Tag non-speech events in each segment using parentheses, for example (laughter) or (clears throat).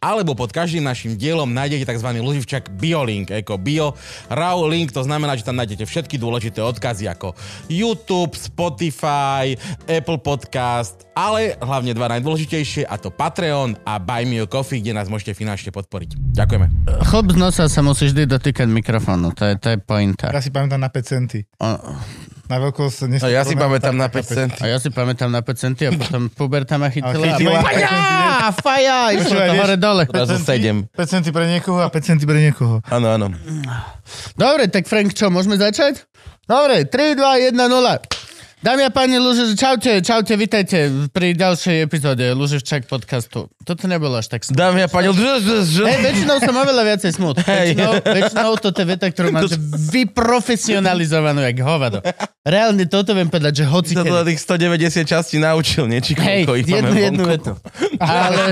Alebo pod každým našim dielom nájdete tzv. loživčak BioLink, ako Bio Raw Link, to znamená, že tam nájdete všetky dôležité odkazy ako YouTube, Spotify, Apple Podcast, ale hlavne dva najdôležitejšie a to Patreon a Buy Me a Coffee, kde nás môžete finančne podporiť. Ďakujeme. Chod z nosa sa musíš vždy dotýkať mikrofónu, to je, to je pointa. Ja si pamätám na 5 centy. O- Na veľkosť... Dnes, No ja si pamätám na 5 centy. A ja si pamätám na 5 centy a potom puberta ma chytila. A chytila. a faja, faja, išlo to vieš? hore dole. Zrazu 7. 5 centy pre niekoho a 5 centy pre niekoho. Áno, áno. Dobre, tak Frank, čo, môžeme začať? Dobre, 3, 2, 1, 0. Dámy a páni, Luže, čaute, čaute, vitajte pri ďalšej epizóde Luževčak podcastu. Toto nebolo až tak smutné. Dámy a páni, Hej, väčšinou som oveľa viacej smut. Väčšinou, väčšinou toto je veta, ktorú mám že vyprofesionalizovanú, jak hovado. Reálne toto viem povedať, že hoci sa to na tých 190 častí naučil, nie? Či Hej, koľko ich jednu, máme jednu vonku. vetu. Ale,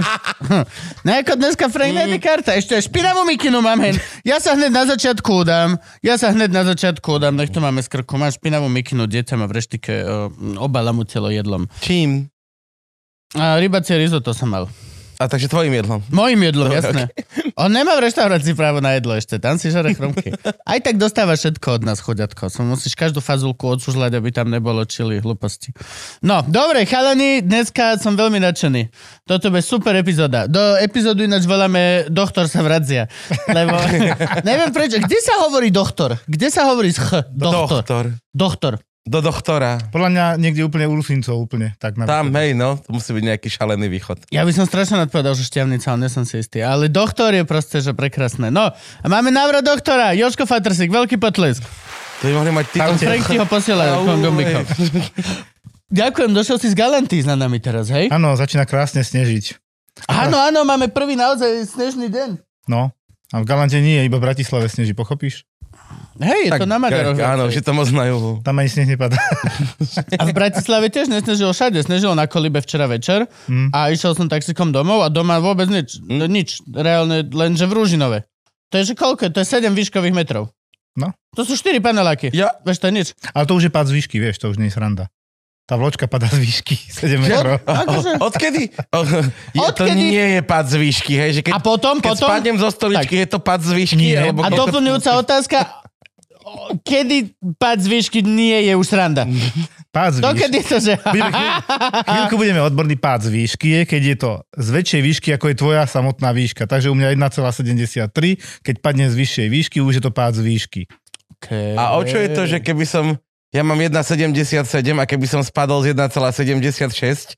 (laughs) no ako dneska Frank mm. karta, ešte aj špinavú mikinu mám hen. Ja sa hneď na začiatku udám, ja sa hneď na začiatku udám, nech to máme z krku. Mám špinavú mikinu, dieťa ma v reštike, o, obala mu telo jedlom. Čím? A rybacie risotto som mal. A takže tvojim jedlom. Mojim jedlom, jasné. On nemá v reštaurácii právo na jedlo ešte, tam si žere chromky. Aj tak dostáva všetko od nás, chodiatko. Som musíš každú fazulku odsužľať, aby tam nebolo čili hlúposti. No, dobre, chalani, dneska som veľmi nadšený. Toto bude super epizóda. Do epizódu ináč voláme Doktor sa vracia. Lebo neviem prečo. Kde sa hovorí doktor? Kde sa hovorí z ch? Doktor. Doktor. Doktor. Do doktora. Podľa mňa niekde úplne u Rusincov, úplne. Tak na Tam, hej, no, to musí byť nejaký šalený východ. Ja by som strašne nadpovedal, že šťavnica, ale nesom si istý. Ale doktor je proste, že prekrasné. No, a máme návrat doktora. Joško Fatrsik, veľký potlesk. To by mohli mať (laughs) No, titul. Frank ti ho posiela Au, gombikom. Ďakujem, došiel si z Galanty za nami teraz, hej? Áno, začína krásne snežiť. Áno, áno, máme prvý naozaj snežný deň. No. A v Galante nie, iba v Bratislave sneží, pochopíš? Hej, je to na Maďaroch. Áno, viacej. že to moc na juhu. Tam ani sneh nepadá. (laughs) A v Bratislave tiež nesnežilo všade. Snežilo na Kolibe včera večer Mm. a išiel som taxikom domov a doma vôbec nič. Mm. Nič. Reálne, lenže v Rúžinove. To je, že koľko? je? To je 7 výškových metrov. No. To sú 4 paneláky. Ja, Vieš, to je nič. Ale to už je pád z výšky, vieš, to už nie je sranda. tá vločka padá z výšky (laughs) 7 metrov. Akože- o- (laughs) odkedy? O, je, to Odkedy? nie je pad z výšky, hej, že keď, A potom, keď potom... spadnem zo stoličky, je to pad z výšky? Nie. Alebo A keď to- doplňujúca otázka, o, kedy pad z výšky nie je už sranda? Pád z výšky. Dokedy je to, že... Budeme chvíľ- Chvíľku budeme odborný pád z výšky, je, keď je to z väčšej výšky, ako je tvoja samotná výška. Takže u mňa 1,73, keď padne z vyššej výšky, už je to pád z výšky. Okay. A o čo je to, že keby som... Ja mám 1,77 a keby som spadol z 1,76,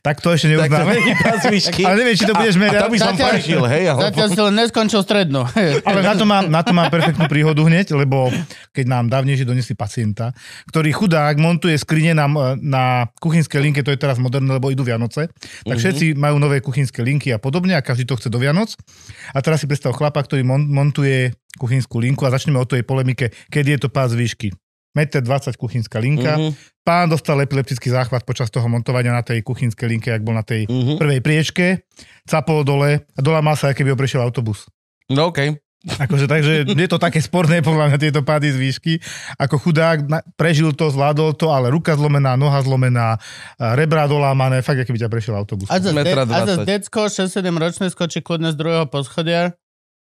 Tak to ešte tak to neuznáme. není pás (laughs) výšky. Ale neviem, či to A budeš to by merať. som Zatiaľ- prežil, hej, Zatiaľ alebo... si len neskončil strednú. Ale na to, mám, na to mám perfektnú príhodu hneď, lebo keď nám dávnejšie donesli pacienta, ktorý chudák montuje skrine na, na kuchynskej linke, to je teraz moderné, lebo idú Vianoce, tak Mhm. všetci majú nové kuchynské linky a podobne a každý to chce do Vianoc. A teraz si predstav chlapa, ktorý mon, montuje kuchynskú linku a začneme o tej polemike, kedy je to pás výšky. 1,20 20 kuchynská linka. Mhm, Pán dostal epileptický záchvat počas toho montovania na tej kuchynskej linke, ak bol na tej mhm. prvej priečke, capol dole a dole mal sa, keby ho prešiel autobus. No okej. Akože, takže je to také sporné podľa mňa tieto pády z výšky. Ako chudák na- prežil to, zvládol to, ale ruka zlomená, noha zlomená, a rebra dolámané, fakt, aký by ťa prešiel autobus. A zas, de- a metra zas 20. decko 6-7 ročné skočí kľudne z druhého poschodia,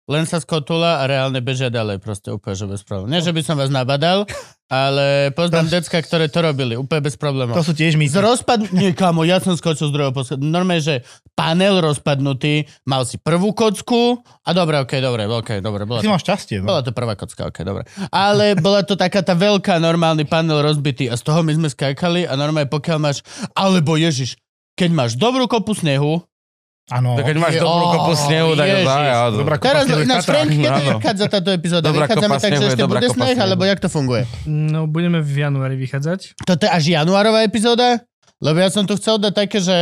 len sa skotula a reálne bežia ďalej, proste úplne, že bez problémov. Nie, že by som vás nabadal, ale poznám decka, ktoré to robili, úplne bez problémov. To sú tiež my. Z rozpad... (laughs) Nie, kamo, ja som skočil z druhého poschodia. Normálne, že panel rozpadnutý, mal si prvú kocku a dobre, okej, dobre, okej, dobre. Bola Ty to, máš šťastie. No. bola to prvá kocka, okej, dobre. Ale (laughs) bola to taká tá veľká, normálny panel rozbitý a z toho my sme skákali a normálne pokiaľ máš... Alebo Ježiš, keď máš dobrú kopu snehu, Áno. Tak keď je- máš dobrú ó, kopu snehu, tak Ježiš. dá, ja, Dobrá kopa Teraz snehu je náš (laughs) Tatra. Frank, kedy áno. vychádza táto epizóda? Dobrá Vychádzame tak, kopa že snehu je ešte dobrá bude kopa sneh, snehu. alebo jak to funguje? No, budeme v januári vychádzať. Toto je až januárová epizóda? Lebo ja som tu chcel dať také, že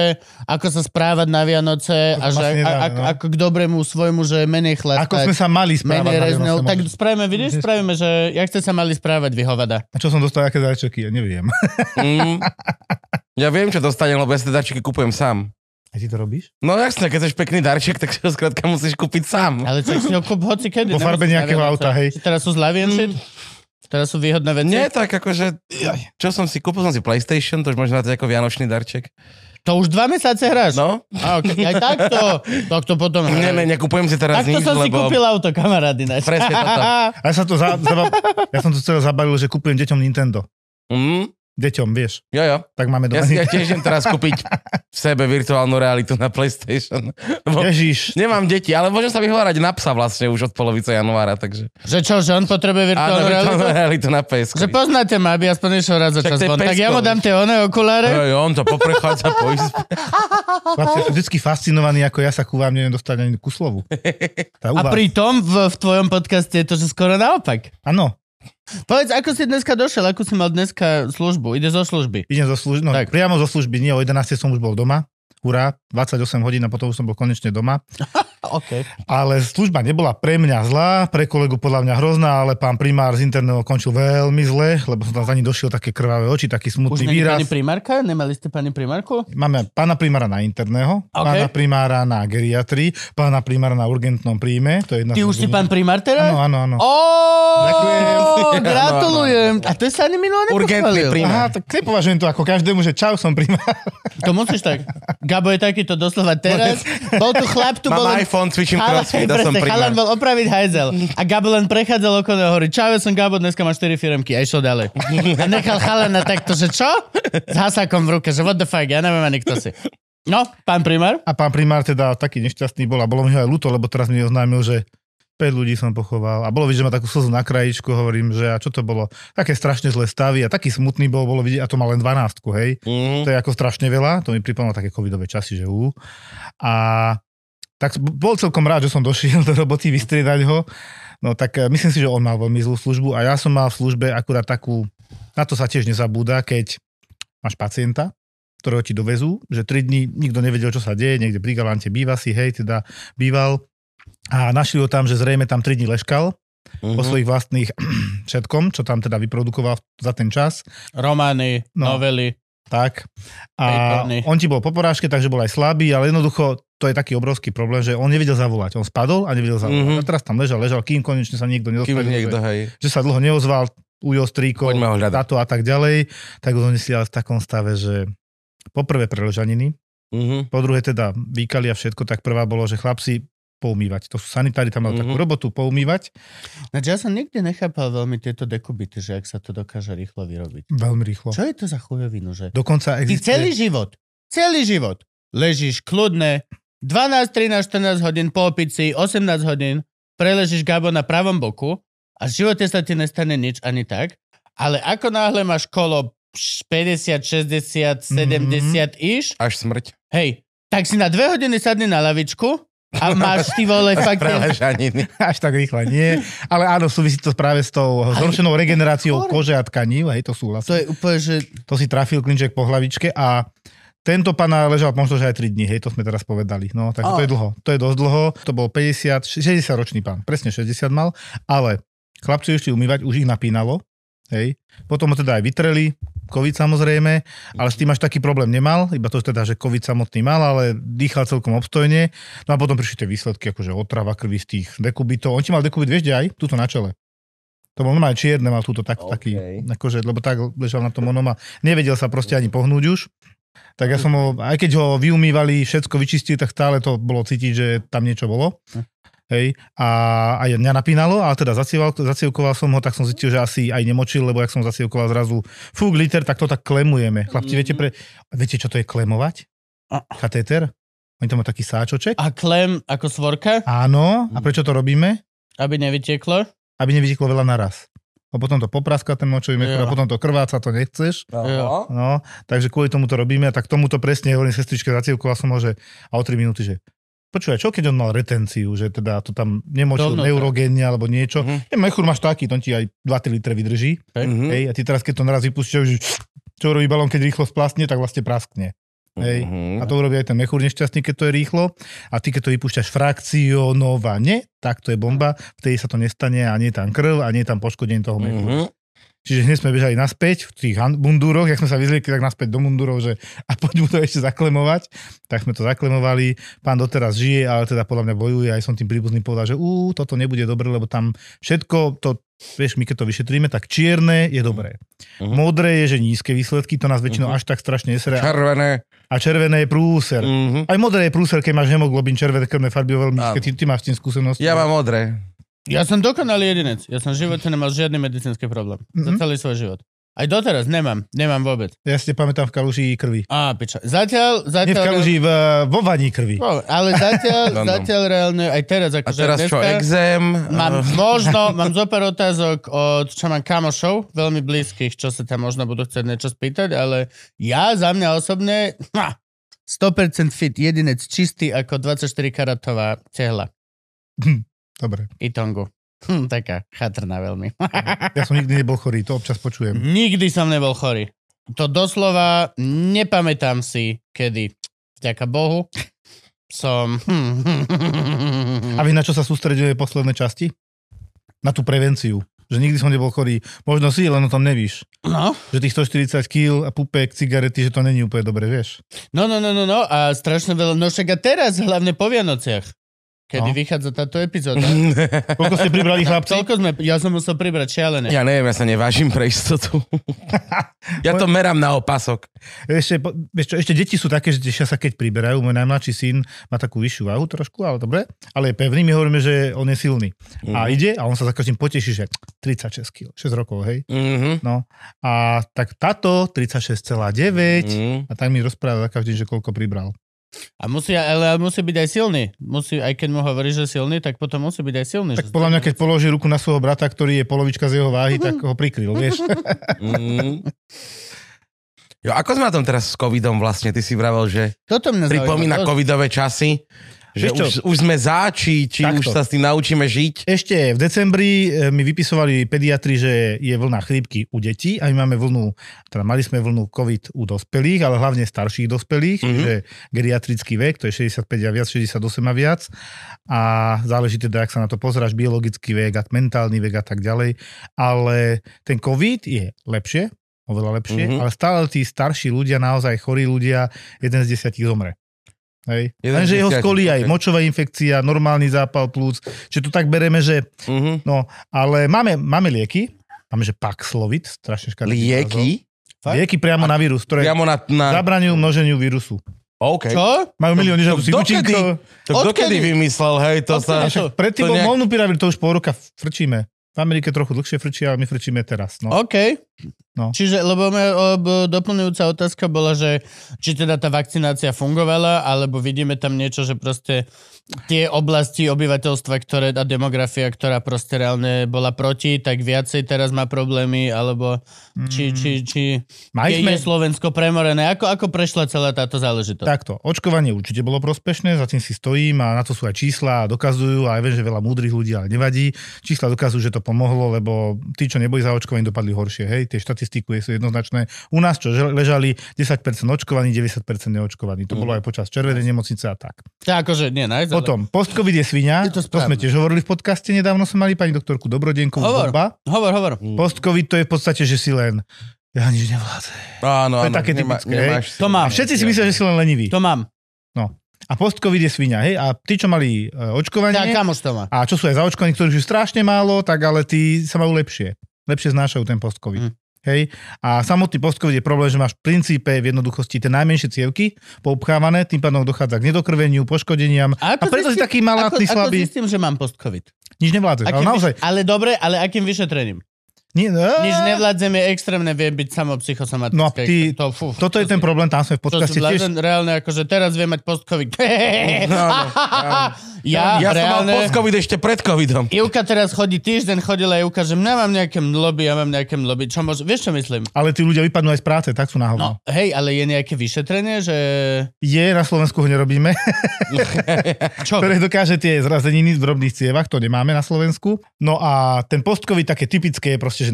ako sa správať na Vianoce a že vlastne a, dáme, a, no. ako k dobrému svojmu, že menej chlastať. Ako sme sa mali správať. menej na rezne, Vianoce, tak možno. spravíme, vidíš, spravíme, že jak ste sa mali správať, vyhovada. A čo som dostal, aké zajčeky, ja neviem. Mhm. Mm. Ja viem, čo dostanem, lebo ja si tie darčeky kupujem sám. A ty to robíš? No jasné, keď chceš pekný darček, tak si ho skrátka musíš kúpiť sám. Ale tak si ho kúp hoci kedy. Po farbe nemusíš na nejakého Vianoce. auta, hej. Mm. Či teraz sú zľavienci? Teraz sú výhodné veci? Nie, tak akože, čo som si kúpil, som si PlayStation, to už možno to ako vianočný darček. To už dva mesiace hráš? No, A, okay. Aj takto. Tak to potom... ne, ne, nekupujem si teraz takto nič, som si lebo... kúpil auto, kamarády. Naši. Presne toto. A ja, sa to za, zaba... ja som to celé zabavil, že kúpujem deťom Nintendo. Mm, Deťom, vieš. jo, jo. Tak máme Ja doma. si ja Ja tiež idem teraz (laughs) kúpiť v sebe virtuálnu realitu na PlayStation. Lebo Ježiš. nemám deti, ale môžem sa vyhovárať na psa vlastne už od polovice januára, takže... (laughs) Že čo, že on potrebuje virtuálnu Áno, realitu? virtuálnu realitu na PS. Že poznáte ma, aby aspoň išiel raz za Však čas to je von. Tak ja peskov. mu dám tie one okuláre. Jo, jo, on to poprechádza po izbe. Chlapci, ja som vždy fascinovaný, ako ja sa ku vám neviem dostať ani ku (laughs) slovu. Tá u A vás. pritom v, v tvojom podcaste je to, že skoro naopak. Áno, Povedz, ako si dneska došiel, ako si mal dneska službu? Ide zo služby. idem zo služby, no, Tak. priamo zo služby, nie, o 11 som už bol doma. Hurá, 28 hodín a potom už som bol konečne doma. OK. Ale služba nebola pre mňa zlá, pre kolegu podľa mňa hrozná, ale pán primár z interného končil veľmi zle, lebo som tam za ní došiel také krvavé oči, taký Už smutný není výraz. pani primárka? Nemali ste pani primárku? Máme pána primára na interného, OK. pána primára na geriatrii, pána primára na urgentnom príjme. To je jedna Ty z už si hodín. pán primár Áno, teraz? áno, áno. Ó, Ďakujem. (laughs) gratulujem. A to sa ani minulé Urgentný nepochválil. príjem. Aha, tak nepovažujem to ako každému, že čau, som primár. To musíš tak. Gabo je takýto doslova teraz. (laughs) Bol tu chlap, (laughs) tu Mám bol... iPhone, cvičím Chala- crossfit a som presne, chalan primár. bol opraviť hajzel. A Gabo len prechádzal okolo a hovorí, čau, ja som Gabo, dneska mám 4 firemky. A išiel ďalej. A nechal chalana takto, že čo? S hasákom v ruke, že what the fuck, ja neviem ani kto si. No, pán primár. A pán primár teda taký nešťastný bol a bolo mi ho aj ľúto, lebo teraz mi oznámil, že 5 ľudí som pochoval a bolo vidieť, že má takú slzu na krajičku, hovorím, že a čo to bolo? Také strašne zlé stavy a taký smutný bol, bolo vidieť, a to mal len 12, hej. Mm. To je ako strašne veľa, to mi pripomínalo také covidové časy, že ú. A tak bol celkom rád, že som došiel (laughs) do roboty vystriedať ho. No tak e, myslím si, že on mal veľmi zlú službu a ja som mal v službe akurát takú, na to sa tiež nezabúda, keď máš pacienta, ktorého ti dovezú, že 3 dní nikto nevedel, čo sa deje, niekde pri Galante býva si, hej, teda býval. A našli ho tam, že zrejme tam 3 dní leškal po Mhm. svojich vlastných (clears throat) všetkom, čo tam teda vyprodukoval za ten čas. Romány, No. novely. Tak. A Výborný. on ti bol po porážke, takže bol aj slabý, ale jednoducho to je taký obrovský problém, že on nevedel zavolať. On spadol a nevedel zavolať. Mhm. Mm-hmm. A teraz tam ležal, ležal, kým konečne sa niekto nedostal. Kým že- niekto, hej. Že sa dlho neozval, ujo strýko, Poďme ho hľadať. táto a tak ďalej, tak ho donesli ale v takom stave, že poprvé preležaniny, Mhm. po druhé teda výkali a všetko, tak prvá bolo, že chlapci poumývať. To sú sanitári, tam Mhm. mali takú robotu poumývať. Ináč ja som nikdy nechápal veľmi tieto dekubity, že ak sa to dokáže rýchlo vyrobiť. Veľmi rýchlo. Čo je to za chujovinu, že Dokonca Ty existuje... celý život, celý život ležíš kľudne, 12, 13, 14 hodín po opici, 18 hodín, preležíš Gabo na pravom boku a v živote sa ti nestane nič ani tak, ale ako náhle máš kolo pš, 50, 60, 70 iš, Až smrť. hej, tak si na dve hodiny sadni na lavičku a máš ty vole fakt... ten- Preležaniny. (laughs) Až tak rýchle nie, ale áno, súvisí to práve s tou zhoršenou regeneráciou skôr. kože a tkaní, hej, To to súhlasím. je úplne, že... To si trafil klinček po hlavičke a tento pana ležal možno, že aj 3 dní, hej, to sme teraz povedali. No, takže to je dlho, to je dosť dlho. To bol 50, 60 ročný pán, presne 60 mal, ale chlapci išli umývať, už ich napínalo, hej. Potom ho teda aj vytreli, COVID samozrejme, ale s tým až taký problém nemal, iba to teda, že COVID samotný mal, ale dýchal celkom obstojne. No a potom prišli tie výsledky, akože otrava krvi z tých dekubitov. On ti mal dekubit, vieš, kde aj? Tuto na čele. To bol normálne čierne, mal túto tak, taký, akože, lebo tak ležal na tom onom a nevedel sa proste ani pohnúť už. Tak ja som ho, aj keď ho vyumývali, všetko vyčistili, tak stále to bolo cítiť, že tam niečo bolo. Hej, a aj mňa napínalo, ale teda zacieval, zacievkoval som ho, tak som zistil, že asi aj nemočil, lebo jak som zacievkoval zrazu fúk liter, tak to tak klemujeme. Chlapci, viete, pre, viete, čo to je klemovať? A- Katéter? Oni tam majú taký sáčoček? A klem ako svorka, Áno, Mhm. a prečo to robíme? aby nevytieklo. Aby nevytiklo veľa naraz. A potom to popraska ten močový mechúr Jo. a potom to krváca, to nechceš. No, takže kvôli tomu to robíme a tak tomuto presne hovorím sestričke zacievkoval som ho, že a o 3 minúty, že počúvaj, čo keď on mal retenciu, že teda to tam nemočil Dovnútra. neurogénne alebo niečo. Mhm. Mm-hmm. Ten mechúr máš taký, to on ti aj 2-3 litre vydrží. Mhm. Hej, a ty teraz, keď to naraz vypustíš, že čo robí balón, keď rýchlo splastne, tak vlastne praskne. Hej. Mhm. A to urobí aj ten mechúr nešťastný, keď to je rýchlo. A ty, keď to vypúšťaš frakcionovane, tak to je bomba, vtedy sa to nestane a nie je tam krv a nie je tam poškodenie toho mechúra. Mhm. Čiže hneď sme bežali naspäť v tých han- mundúroch, jak sme sa vyzliekli tak naspäť do mundúrov, že a poď mu to ešte zaklemovať. Tak sme to zaklemovali, pán doteraz žije, ale teda podľa mňa bojuje, aj som tým príbuzným povedal, že ú, toto nebude dobre, lebo tam všetko to, vieš, my keď to vyšetríme, tak čierne je dobré. Mhm. Modré je, že nízke výsledky, to nás väčšinou až tak strašne nesere. Červené. A červené je prúser. Mhm. Aj modré je prúser, keď máš hemoglobin, červené krvné farby, je veľmi Áno. nízke. Ty, ty máš s tým skúsenosť. Ja mám modré. Ja som dokonalý jedinec. Ja som v živote nemal žiadny medicínsky problém. Mm-hmm. Za Mhm. celý svoj život. Aj doteraz nemám. Nemám vôbec. ja si te pamätám v kaluži krvi. Á, piča. Zatiaľ, Nie v zatiaľ... kaluži, v, eh, vo vaní krvi. Oh, ale zatiaľ, Random. zatiaľ reálne, aj teraz A akože teraz čo, exém? (laughs) Mám možno, mám zo pár otázok od, čo mám kamošov, veľmi blízkych, čo sa tam možno budú chcieť niečo spýtať, ale ja za mňa osobne, ha, 100% fit, jedinec čistý ako 24 karatová tehla. Dobre. Itongu. Hm, taká chatrná veľmi. Ja som nikdy nebol chorý, to občas počujem. Mhm. Nikdy som nebol chorý. To doslova nepamätám si, kedy. Vďaka Bohu. Som... hm, A vy na čo sa sústreduje posledné časti? Na tú prevenciu. Že nikdy som nebol chorý. Možno si, len o tom nevíš. No. Že tých 140 kg a pupek, cigarety, že to není úplne dobre, vieš. No, no, no, no, no, a strašne veľa, no však a teraz, hlavne po Vianociach, kedy No. vychádza táto epizóda. Mhm. (laughs) Koľko ste pribrali chlapci? Celko sme, ja som musel pribrať šialené. Eh. Ja neviem, ja sa nevážim pre (laughs) istotu. ja to merám na opasok. Ešte, po- vieš čo, ešte deti sú také, že tešia sa, keď priberajú. Môj najmladší syn má takú vyššiu váhu trošku, ale dobre. Ale je pevný, my hovoríme, že on je silný. A ide a on sa za každým poteší, že 36 kg, 6 rokov, hej. Mhm. No a tak táto 36,9 Mhm. a tak mi rozpráva za každý, že koľko pribral. A musí, ale musí byť aj silný. Musí, aj keď mu hovoríš, že silný, tak potom musí byť aj silný. Tak že- podľa mňa, keď položí ruku na svojho brata, ktorý je polovička z jeho váhy, tak ho prikryl, vieš. Mhm. Jo, ako sme na tom teraz s covidom vlastne? Ty si vravel, že Toto mňa zaujíma. pripomína To- covidové časy, že Vieš čo? už, už sme záči, či Takto. už sa s tým naučíme žiť. Ešte v decembri e, mi vypisovali pediatri, že je vlna chrípky u detí a my máme vlnu, teda mali sme vlnu COVID u dospelých, ale hlavne starších dospelých, Mhm. mm-hmm. že geriatrický vek, to je 65 a viac, 68 a viac a záleží teda, ak sa na to pozráš, biologický vek a mentálny vek a tak ďalej, ale ten COVID je lepšie, oveľa lepšie, Mhm. mm-hmm. ale stále tí starší ľudia, naozaj chorí ľudia, jeden z desiatich zomre. Hej. Jeden Lenže z jeho desiatich, skolí aj ok. močová infekcia, normálny zápal plúc, že to tak bereme, že Mhm. No, ale máme, máme lieky. Máme, že Paxlovid, strašne škaredý názov. Lieky? Fakt? Lieky priamo na vírus, ktoré Priamo na... na... zabraňujú množeniu vírusu. OK. Čo? Majú to milióny žiadúcich No, dokedy? účinkov. To kto kedy vymyslel, hej, to sa... Odkedy to? Predtým To bol nejak- molnupiravir, to už pol roka frčíme. V Amerike trochu dlhšie frčia, ale my frčíme teraz. No. OK. No. Čiže, lebo moja o, b- doplňujúca otázka bola, že či teda tá vakcinácia fungovala, alebo vidíme tam niečo, že proste tie oblasti obyvateľstva ktoré, a demografia, ktorá proste reálne bola proti, tak viacej teraz má problémy, alebo či, či, či, je, Mali Mm. sme- je Slovensko premorené. Ako, ako prešla celá táto záležitosť? Takto, očkovanie určite bolo prospešné, za tým si stojím a na to sú aj čísla a dokazujú, a aj viem, že veľa múdrych ľudí, ale nevadí. Čísla dokazujú, že to pomohlo, lebo tí, čo neboli za očkovanie, dopadli horšie. Hej, tie štatistiky sú jednoznačné. U nás, čo že- ležali 10% očkovaní, 90% neočkovaní. Mm. To bolo aj počas červenej nemocnice a tak. To akože, nie, naozaj. Potom, post-covid je svinia, Je to to, to sme správne. tiež hovorili v podcaste, nedávno sme mali pani doktorku Dobrodenkovú Hovor. Boba. Hovor, hovor. Mm. Post-covid to je v podstate, že si len ja nič nevládzem. Áno, To je áno, také nemá- typické, nemáš si- To mám. A všetci si myslia, že (laughs) si len lenivý. To mám. A post-covid je svinia, hej? A tí, čo mali e, očkovanie... Tak, kamoš to má. A čo sú aj zaočkovaní, ktorých je strašne málo, tak ale tí sa majú lepšie. Lepšie znášajú ten post-covid. Mm. Hej? A samotný post-covid je problém, že máš v princípe v jednoduchosti tie najmenšie cievky poupchávané, tým pádom dochádza k nedokrveniu, poškodeniam. A, A preto si zistím- taký malátny, ako, ako slabý. zistím, že mám post-covid? Nič nevládzeš. Ale Akým naozaj. vyš- ale dobre, ale akým vyšetrením? Nie, Nič á, nevládzem je extrémne, vie byť samo psychosomatické. No a ty- to, fú, toto je ten problém, tam to sme v si podcaste tiež... vlázen, reálne, akože teraz viem mať post-covid. ja, No, Ja som mal reálne... post-covid ešte pred covidom. Ivka teraz chodí týždeň, chodila Ivka, že ja mám nejaké mloby, ja mám nejaké mloby. Čo môže... Vieš, čo myslím? Ale tí ľudia vypadnú aj z práce, tak sú na No, hovno. hej, ale je nejaké vyšetrenie, že... (laughs) Je, na Slovensku ho nerobíme. Čo? ktoré dokáže tie zrazeniny v drobných cievach, to nemáme na Slovensku. No a ten postkový také typické je proste, že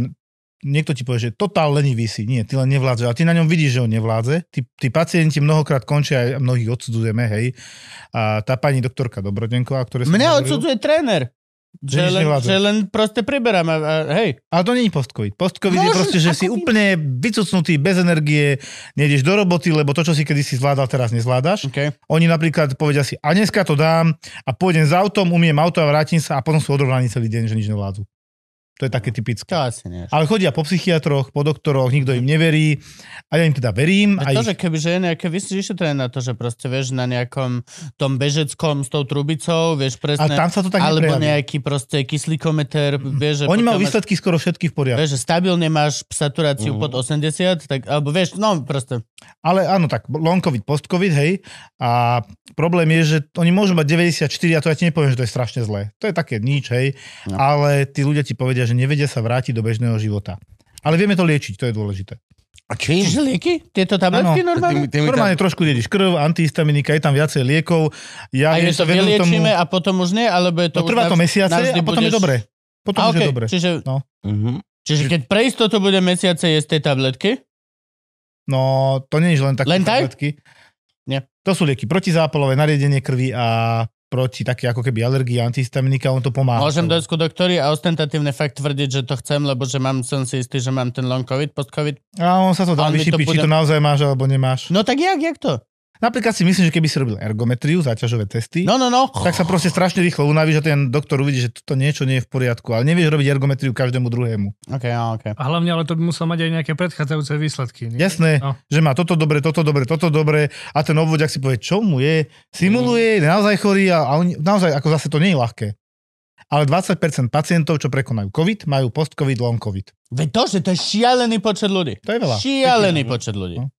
niekto ti povie, že totál lenivý si, nie, ty len nevládze, a ty na ňom vidíš, že on nevládze. Tí, tí pacienti mnohokrát končia, aj mnohých odsudzujeme, hej. A tá pani doktorka Dobrodenková, ktoré Mňa odsudzuje tréner. Že nič len, nevládzem. že len proste priberám a, a hej. Ale to není post-covid. Post-covid je Môžem, proste, že ako si by- úplne vycucnutý, bez energie, nejdeš do roboty, lebo to, čo si kedysi zvládal, teraz nezvládaš. Okay. Oni napríklad povedia si, a dneska to dám a pôjdem s autom, umiem auto a vrátim sa a potom sú odrovnaní celý deň, že nič nevládzu. To je také typické. To asi nie. Ale chodia po psychiatroch, po doktoroch, nikto im neverí. A ja im teda verím. A to, A ich... že keby, že je nejaké, vy si išli teda na to, že proste vieš na nejakom tom bežeckom s tou trubicou, vieš A presne, tam sa to tak alebo neprejaví. nejaký proste kyslíkometer, vieš, že Oni pokiaľ majú máš- výsledky Mhm. skoro všetky v poriadku. Vieš, že stabilne máš saturáciu pod 80, tak, alebo vieš, no proste, Ale áno, tak long covid, post covid, hej. A problém je, že oni môžu mať 94 a to ja ti nepoviem, že to je strašne zlé. To je také nič, hej. No. No. Ale tí ľudia ti povedia, že nevedia sa vrátiť do bežného života. Ale vieme to liečiť, to je dôležité. A čím? čiže lieky? Tieto tabletky Áno. normálne? Ty mi Normálne tam- trošku dediš krv, antihistaminika, je tam viacej liekov. A Ja je viem, to že vedú vyliečíme a potom už nie, alebo je to no, už trvá to navž- mesiace navždy a potom je budeš- dobre. Potom A už je okej, dobre. no. Čiže, Mhm. čiže keď pre istotu bude mesiace jesť tej tabletky, No, to nie je len také Len tak? tabletky. Nie. To sú lieky protizápalové, nariadenie krvi a proti také ako keby alergii, antihistaminika, on to pomáha. môžem dojsť ku doktori a ostentatívne fakt tvrdiť, že to chcem, lebo že mám, som si istý, že mám ten long covid, post covid. A on sa to dá Ale my to vyšipiť, či to budem- naozaj máš alebo nemáš. No tak jak, jak to? Napríklad si myslím, že keby si robil ergometriu, záťažové testy, No, no, no. tak sa proste strašne rýchlo unaví, že ten doktor uvidí, že toto niečo nie je v poriadku, ale nevieš robiť ergometriu každému druhému. Ok, no, ok. A hlavne, ale to by musel mať aj nejaké predchádzajúce výsledky. Nie? Jasné, No. že má toto dobre, toto dobre, toto dobre a ten obvodiak si povie, čo mu je, simuluje, je naozaj chorý a, a oni, naozaj ako zase to nie je ľahké. Ale 20% pacientov, čo prekonajú COVID, majú post-COVID, long-COVID. Veď to, že to je šialený počet ľudí. To je veľa. Šialený počet ľudí. No.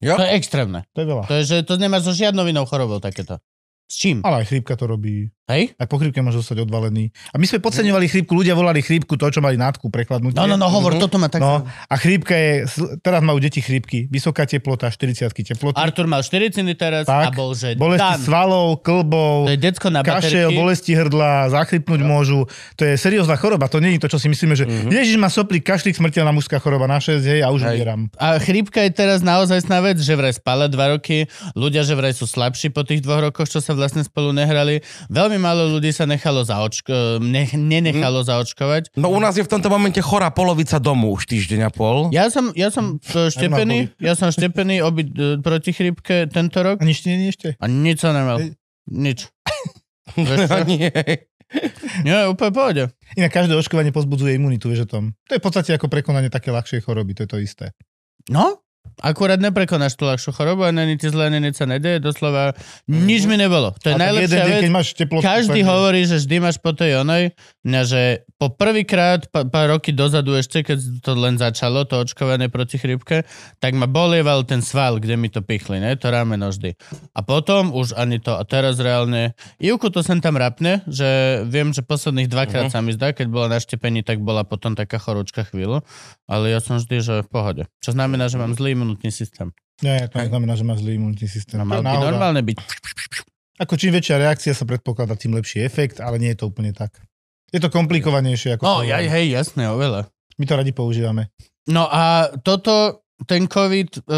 Jo. To je extrémne. To je veľa. To je, že to nemá so žiadnou inou chorobou takéto. S čím? Ale aj chrípka to robí. Hej? Aj po chrípke môže zostať odvalený. A my sme podceňovali chrípku, ľudia volali chrípku to, čo mali nátku prekladnúť. No, no, no, hovor, toto má tak... No, a chrípka je, sl- teraz majú deti chrípky, vysoká teplota, 40 teplota, Artur mal 4 ciny teraz a Tak. bol, že bolesti tam. svalov, klbov, To je decko na baterky. kašel, bolesti hrdla, zachrypnúť môžu. To je seriózna choroba, to nie je to, čo si myslíme, že Mhm. Ježiš má soplík, kašlík, smrteľná mužská choroba na 6, hej, a už Hej. umieram. A chrípka je teraz naozajstná vec, že vraj spala dva roky, ľudia, že vraj sú slabší po tých dvoch rokoch, čo sa vlastne spolu nehrali. Veľmi málo ľudí sa nechalo zaočko- ne- nenechalo zaočkovať. No u nás je v tomto momente chorá polovica domu už týždeň a (laughs) pol. Ja som, ja som Hm. e, štepený, ja som štepený obi, e, proti chrípke tento rok A nič nie, nie ešte. a nič som nemal. (laughs) Nič. Vieš čo? Nie. Nie, úplne v pohode. Inak každé očkovanie pozbudzuje imunitu, vieš o tom. To je v podstate ako prekonanie také ľahšej choroby, to je to isté. No, akurát neprekonáš tú ľahšiu chorobu a není ti zle, není sa nedeje, doslova nič mi nebolo. To je A Mhm. tak najlepšia jeden deň, vec. keď máš teplotu, Každý tak- hovorí, že vždy máš po tej onej, mňa, že po prvýkrát, pa- pár roky dozadu ešte, keď to len začalo, to očkovanie proti chrípke, tak ma bolieval ten sval, kde mi to pichli, ne? to rameno vždy. A potom už ani to, a teraz reálne, Ivku to sem tam rapne, že viem, že posledných dvakrát Mhm. sa mi zdá, keď bola na štepení, tak bola potom taká chorúčka chvíľu, ale ja som vždy, že v pohode. Čo znamená, že mám zlý imunitný systém. Nie, to znamená, že máš zlý imunitný systém. No, mal To je by náhoda. normálne byť. Ako čím väčšia reakcia sa predpokladá, tým lepší efekt, ale nie je to úplne tak. Je to komplikovanejšie. Ako No, to- ja, hej, jasné, oveľa. My to radi používame. No a toto, ten COVID, e,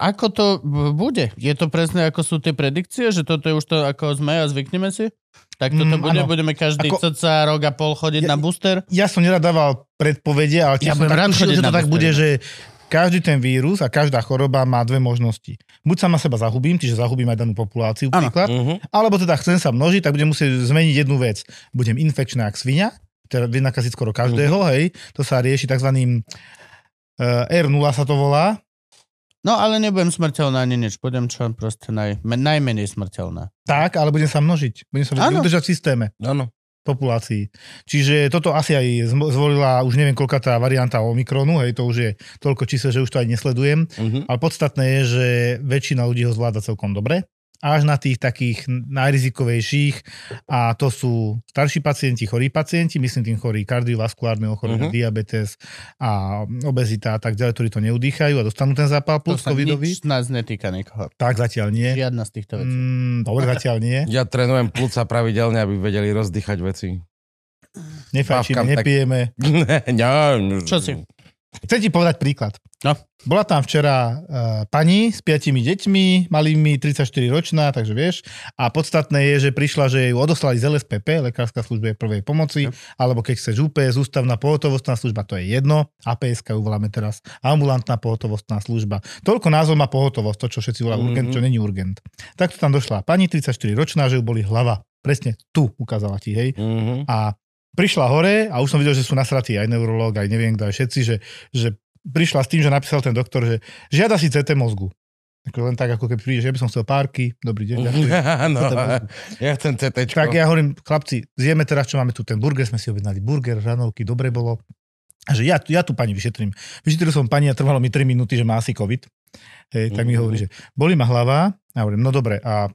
ako to b- bude? Je to presne ako sú tie predikcie, že toto je už to, ako sme a zvykneme si? Tak toto Mm, bude, áno. budeme každý Ako- ako... cca rok a pol chodiť Ja- na booster? Ja som nerad dával predpovede, Ja ale tiež som budem tak rád tušil, chodiť že to na teda. tak bude, postavenie. že každý ten vírus a každá choroba má dve možnosti. Buď sama seba zahubím, čiže zahubím aj danú populáciu, Áno. príklad, Mhm. Alebo teda chcem sa množiť, tak budem musieť zmeniť jednu vec. Budem infekčná jak svinia, teda vy nakaziť skoro každého, Mhm. hej. To sa rieši tzv. eh, R0 sa to volá. No ale nebudem smrteľná ani nič, budem čo proste naj, me- najmenej smrteľná. Tak, ale budem sa množiť. Budem sa budem Áno. udržať v systéme Áno. populácií. Čiže toto asi aj zmo- zvolila, už neviem, koľka tá varianta Omikronu, hej, to už je toľko čísel, že už to aj nesledujem. Mhm. Ale podstatné je, že väčšina ľudí ho zvláda celkom dobre. Až na tých takých najrizikovejších a to sú starší pacienti, chorí pacienti, myslím tým chorí kardiovaskulárne Mhm. ochorenia, uh-huh. diabetes a obezita a tak ďalej, ktorí to neudýchajú a dostanú ten zápal To plus sa covidový. nič z nás netýka nikoho. Tak zatiaľ nie. Žiadna z týchto vecí. Mm, dobre, zatiaľ nie. Ja trénujem plúca pravidelne, aby vedeli rozdýchať veci. (laughs) Nefajčíme, Mávkam tak. nepijeme. Ne, ne, Čo si? Chcem ti povedať príklad. No. Bola tam včera uh, pani s piatimi deťmi, malými 34 ročná, takže vieš. A podstatné je, že prišla, že ju odoslali z LSPP, Lekárska služba je prvej pomoci, alebo keď chceš UPS, ústavná pohotovostná služba, to je jedno. APSK ju voláme teraz, ambulantná pohotovostná služba. Toľko názov má pohotovosť, to čo všetci volajú urgent, čo není urgent. Takto tam došla pani 34 ročná, že ju boli hlava. Presne tu ukázala ti, hej. (laughs) Mhm. A prišla hore a už som videl, že sú nasratí aj neurológ, aj neviem kto, aj všetci, že, že prišla s tým, že napísal ten doktor, že žiada si CT mozgu. Ako len tak, ako keby prídeš, ja by som chcel párky, dobrý deň. ďakujem. Áno, To tam- No, ja chcem CTčko. tak ja hovorím, chlapci, zjeme teraz, čo máme tu, ten burger, sme si objednali burger, ranovky, dobre bolo. A že ja, ja tu pani vyšetrím. Vyšetril som pani a trvalo mi 3 minúty, že má asi COVID. Hej, tak mi hovorí, že boli ma hlava, a hovorím, no dobre, a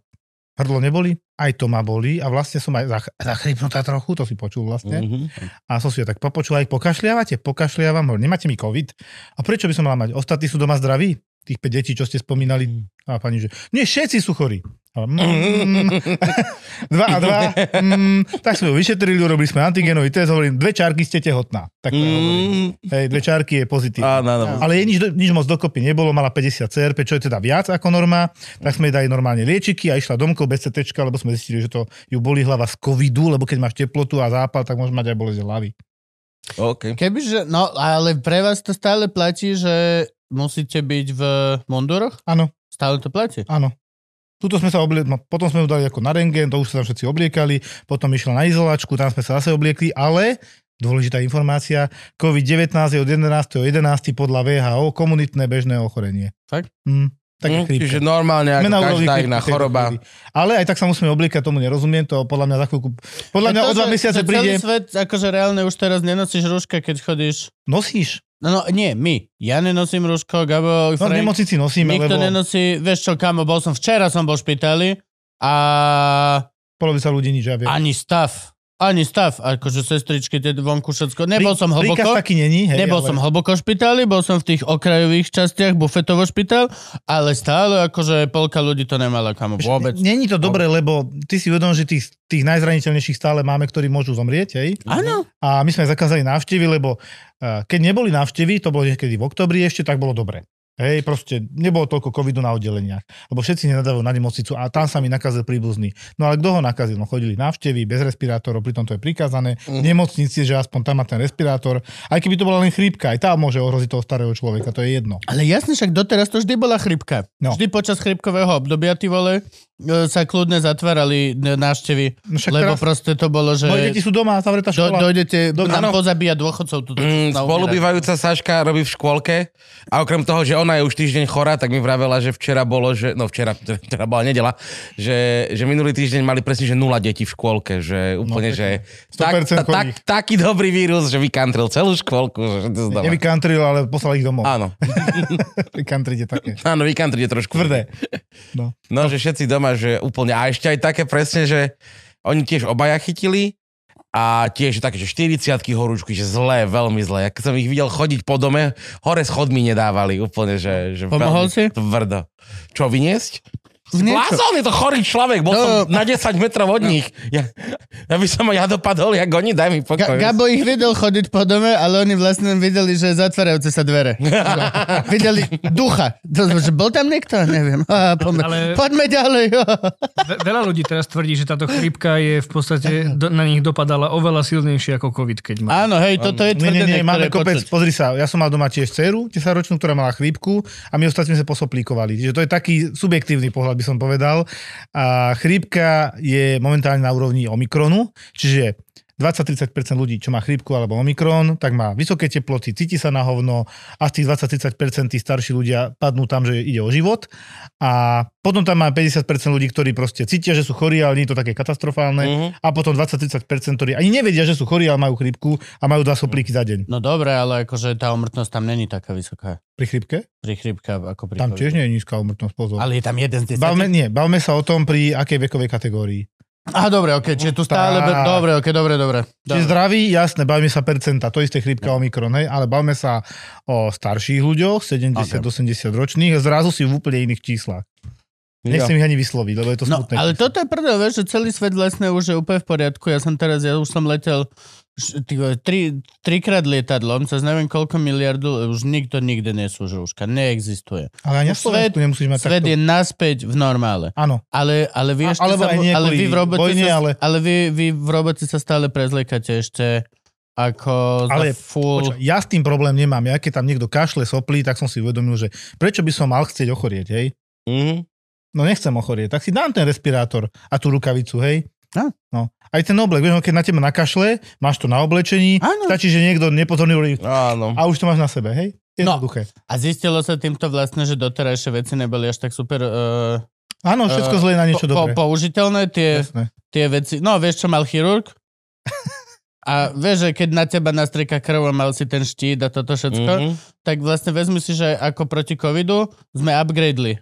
hrdlo neboli? Aj to ma boli a vlastne som aj zach- zachrypnutá trochu, to si počul vlastne. Mhm. A som si ho tak popočul, aj pokašliavate, pokašliavam, hovorím, nemáte mi COVID. A prečo by som mala mať? Ostatní sú doma zdraví? Tých 5 detí, čo ste spomínali. A pani, že nie, všetci sú chorí. A mm, (laughs) dva a dva. Mm, tak sme ju vyšetrili, urobili sme antigenový test, hovorím, dve čárky ste tehotná. Tak to ja hovorím. Mm. Hej, dve čárky je pozitív. Áno, áno. Ale jej nič, nič moc dokopy nebolo, mala 50 CRP, čo je teda viac ako norma, tak sme jej dali normálne liečiky a išla domkov bez CT, lebo sme zistili, že to ju boli hlava z covidu, lebo keď máš teplotu a zápal, tak môže mať aj bolesť hlavy. OK. Kebyže, no ale pre vás to stále platí, že musíte byť v mundoroch? Áno. Stále to platí? Áno. Tuto sme sa oblie... no, potom sme ju dali ako na rengén, to už sa tam všetci obliekali, potom išla na izolačku, tam sme sa zase obliekli, ale dôležitá informácia, COVID-19 je od 11.11. podľa VHO komunitné bežné ochorenie. Fakt? Mm, tak Mm, mm, Čiže normálne ako každá iná choroba. Ale aj tak sa musíme obliekať, tomu nerozumiem, to podľa mňa za chvíľku... Podľa mňa No To, o dva že- mesiace že príde... Celý svet, akože reálne už teraz nenosíš rúška, keď chodíš... Nosíš? No, no nie, my. Ja nenosím rúško, Gabo, No v Frank, nemocnici nosíme, nikto lebo nenosí, vieš čo, kamo, bol som včera, som bol v špitali a polovica ľudí nič, ja viem. ani stav, ani stav, akože sestričky, tie vonku všetko, nebol som Príkaz hlboko, taký není, hej, nebol ale... som hlboko v špitali, bol som v tých okrajových častiach, bufetovo špital, ale stále akože polka ľudí to nemala, kamo, vôbec. Není to dobré, lebo ty si uvedom, že tých, tých najzraniteľnejších stále máme, ktorí môžu zomrieť, hej? Áno, A my sme zakázali návštevy, lebo eh, keď neboli návštevy, to bolo niekedy v oktobri ešte, tak bolo dobre. Hej, proste nebolo toľko covidu na oddeleniach, lebo všetci nenadávajú na nemocnicu a tam sa mi nakazil príbuzný. No ale kto ho nakazil? No chodili návštevy bez respirátorov, pritom to je prikázané. Mhm. V nemocnici, že aspoň tam má ten respirátor. Aj keby to bola len chrípka, aj tá môže ohroziť toho starého človeka, to je jedno. Ale jasne, však doteraz to vždy bola chrypka. No. Vždy počas chrypkového obdobia, ty vole, e, sa kľudne zatvárali e, návštevy, No však lebo teraz- proste to bolo, že Moje deti sú doma, zavretá do, škola. dojdete Dobre, nám áno. pozabíjať dôchodcov. Tuto, Mm, spolubývajúca Saška robí v škôlke a okrem toho, že ona je už týždeň chorá, tak mi vravela, že včera bolo, že, no včera, (laughs) včera bola nedela, že, že minulý týždeň mali presne, že nula detí v škôlke, že No, úplne, že tak, ta, 100% tak, chorých. taký dobrý vírus, že vykantril celú škôlku. Že to znova. Nevykantril, ale poslal ich domov. Áno, Country je také. áno, vykantril je trošku. Tvrdé. No. No, že všetci doma, že úplne. A ešte aj také presne, že oni tiež obaja chytili a tiež také, že 40 horúčky, že zlé, veľmi zlé. Ja keď som ich videl chodiť po dome, hore schodmi nedávali úplne, že, že Pomohol veľmi si? tvrdo. Čo, vyniesť? Niečo. Blázon je to chorý človek, bol No. som na 10 metrov od nich. Ja, ja by som ja dopadol, jak oni, daj mi pokoj. Ga- Gabo ich videl chodiť po dome, ale oni vlastne videli, že zatvárajúce sa dvere. videli ducha. To, že bol tam niekto? Neviem. Á, poďme, ale... Ale- poďme ďalej. (laughs) Ve- Veľa ľudí teraz tvrdí, že táto chrípka je v podstate do, na nich dopadala oveľa silnejšie ako COVID, keď má. Áno, hej, toto je Nie, nie, tvrdenie, nie, máme ktoré kopec, počuť. pozri sa, ja som mal doma tiež dceru, 10-ročnú, ktorá mala chrípku a my ostatní sme posoplíkovali. Čiže to je taký subjektívny pohľad, by som povedal. A chrípka je momentálne na úrovni Omikronu, čiže 20-30% ľudí, čo má chrípku alebo Omikron, tak má vysoké teploty, cíti sa na hovno a z tých 20-30% tí starší ľudia padnú tam, že ide o život. A potom tam má 50% ľudí, ktorí proste cítia, že sú chorí, ale nie je to také katastrofálne. Mhm. A potom 20-30%, ktorí ani nevedia, že sú chorí, ale majú chrípku a majú dva soplíky za deň. No dobre, ale akože tá umrtnosť tam není taká vysoká. Pri chrípke? Pri chrypka ako pri Tam covide. tiež nie je nízka umrtnosť, pozor. Ale Ale je tam jeden z bavme, desiatich. nie, bavme sa o tom, pri akej vekovej kategórii. Á, dobre, okej, čiže tu stále... Tak. Dobre, okej, dobre, dobre. Čiže dobre. zdraví, jasné, bavíme sa percenta, to isté chrípka No. Omikron, hej, ale bavme sa o starších ľuďoch, 70-80 ročných, a zrazu si v úplne iných číslach. Nechcem ich ani vysloviť, lebo je to No, smutné. ale toto je prdel, vieš, že celý svet vlastne už je úplne v poriadku. Ja som teraz, ja už som letel Š- Ty, vole, tri, trikrát lietadlom, cez neviem koľko miliardu, už nikto nikde nesúži rúška. Neexistuje. Ale ani na Svet- Slovensku nemusíš mať Svet takto. je naspäť v normále. Áno. Ale, ale vy No, A- ešte alebo sa, aj nie ale kvôli vy v robote vojne, sa, ale- ale vy, vy v robote sa stále prezliekate ešte ako Ale ale, za full... Počkaj, ja s tým problém nemám. Ja keď tam niekto kašle, soplí, tak som si uvedomil, že prečo by som mal chcieť ochorieť, hej? Mm. No nechcem ochorieť, tak si dám ten respirátor a tú rukavicu, hej? Á. No. Aj ten oblek, vieš, on keď na teba nakašle, máš to na oblečení, Áno. stačí, že niekto nepozorný urobí Áno. a už to máš na sebe, hej? No. Jednoduché. A zistilo sa týmto vlastne, že doterajšie veci neboli až tak super uh, Áno, všetko Eh, zle je na po, niečo po, dobré. použiteľné tie, Jasné. tie veci. No, vieš, čo mal (laughs) chirurg? A vieš, že keď na teba nastrieka krv a mal si ten štít a toto všetko, Mhm. tak vlastne vezmi si, že ako proti covidu sme upgradeli.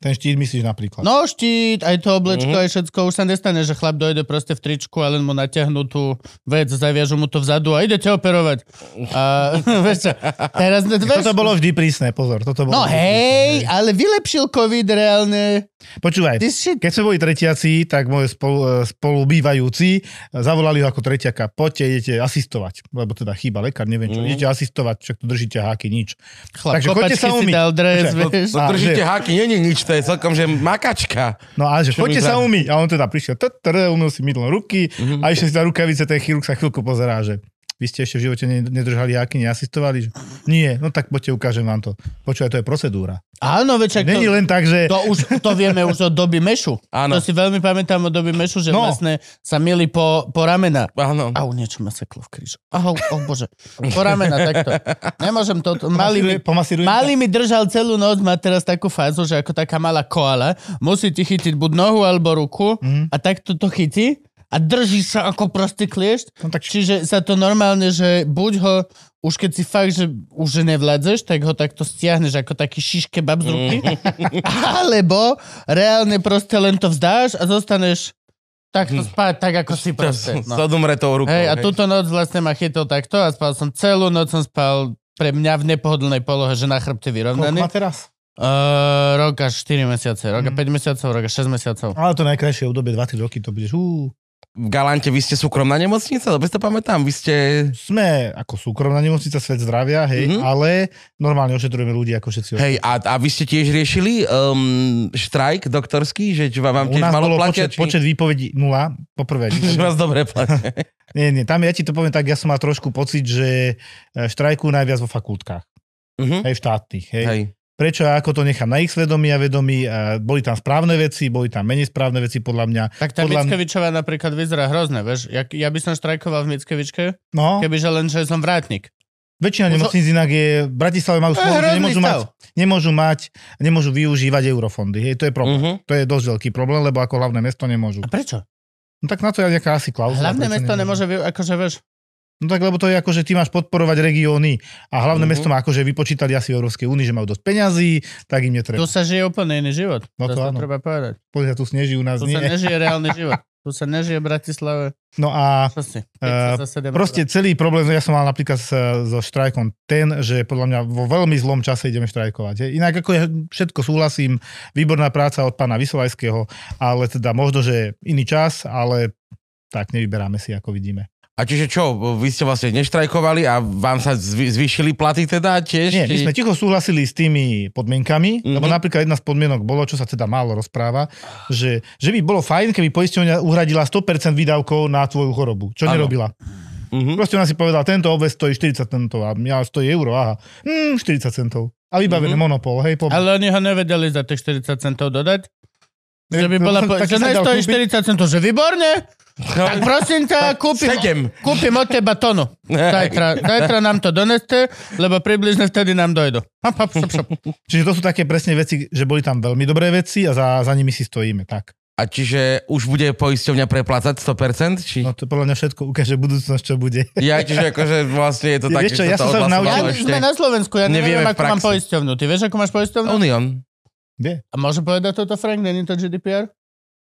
Ten štít myslíš napríklad. No štít, aj to oblečko, Mhm. aj všetko. Už sa nestane, že chlap dojde proste v tričku a len mu natiahnú tú vec, zaviažu mu to vzadu a idete operovať. A (laughs) vieš čo, teraz... Vieš, Toto bolo vždy prísne, pozor. Toto bolo No vždy hej, prísne. ale vylepšil covid reálne. Počúvaj, This shit. Keď sme boli tretiaci, tak moje spolu, spolubývajúci e, zavolali ho ako tretiaka, poďte, idete asistovať, lebo teda chýba lekár, neviem čo, idete asistovať, však tu držíte háky, nič. Chlap, Takže choďte sa Mhm. kopačky si umyť. dal dres, Počkaj, vieš. No A, držíte že- háky, nie je nič, to je celkom, že makačka. No a že Čo poďte mi sa zrazu? umyť. A on teda prišiel, tr, umil si mydlom ruky Mhm. a išiel si na rukavice, ten chirurg sa chvíľku pozerá, že vy ste ešte v živote ne- nedržali háky, neasistovali? Že, Nie, no tak poďte, ukážem vám to. Počúvaj, to je procedúra. Áno, veď však to, Není len tak, že... to, už, to vieme už od doby mešu. Áno. To si veľmi pamätám od doby mešu, že No. vlastne sa mili po, po ramena. Áno. Au, niečo ma seklo v krížu. Au, oh bože. Po ramena, takto. Nemôžem to... Mali mi, Pomasíruje- pomasíruje- mali mi držal celú noc, má teraz takú fázu, že ako taká malá koala, musí ti chytiť buď nohu alebo ruku Mhm. a takto to chytí a drží sa ako prostý kliešť. No tak Čiže sa to normálne, že buď ho, už keď si fakt, že už nevládzeš, tak ho takto stiahneš ako taký šiške bab z ruky. Mhm. (laughs) Alebo reálne proste len to vzdáš a zostaneš Mhm. takto spať, tak ako si proste. No. Zadumre tou rukou. Hej, a túto noc vlastne ma chytil takto a spal som celú noc, som spal pre mňa v nepohodlnej polohe, že na chrbte koľko má Mhm. vyrovnaný. teraz? Uh, rok až 4 mesiace, rok a 5 mesiacov, rok a 6 mesiacov. Ale to najkrajšie obdobie, 20 roky, to budeš... Ú, V Galante vy ste súkromná nemocnica, dobre si to pamätám, vy ste... sme ako súkromná nemocnica Svet zdravia, hej, Mhm. mm-hmm. ale normálne ošetrujeme ľudí ako všetci. Hej, a, a vy ste tiež riešili um, štrajk doktorský, že či vám vám U tiež nás malo bolo platia? počet, počet výpovedí nula, (laughs) poprvé. Že vás dobre platia. nie, nie, tam ja ti to poviem tak, ja som mal trošku pocit, že e, štrajkujú najviac vo fakultkách, Mhm. hej, štátnych, hej. hej. Hej. Prečo a ako to nechám na ich svedomí a vedomí, a boli tam správne veci, boli tam menej správne veci, podľa mňa. Tak tá Podľa mňa- Mickevičová napríklad vyzerá hrozne, vieš. Ja, ja by som štrajkoval v Mickevičke, No, kebyže len, že som vrátnik. Už- väčšina nemocníc inak je, v Bratislave majú To je smolu, že hrozný nemôžu stav. mať, nemôžu mať, nemôžu využívať eurofondy, hej, to je Mm. problém. Mhm. To je dosť veľký problém, lebo ako hlavné mesto nemôžu. A prečo? No tak na to je nejaká asi klauzula. Mm. Hlavné prečo mesto nemôže, vy- akože vieš, No tak lebo to je ako, že ty máš podporovať regióny a Mhm. hlavné mm-hmm. mesto má akože vypočítali asi v Európskej únii, že majú dosť peňazí, tak tu im netreba. sa žije úplne iný život. No to, to áno. treba povedať. Pozrieť, tu sneží u nás Tu sa nie. nežije reálny život. Tu sa nežije v Bratislave. (laughs) No a Čo si? (laughs) Eh, proste celý problém, ja som mal napríklad s, e, so štrajkom ten, že podľa mňa vo veľmi zlom čase ideme štrajkovať. hej. Inak ako ja všetko súhlasím, výborná práca od pána Vysolajského, ale teda možno, že iný čas, ale tak nevyberáme si, ako vidíme. A čiže čo, vy ste vlastne neštrajkovali a vám sa zvy, zvýšili platy teda tiež? Nie, my Či- sme ticho súhlasili s tými podmienkami, mm-hmm. lebo Mhm. napríklad jedna z podmienok bolo, čo sa teda málo rozpráva, že, že by bolo fajn, keby poisťovňa uhradila 100% výdavkov na tvoju chorobu, čo Áno. ano. nerobila. Mhm. Proste ona si povedala, tento obvez stojí 40 centov a ja stojí euro, aha, mm, 40 centov. A vybavené mm-hmm. monopol, hej, po... Mhm. Ale oni ho nevedeli za tých 40 centov dodať. Že by bola, po... Taký že sa dal nestojí 40 kúpiť. centov, že výborne. No, Tak prosím ťa, kúpim, sedem. kúpim od teba tonu. (laughs) Zajtra, zajtra nám to doneste, lebo približne vtedy nám dojdu. Hop, hop, šup, šup. Čiže to sú také presne veci, že boli tam veľmi dobré veci a za, za nimi si stojíme, tak. A čiže už bude poisťovňa preplácať 100%? Či... No to podľa mňa všetko ukáže budúcnosť, čo bude. Ja, čiže akože vlastne je to Je- tak, vieš čo, že ja sa som sa už odhlasovalo naučil- Ja, ešte. sme na Slovensku, ja neviem, Nevieme v ako mám praxi. poisťovnú. Ty vieš, ako máš poisťovnú? Union. Vie? A môže povedať toto Frank, není to GDPR?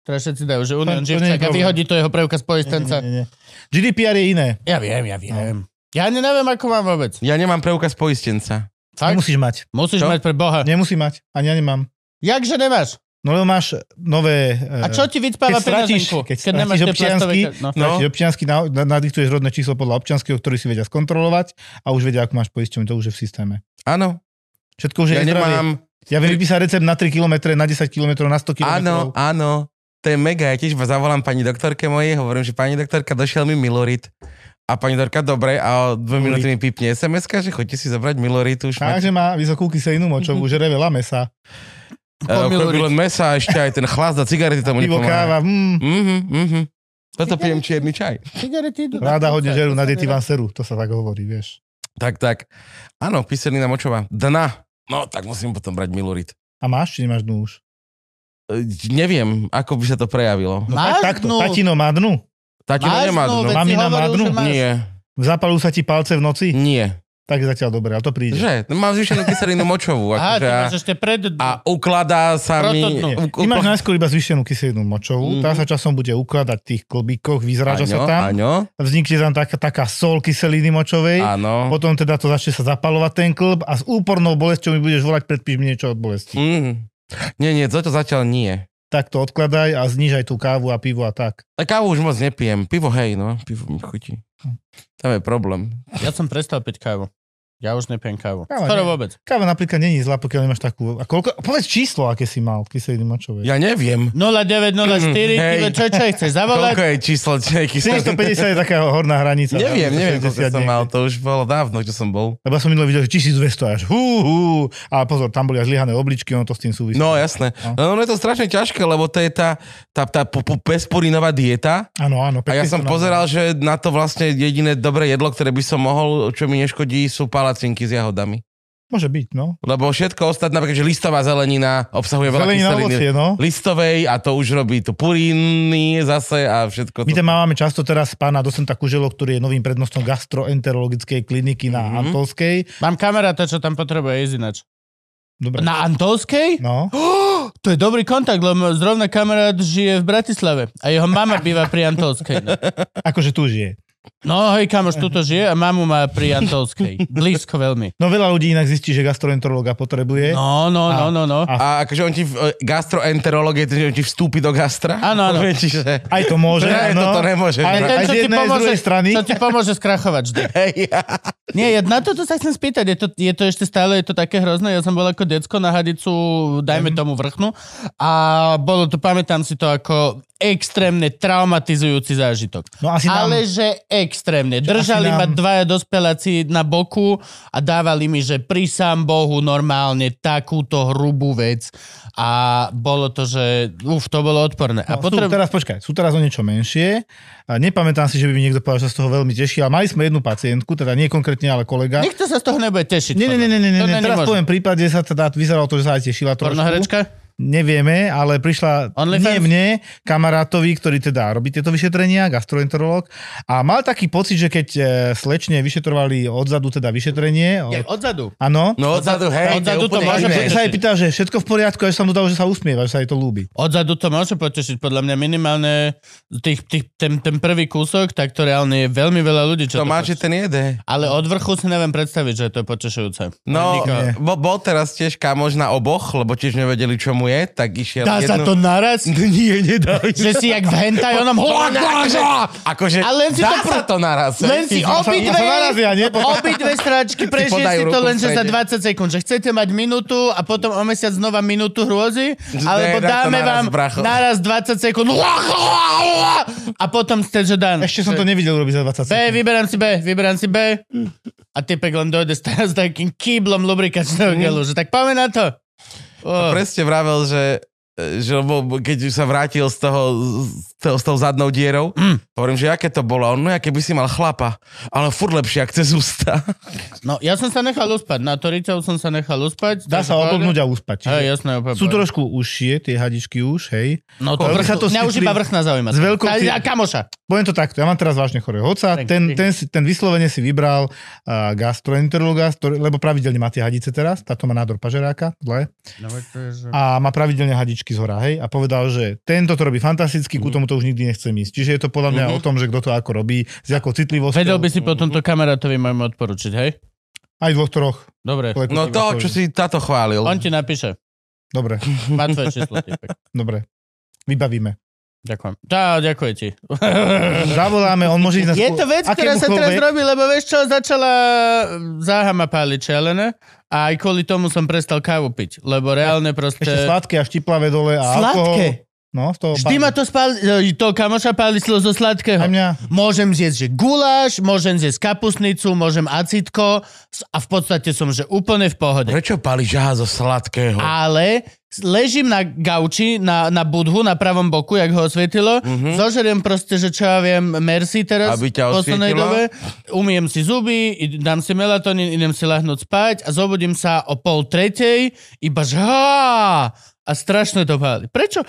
Teraz všetci dajú, že Union To- to nie je Živčák a problém. vyhodí to jeho preukaz poistenca. Nie, nie, nie. GDPR je iné, Ja viem, ja viem. Ja ani neviem, ako mám vôbec. Ja nemám preukaz poistenca. Fakt? nemusíš mať. Musíš Čo? mať pre Boha. Nemusí mať, ani ja nemám. Jakže nemáš? No lebo máš nové... A čo ti vyspáva keď stratíš, peňaženku? keď Keď, nemáš stratíš tie občiansky, plastové... No. No. občiansky na- na- nadiktuješ rodné číslo podľa občianskeho, ktorý si vedia skontrolovať a už vedia, ako máš poisťovňu, to už je v systéme. Áno, Všetko už je ja zdravie. nemám... Ja viem vypísať recept na 3 km, na 10 km, na 100 km. Áno, áno. To je mega. Ja tiež zavolám pani doktorke mojej, hovorím, že pani doktorka, došiel mi Milorit. A pani doktorka, dobre, a o dve minúty mi pípne sms že chodte si zobrať Milorit už. e, Takže má vysokú kyselinu Mhm. močovú, žere veľa mesa. Uh, len mesa a ešte aj ten chlás do cigarety tomu Pivo, nepomáha. káva, mm, Mhm, mhm. Toto (laughs) pijem čierny čaj. Cigarety idú. ráda hodne žeru, na deti vás. vám No, seru, to sa tak hovorí, vieš. Tak, tak. Áno, kyselina močová. Dna. No, tak musím potom brať Milorit. A máš, či nemáš dnu už? E, Neviem, ako by sa to prejavilo. Máš No, tak, takto, dnu? tatino má dnu. Tatino Máš nemá dnu, dnu. veď si Mamina má hovoril, dnu? že máš- Nie, Zapalujú sa ti palce v noci? nie. Tak je zatiaľ dobre, ale to Mhm. príde. Že? No, Mám zvýšenú kyselinu močovú. Aha, ty Akože, a, máš ešte pred... a No. ukladá sa mi... Prototnú. Nie. u- Ty máš najskôr iba zvýšenú kyselinu močovú, tá Mhm. sa časom bude ukladať v tých klobíkoch, vyzráža sa Áno, tam, áno, vznikne tam taká, taká sol kyseliny močovej, áno. potom teda to začne sa zapalovať ten klb a s úpornou bolesťou mi budeš volať predpíš mi niečo od bolesti. Mm. Nie, nie, toto zatiaľ nie. Tak to odkladaj a znižaj tú kávu a pivo a tak. A kávu už moc nepijem. Pivo, hej, no. Pivo mi chutí. Tam je problém. Ja som prestal piť kávu. Ja už nepijem kávu. Káva Skoro nie. vôbec. Káva napríklad není zlá, pokiaľ nemáš takú... A koľko, povedz číslo, aké si mal kyseliny močovej. Ja neviem, 0904, Hej. hey. čo, čo, chceš zavolať? koľko je číslo nejaký. 750 je taká horná hranica. Neviem, neviem, koľko 760 som niekde. mal. To už bolo dávno, čo som bol. Lebo ja som minulý videl, že 1200 až hú, hú. A pozor, tam boli aj zlyhané obličky, ono to s tým súvisí. No jasné. No, No. no je to strašne ťažké, lebo to je tá, tá, tá po, po, bezpurinová dieta. Áno, áno. A ja pekne som to nám- pozeral, že na to vlastne jediné dobré jedlo, ktoré by som mohol, čo mi neškodí, sú palacinky s jahodami. Môže byť, no. Lebo všetko ostatné, napríklad, že listová zelenina obsahuje veľa Zelení na kyseliny. ovocie, no. listovej a to už robí tu puriny zase a všetko to. My tam máme často teraz pána docenta Kuželo, ktorý je novým prednostom gastroenterologickej kliniky Mhm. na mm-hmm. Antolskej. Mám kamaráta, čo tam potrebuje ísť ináč. Dobre. Na Antolskej? No, To je dobrý kontakt, lebo zrovna kamarát žije v Bratislave a jeho mama býva pri Antolskej. No, akože tu žije. no hej, kamoš, tuto žije a mamu má pri Antolskej. Blízko veľmi. No veľa ľudí inak zistí, že gastroenterologa potrebuje. No, no, no, no, no. A akože on ti, v- e, gastroenterológ je ten, že on ti vstúpi do gastra? Áno, áno. Povie ti, že... Aj to môže, Ne, áno. toto nemôže. Ten, Aj, aj čo z ti jednej, aj z pomôže- druhej strany. Čo ti pomôže skrachovať vždy. Hej, ja. Nie, ja na toto sa chcem spýtať, je to, je to ešte stále, je to také hrozné, ja som bol ako decko na hadicu, dajme tomu vrchnu, a bolo to, pamätám si to ako extrémne traumatizujúci zážitok. No asi nám- Ale že extrémne. Držali asi ma nám- dvaja dospeláci na boku a dávali mi, že prísam Bohu normálne takúto hrubú vec a bolo to, že uf, to bolo odporné. A No, sú potrebu... teraz, počkaj, sú teraz o niečo menšie. A nepamätám si, že by mi niekto povedal, že sa z toho veľmi teší. Ale mali sme jednu pacientku, teda nie konkrétne, ale kolega. Nikto sa z toho nebude tešiť. Nie, nie, podľa nie, nie, mňa. nie, To nie. ne- Teraz nemôže. poviem prípad, kde sa teda vyzeralo to, že sa aj tešila trošku. Pornoherečka? Nevieme, ale prišla Only nie fans? mne, kamarátovi, ktorý teda robí tieto vyšetrenia, gastroenterológ. A mal taký pocit, že keď e, slečne vyšetrovali odzadu teda vyšetrenie, Je, od- odzadu. áno, No odzadu, hej, Odzadu to úplne môže iné. byť. sa jej pýtal, že všetko v poriadku, až sa mu zdalo, že sa usmieva, že sa jej to ľúbi. Odzadu to môže potešiť, podľa mňa minimálne tých, tých, ten, ten prvý kúsok, tak to reálne je veľmi veľa ľudí, čo To to, má, poteší. že ten jede. Ale od vrchu si neviem predstaviť, že to je potešujúce. No, Nie. bo, bol teraz tiež kamož na oboch, lebo tiež nevedeli, čo mu je, tak išiel Dá sa to (laughs) jednu... naraz? Nie, (laughs) nedá. Že si jak v hentai onom Akože, akože A len si dá to pr- sa to naraz. Len si hej. Ty- obidve, sa narazia, nie? Potom- obidve (laughs) stráčky prežili si podajú to ruku len, že za 20 všade. sekúnd. Že chcete mať minútu a potom o mesiac znova minútu hrôzy, alebo dá to dáme naraz, vám bracho. naraz 20 sekúnd a potom ste, že dan. Ešte som to nevidel robiť za B, 20 sekúnd. vyberám si B, vyberám si B. A typek len dojde s- s takým kýblom Mhm. lubrikačného gelu, že tak poďme na to. Oh. presne vravel, že e, že lebo keď už sa vrátil z toho, z toho s tou zadnou dierou, mm. hovorím, že aké to bolo. A On, no ja keby si mal chlapa, ale furt lepšie, ak cez ústa. No, ja som sa nechal uspať, na Toricov som sa nechal uspať. Dá takže sa pohoda. oblbnúť a uspať. Čiže Hej, jasné, úplne. sú trošku užšie, tie hadičky už, hej. No to Ale vrchu, sa to mňa už skytli- iba vrchná zaujíma. s veľkou Tá, fi- ja, kamoša. Poviem to takto, ja mám teraz vážne chorého hoca, Frank, ty. ten, ten, si- ten vyslovene si vybral uh, gastroenterologa, ktorý- lebo pravidelne má tie hadice teraz, táto má nádor pažeráka, zle, a má pravidelne hadičky z hora, hej, a povedal, že tento to robí fantasticky, ku tomu to už nikdy nechcem ísť. Čiže je to podľa mňa o tom, že kto to ako robí, s akou citlivosťou. Vedel by si po tomto kamarátovi môjmu odporučiť, hej? Aj dvoch, troch. Dobre, No to, čo si táto chválil. on ti napíše. Dobre, Má tvoje číslo, typek. dobre. Vybavíme. Ďakujem. Tá, ďakujem ti. Zavoláme, on môže ísť na Je to vec, ktorá sa teraz akémukoľvek- robí, lebo vieš čo, začala záhama páliť čelene a aj kvôli tomu som prestal kávu piť, lebo reálne proste... Ešte sladké a štiplavé dole a alkohol. Sladké? No, z toho Vždy pár- ma to spal, e, to kamoša pálilo zo sladkého. Aj mňa. Môžem zjesť, že guláš, môžem zjesť kapusnicu, môžem acitko s- a v podstate som, že úplne v pohode. Prečo pali žáha zo sladkého? Ale s- ležím na gauči, na, na budhu, na pravom boku, jak ho osvietilo. Zožeriem proste, že čo ja viem, Mercy teraz Mhm. Aby ťa v poslednej osvietilo? dobe. Umiem si zuby, id- dám si melatonín, idem si lahnúť spať a zobudím sa o pol tretej, iba že há! a strašne to páli. Prečo?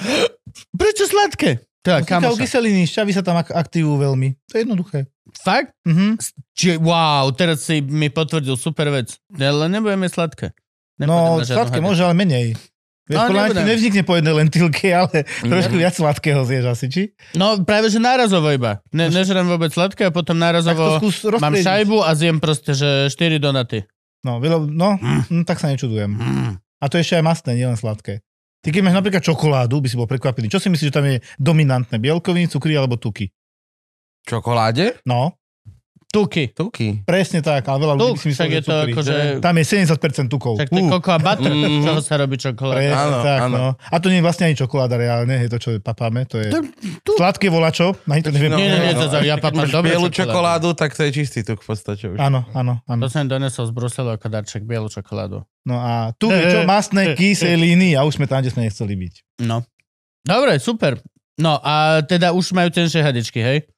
Prečo sladké? Tak, Kamoša. kamoša. kyseliny, šťavy sa tam ak- aktivujú veľmi. To je jednoduché. Fakt? Mhm. Čiže, wow, teraz si mi potvrdil super vec. Ne, ale nebudeme sladké. Nepôjdem No, na žiadnu sladké hadu. môže, ale menej. Vieš, No, podľa mňa ti nebudem. nevznikne po jednej lentilke, ale Mhm. Mhm. trošku viac sladkého zješ asi, či? No práve, že nárazovo iba. Ne, nežerem vôbec sladké a potom Tak to nárazovo skús mám rozpriediť. šajbu a zjem proste, že 4 donaty. No, veľa, no mm. tak sa nečudujem. Mm. A to je ešte aj masné, nielen sladké. Ty keď máš napríklad čokoládu, by si bol prekvapený. Čo si myslíš, že tam je dominantné? Bielkoviny, cukry alebo tuky? Čokoláde? No, Tuky. Tuky. presne tak, ale veľa ľudí Tuk, by si myslí, však že je to cukry. akože... Tam je 70% tukov. Však to je Ú, koko a butter, Mhm. z čoho sa robí čokoláda. presne Áno, tak, áno. No. A to nie je vlastne ani čokoláda reálne, je to, čo papáme, to je... To- Sladké volačo, ani to No, neviem. Nie, nie, nie, no, to, to, ja papám dobrú Bielu čokoládu. čokoládu, tak to je čistý tuk v podstate už. Áno, áno, áno. To som donesol z Bruselu ako darček, bielu čokoládu. No a tu je Eh, čo? Masné kyseliny a už sme tam, kde sme nechceli byť. No. Dobre, super. No a teda už majú tenšie hadičky, hej?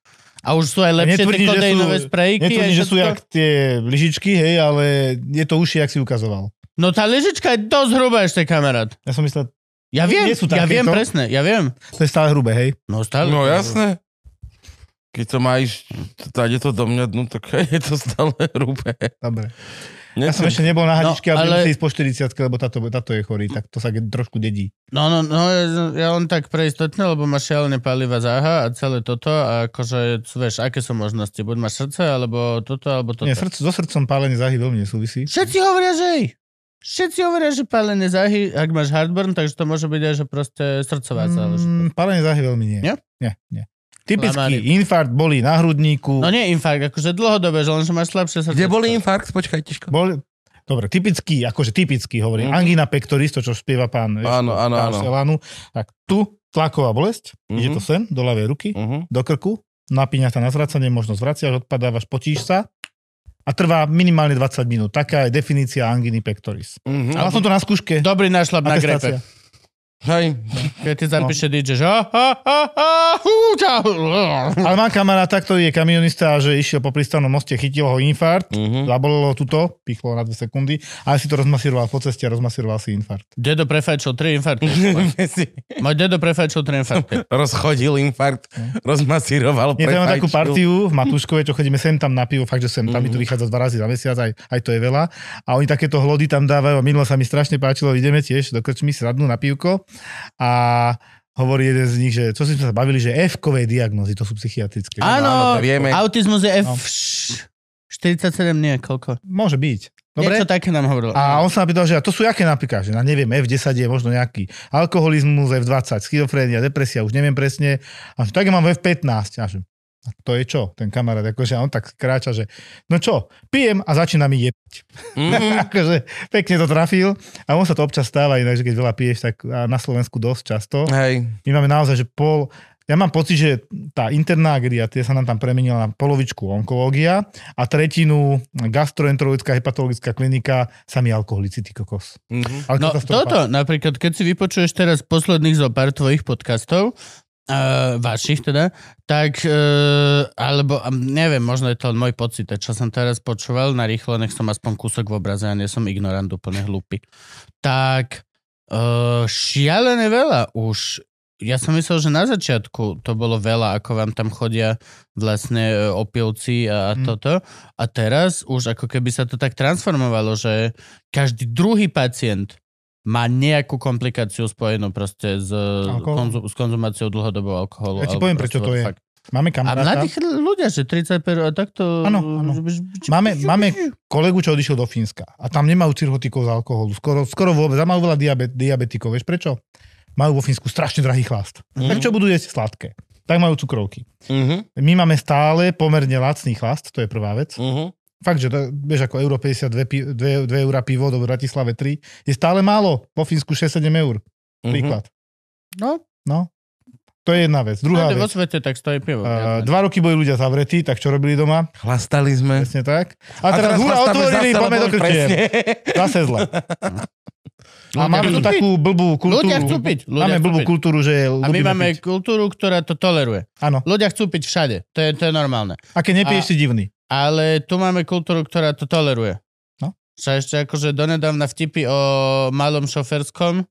A už sú aj lepšie tie Netvrdím, že sú- kodejnové sprejky. Netvrdím, aj že sú všetko? jak tie lyžičky, hej, ale je to uši, jak si ukazoval. No tá lyžička je dosť hrubá ešte, kamarát. Ja som myslel, Ja viem, Nie sú ja viem takéto? presne, ja viem. to je stále hrubé, hej. No stále. No jasné. Keď to má ísť, tady to do mňa, no tak (laughs) je to stále hrubé. Dobre. Ja som Nechcem- ešte nebol na hadičke, No, no, ale ale- musí ísť po 40, lebo táto, táto je chorý, tak to sa ke- trošku dedí. No, no, no, ja- ja len tak pre istotne, lebo máš šialené paliva záha a celé toto a akože, vieš, aké sú možnosti? Buď máš srdce, alebo toto, alebo toto. Nie, srdc, so srdcom pálenie záhy veľmi nesúvisí. Všetci hovoria, že hej. Všetci hovoria, že pálenie záhy, ak máš heartburn, takže to môže byť aj, že proste srdcová záležitosť. Mm, pálenie záhy veľmi nie. Nie? Nie, nie. Typický Klamári. infarkt, boli na hrudníku. No nie infarkt, akože dlhodobé, že len, že máš slabšie srdce. Kde boli infarkt? Počkaj, tiško. Bol, dobre, typický, akože typický hovorím, Mhm. angina pectoris, to čo spieva pán Áno, áno, pán áno. Selánu, tak tu tlaková bolesť, Mhm. ide to sem, do ľavej ruky, Mhm. do krku, napíňa sa na zvracanie, možno zvraciaš, odpadávaš, potíš sa a trvá minimálne 20 minút. Taká je definícia anginy pectoris. Mhm. A mal som to na skúške. Dobrý nášlap na grepe. atestácia. Hej. Keď ti zapíše No. DJ, že ha, ha, ha, ha, hú, ťa, hú, hú. Ale mám kamaráta, ktorý je kamionista, že išiel po prístavnom moste, chytil ho infarkt, Mhm. zabolelo tuto, pichlo na 2 sekundy a si to rozmasíroval po ceste a rozmasíroval si infarkt. Dedo prefajčil tri infarkty. (laughs) Mhm. Môj dedo prefajčil tri infarkty. (laughs) Rozchodil infarkt, rozmasíroval, Mhm. Nie, tam mám takú prefajčil. partiu v Matúškove, čo chodíme sem tam na pivo, fakt, že sem tam, mi to vychádza dva razy za mesiac, aj, aj to je veľa. A oni takéto hlody tam dávajú, a minulo sa mi strašne páčilo, ideme tiež do krčmy, sradnú na pivko a hovorí jeden z nich, že čo sme sa bavili, že F-kové diagnózy, to sú psychiatrické. áno, Áno, to vieme. autizmus je No. F... 47 nie, koľko? Môže byť. Dobre? Dobre? Niečo také nám hovorilo. A on sa ma pýtal, že a to sú aké napríklad, že na neviem, F10 je možno nejaký alkoholizmus, F20, schizofrénia, depresia, už neviem presne. A že tak ja mám F15. A, že, a to je čo, ten kamarát, akože a on tak kráča, že no čo, pijem a začína mi je. Mhm. (laughs) akože pekne to trafil. A on sa to občas stáva, inak, že keď veľa piješ, tak a na Slovensku dosť často. Hej. My máme naozaj, že pol... Ja mám pocit, že tá interná agria, tie sa nám tam premenila na polovičku onkológia a tretinu gastroenterologická hepatologická klinika sami alkoholici, ty kokos. Mhm. Ale No katastrofa. toto, napríklad, keď si vypočuješ teraz posledných zo pár tvojich podcastov, Uh, vašich teda, tak uh, alebo um, neviem, možno je to len môj pocit, čo som teraz počúval na rýchlo, nech som aspoň kúsok v obraze a nie som ignorant úplne hlúpy. Tak uh, šialené veľa už. Ja som myslel, že na začiatku to bolo veľa, ako vám tam chodia vlastne e, opilci a Mm. toto. A teraz už ako keby sa to tak transformovalo, že každý druhý pacient má nejakú komplikáciu spojenú proste s, Alkoholom? konzu, s konzumáciou dlhodobou alkoholu. Ja ti alebo poviem, proste prečo to je. fakt. Máme A kamaráta. mladých ľudia, že 35 a takto... Áno, áno. Máme, máme kolegu, čo odišiel do Fínska a tam nemajú cirhotikov z alkoholu. Skoro, skoro vôbec. A majú veľa diabet, diabetikov. Vieš prečo? Majú vo Fínsku strašne drahý chlast. Mm. Mhm. Tak čo budú jesť sladké? Tak majú cukrovky. Mhm, My máme stále pomerne lacný chlast, to je prvá vec. mhm. Fakt, že to, vieš, ako euro 52 pi- dve- dve eurá pivo do Bratislave 3 je stále málo. Po Fínsku 6-7 eur. Mhm. Príklad. No. No. To je jedna vec. Druhá Druhá Vo vec. svete tak stojí pivo. Uh, Uh, dva roky boli ľudia zavretí, tak čo robili doma? Hm. Chlastali sme. Presne tak. A teraz, hurá, chlastame otvorili, zase, poďme lebo do už krčiem. presne. Zase (laughs) zle. A máme tu chcú takú blbú kultúru. Ľudia chcú piť. Ľudia Máme chcú blbú piť. kultúru, že a my ľubíme máme piť. kultúru, ktorá to toleruje. Áno. Ľudia chcú piť všade. To je, to je normálne. A keď nepiješ, A- si divný. Ale tu máme kultúru, ktorá to toleruje. No. Čo ešte akože donedávna vtipy o malom šoferskom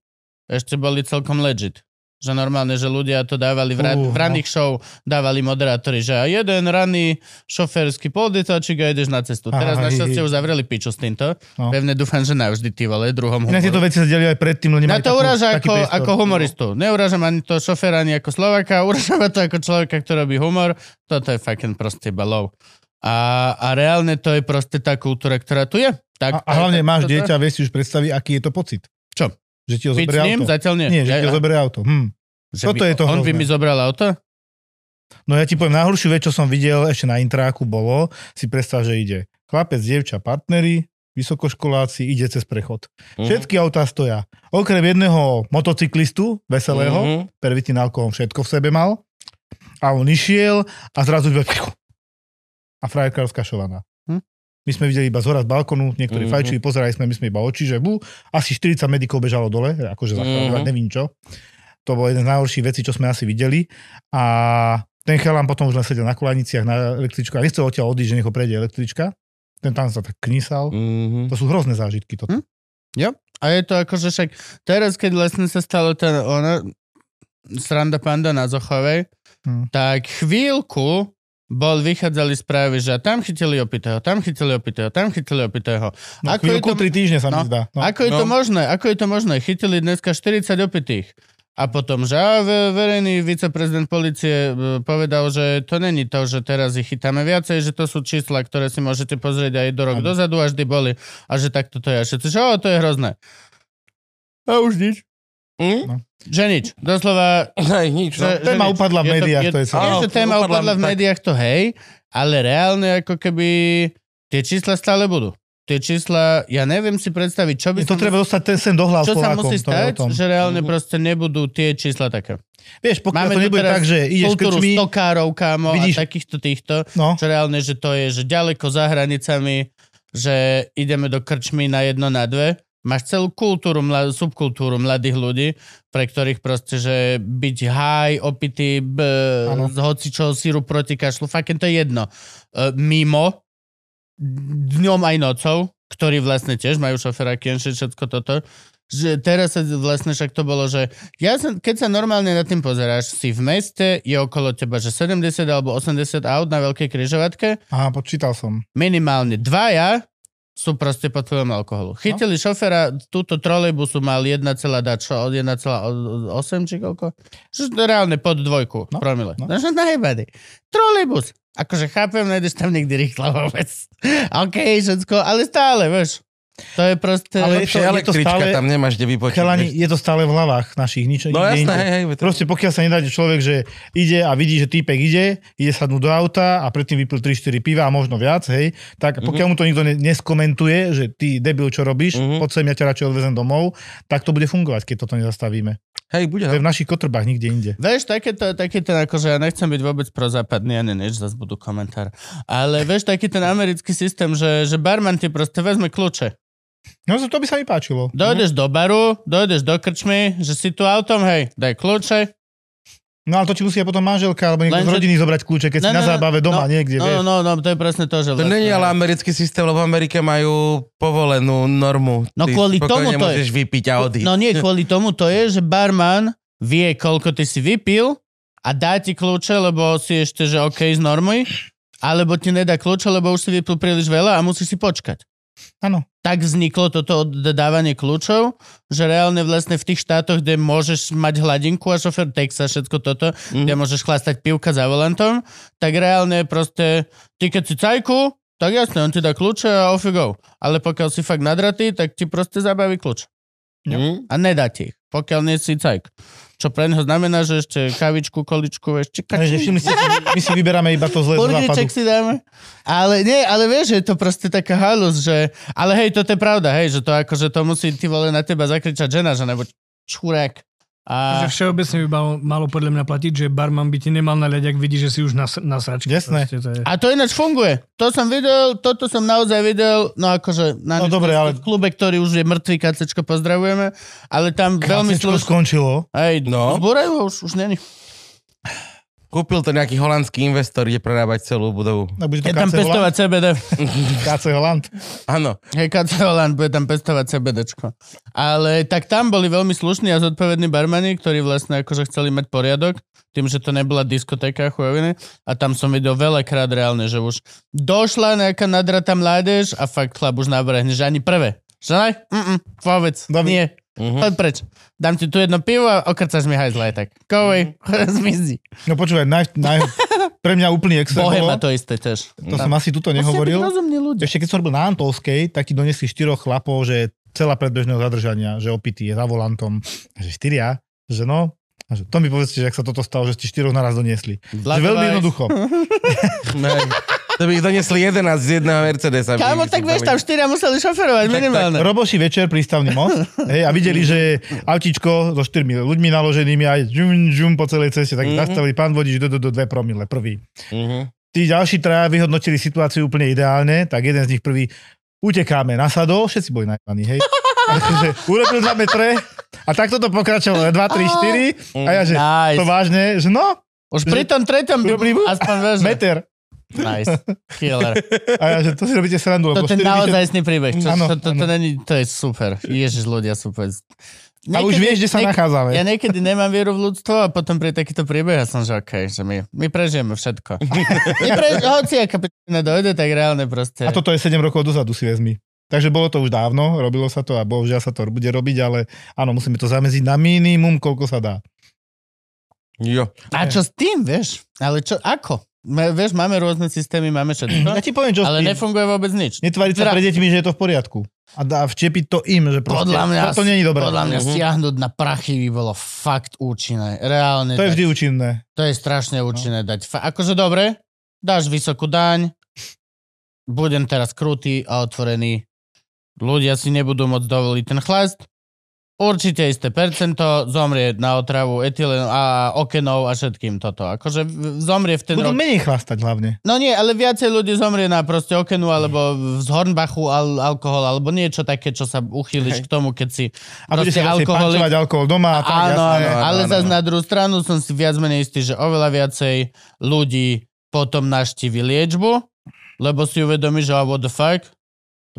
ešte boli celkom legit. Že normálne, že ľudia to dávali v, ra- Fú, no. v ranných show, dávali moderátori, že a jeden ranný šoferský poldetačik a ideš na cestu. Teraz Aj. našťastie už zavreli piču s týmto. No. Pevne dúfam, že navždy ty vole, druhom Inak tieto humoru. veci sa delili aj predtým, len Mňa nemali to takú- uráža taký ako, priestor. ako humoristu. Neurážam ani to šoféra, ani ako Slováka. Uráža ma to ako človeka, ktorý robí humor. Toto je fucking proste balov. A, a reálne to je proste tá kultúra, ktorá tu je. A, Tak, a hlavne tak- máš toto- dieťa, vieš si už predstaviť, aký je to pocit. Čo? Že ti ho Piť zoberie s ním? auto. Zatiaľ nie. (laughs) Nie, že Ja- ti ho zoberie auto. Hm. že toto by- je to On by hrozné. mi zobral auto? No ja ti poviem, najhoršiu vec, čo som videl ešte na intráku, bolo, si predstav, že ide chlapec, dievča, partneri, vysokoškoláci, ide cez prechod. Mhm. Mhm. Všetky autá stoja. Okrem jedného motocyklistu, veselého, Mhm. pervitín, alkohol, všetko v sebe mal. A on išiel a zrazu iba a frajerka rozkašovaná. Hm? My sme videli iba zhora z balkónu, niektorí Mhm. mm-hmm. fajčili, pozerali sme, my sme iba oči, že bu, asi 40 medikov bežalo dole, akože zachránovať, Mhm. nevím čo. To bolo jeden z najhorších vecí, čo sme asi videli. A ten chalán potom už len sedel na kolaniciach na električku a nechcel odtiaľ odísť, že nech ho prejde električka. Ten tam sa tak knísal. Mhm. To sú hrozné zážitky. To. Hm? A je to akože však, teraz keď lesne sa stalo ten ona, sranda panda na Zochovej, Hm. tak chvíľku bol, vychádzali správy, že tam chytili opitého, tam chytili opitého, tam chytili opitého. No, Ako je chvíľku, to- tri týždne sa no, mi zdá. No. Ako je to no. možné? Ako je to možné? Chytili dneska 40 opitých. A potom, že a ve- verejný viceprezident policie e, povedal, že to není to, že teraz ich chytáme viacej, že to sú čísla, ktoré si môžete pozrieť aj do rok Áno. dozadu a vždy boli. A že takto to je. A všetci, že o, to je hrozné. A už nič. Mhm. Že nič. Doslova... Aj nič, no. Že, Téma že nič. upadla v Je médiách, to je celé. Nie, Áno, že téma upadla, upadla v tak. médiách, to hej, ale reálne ako keby tie čísla stále budú. Tie čísla, ja neviem si predstaviť, čo by To sa treba dostať ten sen do hlav čo sa Slovákom. musí to je o stať, tom. že reálne proste nebudú tie čísla také. Vieš, pokiaľ Máme to tu nebude teraz tak, že ideš Kultúru krčmi, stokárov, kámo, vidíš- a takýchto týchto, no, čo reálne, že to je, že ďaleko za hranicami, že ideme do krčmy na jedno, na dve. Máš celú kultúru, mla, subkultúru mladých ľudí, pre ktorých proste, že byť high, opitý, b, Áno. z hocičoho síru proti kašlu, fakt to je jedno. E, mimo, dňom aj nocou, ktorí vlastne tiež majú šoféra, kienšie, všetko toto, že teraz sa vlastne však to bolo, že ja som, keď sa normálne nad tým pozeráš, si v meste, je okolo teba, že 70 alebo 80 aut na veľkej križovatke, aha, počítal som. minimálne dvaja sú proste pod vplyvom alkoholu. Chytili no? šoféra, túto trolejbusu mal 1, dačo, 1,8 či koľko? Že to reálne pod dvojku, no? No, promile. No? no. Že najebady. Trolejbus. Akože chápem, nejdeš tam nikdy rýchlo vôbec. (laughs) OK, všetko, ale stále, vieš. To je proste... Ale... Ale- je to- Lepšie je to električka stále- tam nemáš, kde vypočuť. Chalani, vieš. je to stále v hlavách našich, nič No inde, jasné, inde. hej, hej. veď to- Proste pokiaľ sa nedáte človek, že ide a vidí, že týpek ide, ide sadnúť do auta a predtým vypil 3-4 piva a možno viac, hej, Mhm. tak pokiaľ mu to nikto ne- neskomentuje, že ty debil, čo robíš, Mhm. mm-hmm. poď sem, ja ťa radšej odvezem domov, tak to bude fungovať, keď toto nezastavíme. Hej, bude. no. To je v našich kotrbách, nikde inde. Vieš, takýto, taký ten, akože ja nechcem byť vôbec prozápadný, ani nič, zase budú komentár. Ale vieš, taký ten americký systém, že, že barman ti proste vezme kľúče. No to by sa mi páčilo. Dojdeš do baru, dojdeš do krčmy, že si tu autom, hej, daj kľúče. No ale to či musí potom manželka alebo niekto z Lenže- rodiny zobrať kľúče, keď si Ne, na ne, ne, zábave doma No, niekde, vieš. no, no, to je presne to, že To vlastne... není ale americký systém, lebo v Amerike majú povolenú normu. No Ty kvôli tomu spokojne to je. môžeš vypiť a odísť. No nie, kvôli tomu to je, že barman vie, koľko ty si vypil a dá ti kľúče, lebo si ešte, že OK, z normy, alebo ti nedá kľúče, lebo už si vypil príliš veľa a musíš si počkať. Áno. tak vzniklo toto oddávanie kľúčov, že reálne vlastne v tých štátoch, kde môžeš mať hladinku a šofer Texas, všetko toto, mm. Mhm. kde môžeš chlastať pivka za volantom, tak reálne proste, ty keď si cajku, tak jasne, on ti dá kľúče a off you go. Ale pokiaľ si fakt nadratý, tak ti proste zabaví kľúč. Mm. A nedá ti ich, pokiaľ nie si cajk. Čo pre neho znamená, že ešte kavičku, količku, ešte Takže všimli ste, si, my si vyberáme iba to zlé z západu. Burgerček si dáme. Ale nie, ale vieš, že je to proste taká halus, že... Ale hej, toto je pravda, hej, že to ako, že to musí ty vole na teba zakričať žena, že nebo čurák. A... Že všeobecne by malo, malo podľa mňa platiť, že barman by ti nemal naliať, ak vidí, že si už na, s- na sračke. Jasné. Proste, to je. A to ináč funguje. To som videl, toto som naozaj videl, no akože na No dobre, ale- v klube, ktorý už je mŕtvý, kacečko, pozdravujeme, ale tam veľmi Kasečko slušne... skončilo. Hej, no. No. zbúrajú ho už, už není. Kúpil to nejaký holandský investor, ide prerábať celú budovu. A bude Je to tam KC Holand. pestovať CBD. KC Holand. Áno. Hej, Katalán bude tam pestovať CBDčko. Ale tak tam boli veľmi slušní a zodpovední barmani, ktorí vlastne akože chceli mať poriadok, tým, že to nebola diskotéka a chujoviny. A tam som videl veľakrát reálne, že už došla nejaká nadratá mládež a fakt chlap už nabrehne, že ani prvé. Že aj? Mm-mm, vôbec. Dobre. Nie. Mhm. Uh-huh. Choď preč. Dám ti tu jedno pivo a okrcaš mi hajzla aj tak. Go away. (laughs) Zmizdi. No počúvaj, naj, naj, pre mňa úplný extrém Bohema to bolo, No. isté tiež. to som asi tuto nehovoril. Rozumní ľudia. Ešte keď som robil na Antolskej, tak ti donesli štyroch chlapov, že celá predbežného zadržania, že opitý je za volantom, že štyria, že no, a že to mi povedzte, že ak sa toto stalo, že ste štyroch naraz doniesli. Že veľmi jednoducho. Hej. To by ich donesli 11 z jedného Mercedesa. Kámo, tak vieš, tam štyria museli šoferovať (laughs) minimálne. Roboší večer, prístavný most, hej, a videli, že autíčko so štyrmi ľuďmi naloženými aj žum, žum po celej ceste, tak Mhm. mm-hmm. zastavili pán vodič do, do, do dve promile, prvý. Uh-huh. Tí ďalší traja vyhodnotili situáciu úplne ideálne, tak jeden z nich prvý utekáme na sado, všetci boli najvaní, hej. (laughs) Takže urobil 2 metre a takto to pokračovalo 2, 3, 4 a ja že Nice. to vážne, že no, Už pri tom treťom by Dobrý- aspoň vieš. že- meter. Nice. Killer. A ja že to si robíte srandu, To lebo je ten 4 metre. naozajstný príbeh. Čo, Áno, to, to, to, áno. není, to je super. Ježiš, ľudia sú povedz. A už vieš, kde sa nachádzame. Ja niekedy nemám vieru v ľudstvo a potom pri takýto príbeh a som, že okej, že my, my prežijeme všetko. my (laughs) prež, hoci aká p***na dojde, tak reálne proste. A toto je 7 rokov dozadu si vezmi. Takže bolo to už dávno, robilo sa to a bohužiaľ sa to bude robiť, ale áno, musíme to zameziť na minimum, koľko sa dá. Jo. a čo s tým, vieš? Ale čo, ako? Me- vieš, máme rôzne systémy, máme Ja všetko, ti poviem, (clears throat) čo No, ale s tým. nefunguje vôbec nič. Netváriť sa Teda- pre deťmi, že je to v poriadku. A dá včepiť to im, že proste, Podľa mňa, to není dobré. Podľa mňa Mhm. stiahnuť na prachy by bolo fakt účinné. Reálne. To je tak. vždy účinné. To je strašne účinné dať. Fa- akože dobre, dáš vysokú daň, budem teraz krutý a otvorený. Ľudia si nebudú môcť dovoliť ten chlast. Určite isté percento zomrie na otravu etylen a okenov a všetkým toto. Akože v- zomrie v ten Budú rok. menej chlastať hlavne. No nie, ale viacej ľudí zomrie na proste okenu alebo z Hornbachu al- alkohol alebo niečo také, čo sa uchýliš k tomu, keď si A bude proste sa viacej alkoholik. pančovať alkohol doma a tak, áno, jasné. áno, ale áno, zase áno. na druhú stranu som si viac menej istý, že oveľa viacej ľudí potom naštívi liečbu, lebo si uvedomí, že oh, what the fuck,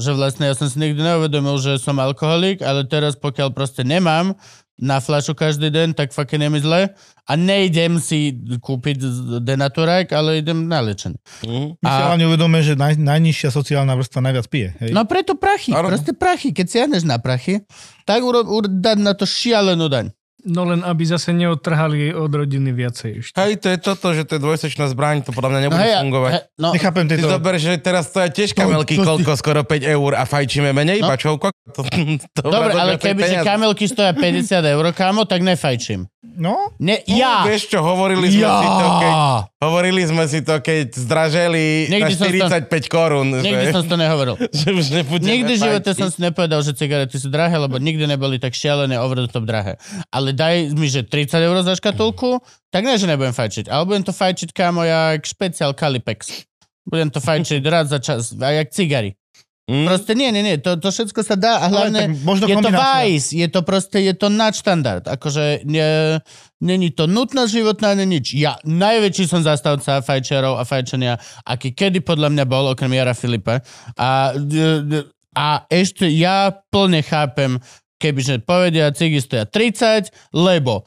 že vlastne ja som si nikdy neuvedomil, že som alkoholik, ale teraz pokiaľ proste nemám na flašu každý deň, tak fucking je mi zle a nejdem si kúpiť z- denaturák, ale idem na liečenie. Mhm. My si A- hlavne uvedome, že naj, najnižšia sociálna vrstva najviac pije. Hej? No preto prachy, Áno. proste prachy. Keď siahneš na prachy, tak uro, ur, dať na to šialenú daň. No len, aby zase neodtrhali od rodiny viacej ešte. Hej, to je toto, že to je dvojsečná zbraň, to podľa mňa nebude a- fungovať. hej, no, Nechápem Ty tieto... zober, že teraz to je tiež kamelky, to si- koľko, skoro 5 eur a fajčíme menej, No. no. pačovko. (laughs) To, to Dobre, obrazok ale viacej keby, že peniazy. kamelky stoja 50 eur, kámo, tak nefajčím. No, Ne, No, ja! Vieš čo, hovorili sme, Ja! si to, keď, hovorili sme si to, keď zdraželi Nikdy som na 45 korún. Nikdy že, som to nehovoril. (laughs) že už nebudeme Nikdy v živote fajčiť. som si nepovedal, že cigarety sú drahé, lebo nikdy neboli tak šialené over the top drahé. Ale daj mi, že 30 eur za škatulku, tak ne, že nebudem fajčiť. Ale budem to fajčiť, kámo, jak špeciál Kalipex. Budem to fajčiť raz za čas, a jak cigary. Mm. Proste nie, nie, nie, to, to všetko sa dá a hlavne... ale tak možno je to No, kombinácia. vice, je to proste, je to nadštandard. Akože nie, není to nutná životná, ani nič. Ja najväčší som zastavca fajčerov a fajčenia, aký kedy podľa mňa bol, okrem Jara Filipa. A, d- d- a ešte ja plne chápem, kebyže povedia, cigy stoja 30, lebo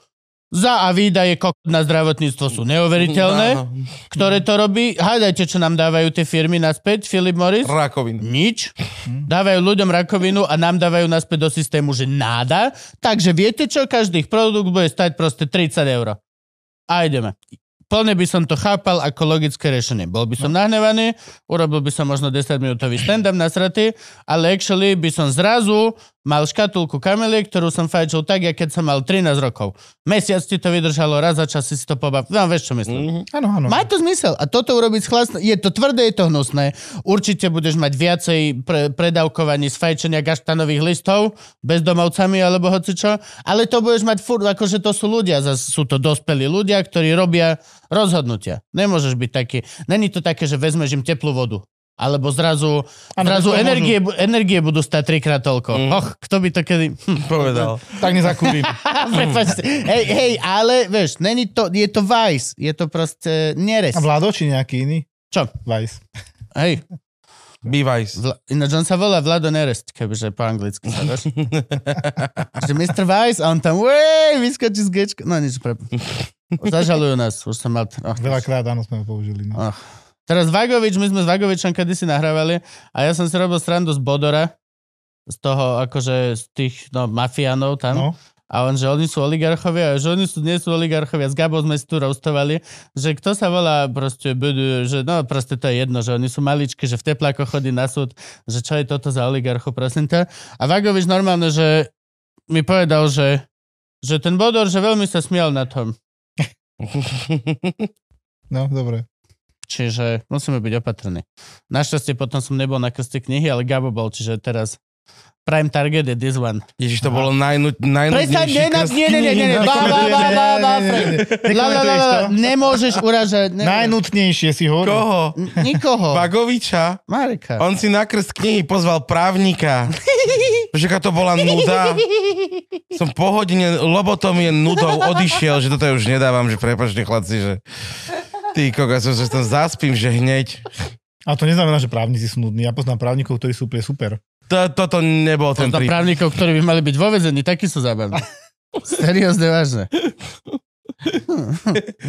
Za a výdaje kok- na zdravotníctvo sú neuveriteľné. Áno. Ktoré to robí? Hádajte, čo nám dávajú tie firmy naspäť, Philip Morris? Rakovina. Nič. Dávajú ľuďom rakovinu a nám dávajú naspäť do systému, že náda. Takže viete čo? Každý ich produkt bude stať proste 30 eur. A ideme. Plne by som to chápal ako logické riešenie. Bol by som nahnevaný, urobil by som možno 10-minútový stand-up na sraty, ale actually by som zrazu mal škatulku kamely, ktorú som fajčil tak, ja keď som mal 13 rokov. Mesiac ti to vydržalo, raz za čas si si to pobav... No, vieš, čo myslím. Áno, áno. Má to zmysel. A toto urobiť s chlasn- Je to tvrdé, je to hnusné. Určite budeš mať viacej pre- predávkovaní z fajčenia gaštanových listov bezdomovcami alebo hocičo. Ale to budeš mať furt, akože to sú ľudia. Zas sú to dospelí ľudia, ktorí robia rozhodnutia. Nemôžeš byť taký. Není to také, že vezmeš im teplú vodu. Alebo zrazu, Áno, zrazu to môžu. energie, bu- energie budú stať trikrát toľko. Mm. Och, kto by to kedy... (laughs) Hm. Povedal. Tak (laughs) nezakúpim. Á, Prepačte. hej, hej, ale vieš, není to, je to vice. Je to proste neres. A Vlado či nejaký iný? Čo? Vice. Hej, Bývaj. si. Vla, ináč on sa volá Vlado Nerest, kebyže po anglicky sa dáš. že Mr. Vice a on tam uej, vyskočí z gečka. No nič, pre... Zažalujú nás, už som mal... Oh, Veľakrát áno sme ho použili. No. oh. Teraz Vagovič, my sme s Vagovičom kedysi nahrávali a ja som si robil srandu z Bodora, z toho, akože, z tých, no, mafiánov tam. No. A on, že oni sú oligarchovia, a že oni sú, nie sú oligarchovia. S Gabou sme si tu roustovali, že kto sa volá proste budú, že no proste to je jedno, že oni sú maličky, že v tepláko chodí na súd, že čo je toto za oligarchu, prosím ťa. A Vagovič normálne, že mi povedal, že, že ten Bodor, že veľmi sa smial na tom. no, dobre. Čiže musíme byť opatrní. Našťastie potom som nebol na krste knihy, ale Gabo bol, čiže teraz prime target je this one. Ježiš, to bolo najnu- Prestaň, najnudnejší nie, nie, krst. nie, nie, nie, nie, nie, bá, bá, bá, bá, bá, Ne, ne, ne, ne, ne. La, la, la, la, la, nemôžeš uražať ne, Najnutnejšie si hovoril. Koho? n- nikoho. Bagoviča? Marika. On si na krst knihy pozval právnika. Že to bola nuda. Som po hodine lobotomie nudou odišiel, že toto už nedávam, že prepačte chlapci, že ty koga, som sa tam zaspím, že hneď. A to neznamená, že právnici sú nudní. Ja poznám právnikov, ktorí sú úplne super. To, toto nebol ten Za prípad. právnikov, ktorí by mali byť vo vezení, takí sú (laughs) zábavní. Seriózne, vážne.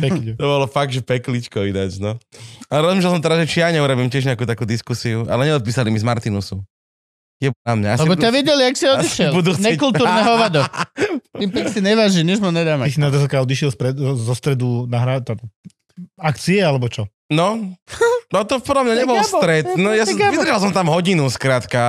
Pekne. To bolo fakt, že pekličko ináč, no. Ale rozmýšľal som teraz, že či ja neurobím tiež nejakú takú diskusiu, ale neodpísali mi z Martinusu. Je na mňa. Asi Lebo budú- ťa videli, jak si odišiel. budú chcieť- Nekultúrne (laughs) hovado. Ty pek si neváži, nič mu Ty nedáme. si na DSK odišiel spred, zo stredu na hra, tá, akcie alebo čo? No, no to podľa mňa nebol Gabo, stret. No ja som, tak Gabo. vydržal som tam hodinu, skrátka.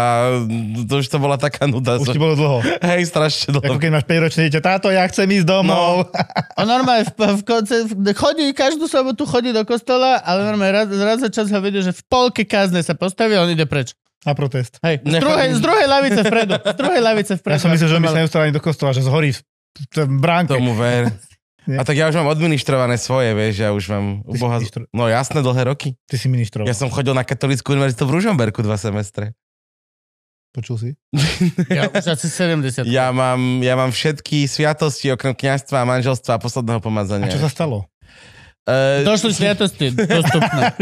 To už to bola taká nuda. Už Som, ti bolo dlho. hej, strašne Ako dlho. No, keď máš 5 ročné dieťa, táto, ja chcem ísť domov. On normálne v, v konce, v- chodí, každú sobotu chodí do kostola, ale normálne raz, raz za čas ho vidí, že v polke kázne sa postaví a on ide preč. Na protest. Hej, z druhej, z druhej lavice vpredu. Z druhej lavice vpredu. Ja som myslel, že my sa neustále ani do kostola, že zhorí v v tom bránke. Tomu ver. A Nie. tak ja už mám odministrované svoje, vieš, ja už mám si uboha... ministro- No jasné, dlhé roky. Ty si ministrov. Ja som chodil na katolickú univerzitu v Ružomberku dva semestre. Počul si? Ja už asi 70. Ja mám, ja mám všetky sviatosti okrem kňazstva, manželstva a posledného pomazania. A čo sa stalo? E, Došli sviatosti dostupné.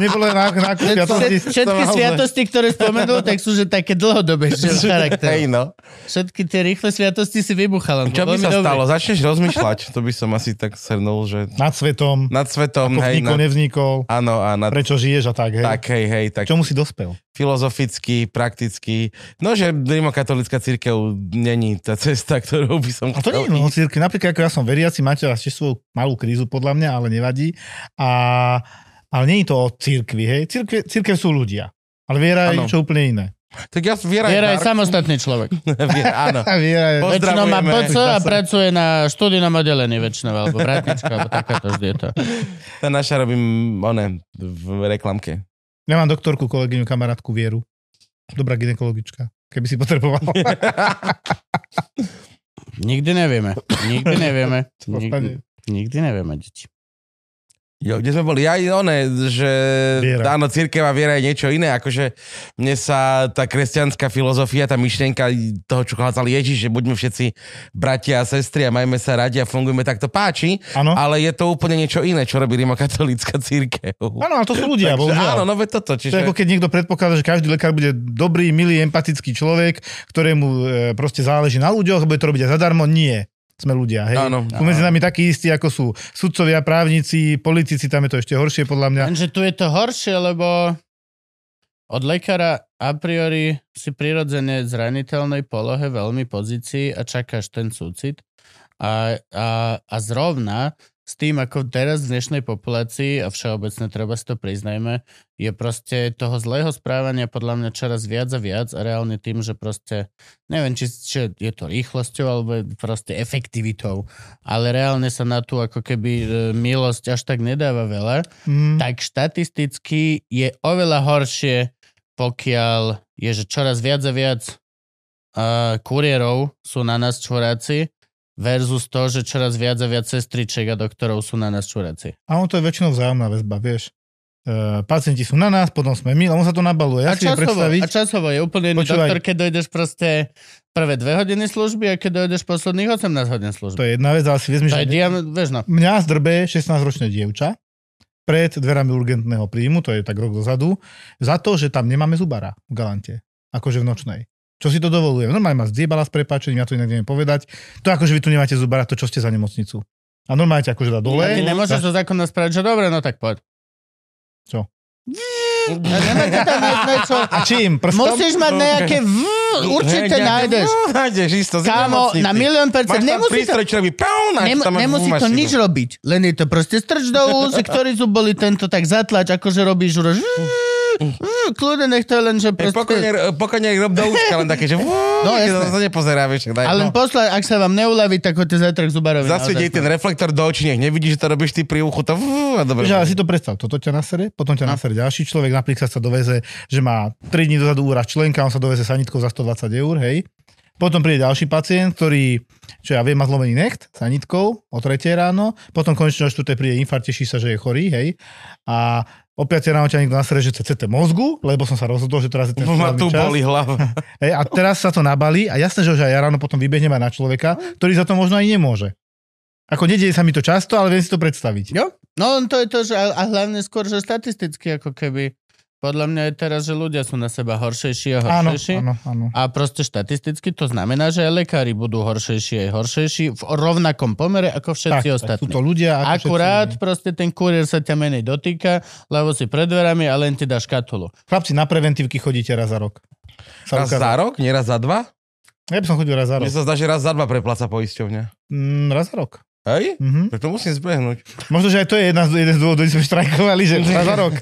Nebolo na, na akú Všet- sviatosti? Všetky naozaj. sviatosti, ktoré spomenul, tak sú že také (laughs) dlhodobejšie v charaktere. Hej, no. Všetky tie rýchle sviatosti si vybuchala. Čo by Veľmi sa dobre. stalo? Začneš rozmýšľať. To by som asi tak srnul, že Nad svetom, nad svetom, ako hej, vznikol, nad... nevznikol, Áno, a nad... prečo žiješ a tak, hej. Tak, hej, hej, tak K Čomu si dospel? filozoficky, prakticky. No, že rímokatolická církev není tá cesta, ktorou by som A to nie je mnoho církvi. Napríklad ako ja som veriaci, máte raz tiež svoju malú krízu podľa mňa, ale nevadí. A, ale nie je to o církvi, hej. Církve, církev sú ľudia. Ale viera je Áno. niečo úplne (laughs) iné. Tak ja viera, Viera je dark. samostatný človek. (laughs) Viera, áno. A viera je... Po- Väčšinou má Pozdravujeme. PC a pracuje na študijnom oddelení väčšinou, alebo vratnička, alebo takáto vždy je to. Tá naša robím, one, v reklamke. Ja mám doktorku, kolegyňu, kamarátku Vieru. Dobrá ginekologička, keby si potreboval. (laughs) Nikdy nevieme. Nikdy (laughs) nevieme. Nikdy, Postane. nikdy nevieme, deti. Jo, kde sme boli? Ja one, že Viera. áno, církev a viera je niečo iné, akože mne sa tá kresťanská filozofia, tá myšlienka toho, čo hlácal Ježiš, že buďme všetci bratia a sestry a majme sa radi a fungujme takto páči, Áno. No. ale je to úplne niečo iné, čo robí rímokatolícka církev. Áno, ale to sú ľudia, Takže, bohužiaľ. áno, no veď toto, To čiže... je ako keď niekto predpokladá, že každý lekár bude dobrý, milý, empatický človek, ktorému e, proste záleží na ľuďoch, bude to robiť aj zadarmo. Nie. sme ľudia. Hej. Áno. Sú medzi nami takí istí, ako sú sudcovia, právnici, politici, tam je to ešte horšie podľa mňa. Lenže tu je to horšie, lebo od lekára a priori si prirodzene zraniteľnej polohe veľmi pozícii a čakáš ten súcit. A, a, a zrovna s tým, ako teraz v dnešnej populácii, a všeobecne treba si to priznajme, je proste toho zlého správania podľa mňa čoraz viac a viac a reálne tým, že proste, neviem, či, či je to rýchlosťou alebo je proste efektivitou, ale reálne sa na tú ako keby e, milosť až tak nedáva veľa Mm. tak štatisticky je oveľa horšie, pokiaľ je, že čoraz viac a viac uh, kuriérov sú na nás čuráci versus to, že čoraz viac a viac sestriček a doktorov sú na nás čuráci. A on to je väčšinou vzájomná väzba, vieš. E, pacienti sú na nás, potom sme my, a on sa to nabaluje. Ja A si viem časovo, predstaviť, a časovo je úplne iný Počúvaj. doktor, keď dojdeš proste prvé dve hodiny služby a keď dojdeš posledných 18 hodín to služby. je jedna vec, ale si vezmi, To je že diam, vieš no. mňa zdrbe 16-ročné dievča pred dverami urgentného príjmu, to je tak rok dozadu, za to, že tam nemáme zubara v Galante, akože v nočnej. Čo si to dovolujem? Normálne ma zdiebala s prepáčením, ja to inak neviem povedať. To akože vy tu nemáte zubara, to čo ste za nemocnicu. A normálne ťa akože dá A dole. ty nemôžeš to zákona spraviť, že dobre, no tak poď. Čo? Ja nemáte tam jedné, čo... (laughs) A čím? Prstom? Musíš mať nejaké v... Určite no. Hej, nájdeš. No, nájdeš, isto. z Kámo, nemocnici. na milión percent. Máš tam Nemusí to, prístroj, čo robí pám, a nem, tam máš nemusí to mašinu. nič robiť. Len je to proste strč do (laughs) úst, ktorý zub boli tento, tak zatlač, akože robíš už. Mm, Kľudne nech to je len, že Hej, Pokojne, proste... pokojne rob do účka, len (laughs) také, že no, jasné. keď sa nepozerá, vieš, tak daj. Ale no. posla, ak sa vám neulaví, tak hoďte zajtra k zubarovi. Zasvietej naozaj. ten reflektor do očí, nech nevidíš, že to robíš ty pri uchu, to vú, a dobre. No. Že, ale si to predstav, toto ťa nasere, potom ťa nasere ďalší človek, napríklad sa doveze, že má 3 dní dozadu úraz členka, on sa doveze sanitkou za 120 eur, hej. Potom príde ďalší pacient, ktorý, čo ja viem, má zlomený necht sanitkou o 3 ráno, potom konečne o 4 príde infarkt, teší sa, že je chorý, hej. A o 5 ráno ťa niekto nasere, že chce CT mozgu, lebo som sa rozhodol, že teraz je ten Ma správny tu čas. boli hlava. Hej, a teraz sa to nabalí a jasné, že už aj ja ráno potom vybehnem aj na človeka, ktorý za to možno aj nemôže. Ako nedieje sa mi to často, ale viem si to predstaviť. Jo? No to je to, že a, a hlavne skôr, že statisticky ako keby. Podľa mňa je teraz, že ľudia sú na seba horšejší a Áno, horšejší. áno, áno. A proste štatisticky to znamená, že aj lekári budú horšejší aj horšejší v rovnakom pomere ako všetci sú ostatní. to ľudia. Ako Akurát všetci. no. proste ten kuriér sa ťa menej dotýka, lebo si pred dverami a len ti dá škatulu. Chlapci, na preventívky chodíte raz za rok. Sa Raz za ukázalo. rok, nie raz za dva? Ja by som chodil raz za Mne rok. sa zdá, že raz za dva prepláca poisťovňa. Mm, raz za rok. Hej? Mhm. Tak to musím zbehnúť. Možno, že aj to je jedna z, jeden z dôvodov, kde sme štrajkovali, že raz za rok.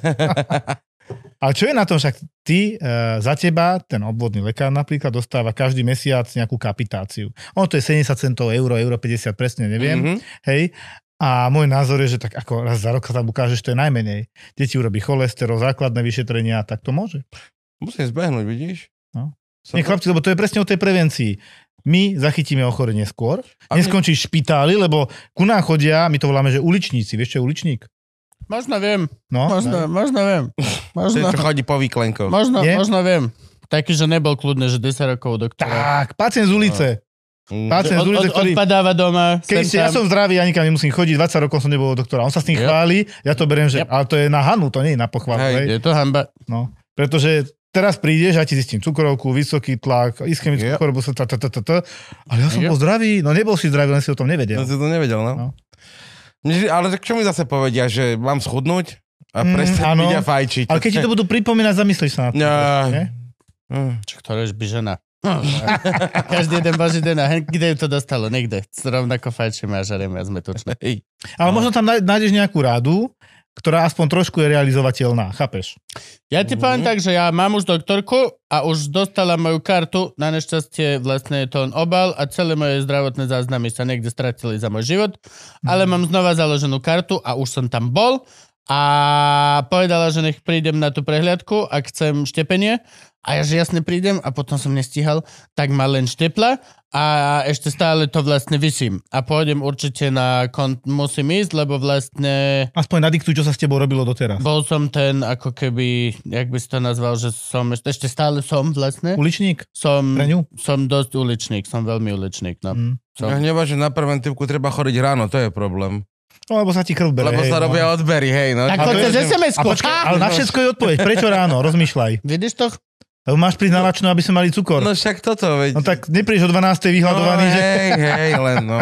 Ale čo je na tom, však ty e, za teba, ten obvodný lekár napríklad, dostáva každý mesiac nejakú kapitáciu. Ono to je 70 centov, euro, euro 50, presne neviem. Mhm. Hej? A môj názor je, že tak ako raz za rok sa tam ukážeš, to je najmenej. Deti urobí cholesterol, základné vyšetrenia, tak to môže. Musím zbehnúť, vidíš? No. Som- Nie, chlapci, lebo to je presne o tej prevencii. My zachytíme ochorenie skôr, A mne- neskončíš v špitáli, lebo ku nám chodia, my to voláme, že uličníci, vieš čo je uličník? Možno viem, No, možno, možno viem. Ten, Možno, čo chodí po výklenkoch. možno, Nie? možno viem. Taký, že nebol kľudný, že 10 rokov doktora. tak, pacient z ulice, Mm. pacient Od, z od, ulice, ktorý... odpadáva doma, sem Keď ste, ja tam. som zdravý, ja nikam nemusím chodiť, 20 rokov som nebol u doktora. On sa s tým Yep. chváli, ja to beriem, že... Ale to je na hanu, to nie je na pochvalu. Hej, Hej, Je to hamba. No, pretože teraz prídeš, ja ti zistím cukrovku, vysoký tlak, ischemickú Yep. chorobu, ta, ta, ta, ta, ta. ale ja som Yep. bol zdravý, no nebol si zdravý, len si o tom Ja nevedel. si to nevedel, no. No. no. Ale tak čo mi zase povedia, že mám schudnúť a Mm, prestať áno. byť a fajčiť. Ale keď (laughs) ti to budú pripomínať, zamyslíš sa na to. Ja. nie? Mm. Čo ktoréž by žena. No, (laughs) Každý jeden boží deň a hen, kde ju to dostalo? Nikde. Rovnako fajčíme a žaríme a sme tučné. Hej. Ale možno tam náj- nájdeš nejakú rádu, ktorá aspoň trošku je realizovateľná, chápeš? Ja ti poviem tak, že ja mám už doktorku a už dostala moju kartu. Na nešťastie vlastne je to on obal a celé moje zdravotné záznamy sa niekde stratili za môj život. Ale mám znova založenú kartu a už som tam bol a povedala, že nech prídem na tú prehliadku, ak chcem štepenie. A ja že jasne prídem a potom som nestíhal, tak ma len štepla a ešte stále to vlastne vysím. A pôjdem určite na kont, musím ísť, lebo vlastne... Aspoň nadiktuj, čo sa s tebou robilo doteraz. Bol som ten, ako keby, jak by si to nazval, že som, ešte, ešte stále som vlastne. Uličník? Mm. Som, Pre ňu? som dosť uličník, som veľmi uličník. No. Mm. Som, Ja hneva, že na preventívku treba chodiť ráno, to je problém. No, lebo sa ti krv bere. Lebo hej, sa no. robia odbery, hej, no. tak A to hoďte je- z A SMS-ku. počkaj, ale na všetko je odpoveď. Prečo ráno? Rozmýšľaj. Vidíš to? Lebo máš prísť na lačno, aby sme mali cukor. No však toto, veď. No tak neprídeš o 12. vyhľadovaný, no, že... hej, hej, len no,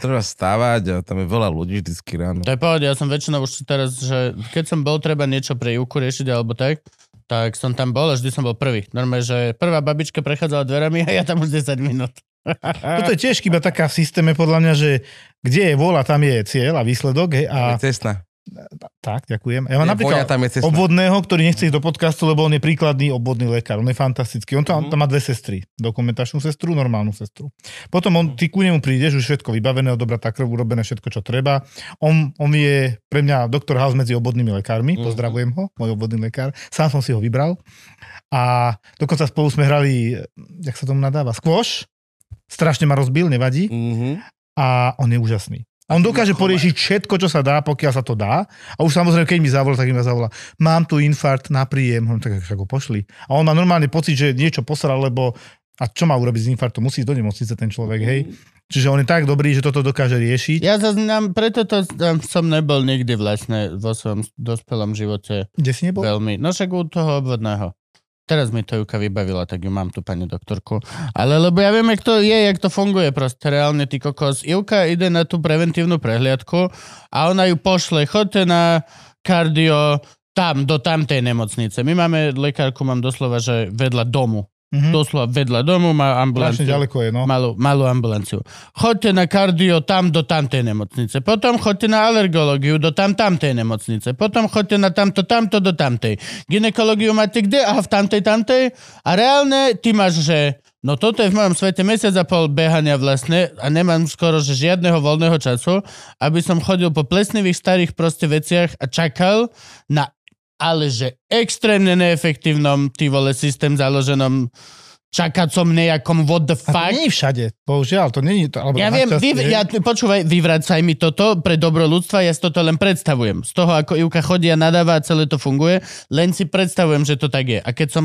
treba stávať a tam je veľa ľudí vždycky ráno. To je pohode, ja som väčšinou už teraz, že keď som bol treba niečo pre Juku riešiť alebo tak, tak som tam bol a vždy som bol prvý. Normálne, že prvá babička prechádzala dverami a ja tam už 10 minút. Toto je tiež chyba taká v systéme, podľa mňa, že kde je vôľa, tam je cieľ a výsledok. Je Hej, a cestná. tak, ďakujem. Ja mám Je voňa, napríklad tam je cestná. obvodného, ktorý nechce ísť do podcastu, lebo on je príkladný obvodný lekár. On je fantastický. On tam, tam má dve sestry. Dokumentačnú sestru, normálnu sestru. Potom on, ty ku nemu prídeš, už všetko vybavené, odobrať tak krv, urobené všetko, čo treba. On, on je pre mňa doktor House medzi obvodnými lekármi. Pozdravujem ho, môj obvodný lekár. Sám som si ho vybral. A dokonca spolu sme hrali, jak sa tomu nadáva, squash. Strašne ma rozbil, nevadí Mhm. a on je úžasný. A on dokáže poriešiť všetko, čo sa dá, pokiaľ sa to dá. A už samozrejme, keď mi zavolal, tak mi zavolá, mám tu infarkt na príjem, hovorím, tak však ho pošli. A on má normálne pocit, že niečo posral, lebo a čo má urobiť s infarktom? Musí ísť do nemocnice ten človek, hej. Čiže on je tak dobrý, že toto dokáže riešiť. Mhm. Ja zaznám, preto to, tam som nebol nikdy vlastne vo svojom dospelom živote Kde si nebol? veľmi. No však u toho obvodného. Teraz mi to Juka vybavila, tak ju mám tu, pani doktorku. Ale lebo ja viem, jak to je, jak to funguje proste reálne, ty kokos. Juka ide na tú preventívnu prehliadku a ona ju pošle, chodte na kardio tam, do tamtej nemocnice. My máme lekárku, mám doslova, že vedľa domu. Mhm. Doslova vedľa domu má Strašne ambulanciu. ďaleko je, no. Malú, malú ambulanciu. Chodte na kardio tam do tamtej nemocnice. Potom chodte na alergológiu do tam tamtej nemocnice. Potom chodte na tamto tamto do tamtej. Ginekológiu máte kde? Aha, v tamtej tamtej. A reálne ty máš, že no toto je v mojom svete mesiac a pol behania vlastne a nemám skoro že žiadneho voľného času, aby som chodil po plesnivých starých proste veciach a čakal na ale že extrémne neefektívnom ty vole systém založenom čakacom nejakom what the A to fuck. nie je všade, bohužiaľ, to nie je to. Alebo Ja viem, vy, našťastie, hej. ja, počúvaj, vyvracaj mi toto pre dobro ľudstva, ja si toto len predstavujem. Z toho, ako Ivka chodí a nadáva a celé to funguje, len si predstavujem, že to tak je. A keď som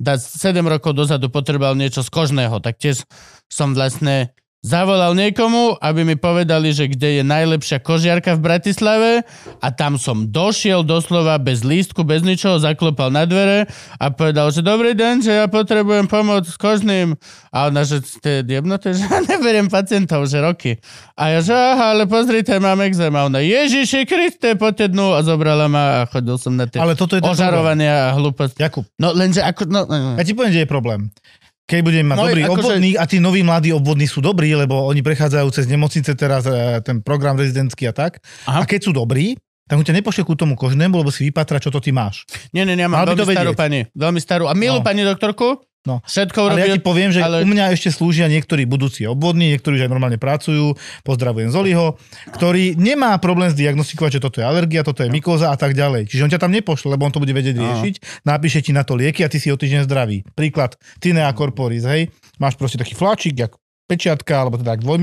da, 7 rokov dozadu potreboval niečo z kožného, tak tiež som vlastne zavolal niekomu, aby mi povedali, že kde je najlepšia kožiarka v Bratislave a tam som došiel doslova bez lístku, bez ničoho, zaklopal na dvere a povedal, že dobrý deň, že ja potrebujem pomoc s kožným. A ona, že ste jebnuté, že ja (laughs) neberiem pacientov, že roky. A ja, že aha, ale pozrite, mám exém. A ona, Ježiši Kriste, poďte dnu. A zobrala ma a chodil som na tie Ale toto je ten ožarovania a hlúposti. Jakub, No lenže ako... No, no, no. Ja ti poviem, kde je problém. Keď budeme mať No, dobrý akože- obvodný a tí noví mladí obvodní sú dobrí, lebo oni prechádzajú cez nemocnice teraz e, ten program rezidentský a tak. Aha. A keď sú dobrí, tak on ťa nepošle ku tomu kožnému, lebo si vypatra, čo to ty máš. Nie, nie, nie, ja mám Mal by to veľmi starú vedieť. pani. Veľmi starú. A milú No. pani doktorku. No. Všetko Ale urobí. ja ti poviem, že ale- ale... u mňa ešte slúžia niektorí budúci obvodní, niektorí už aj normálne pracujú, pozdravujem Zoliho, ktorý nemá problém zdiagnostikovať, že toto je alergia, toto je mykóza a tak ďalej. Čiže on ťa tam nepošle, lebo on to bude vedieť riešiť, napíše ti na to lieky a ty si o týždeň zdravý. Príklad, Tinea corporis, hej, máš proste taký fláčik, jak pečiatka, alebo teda dvoj,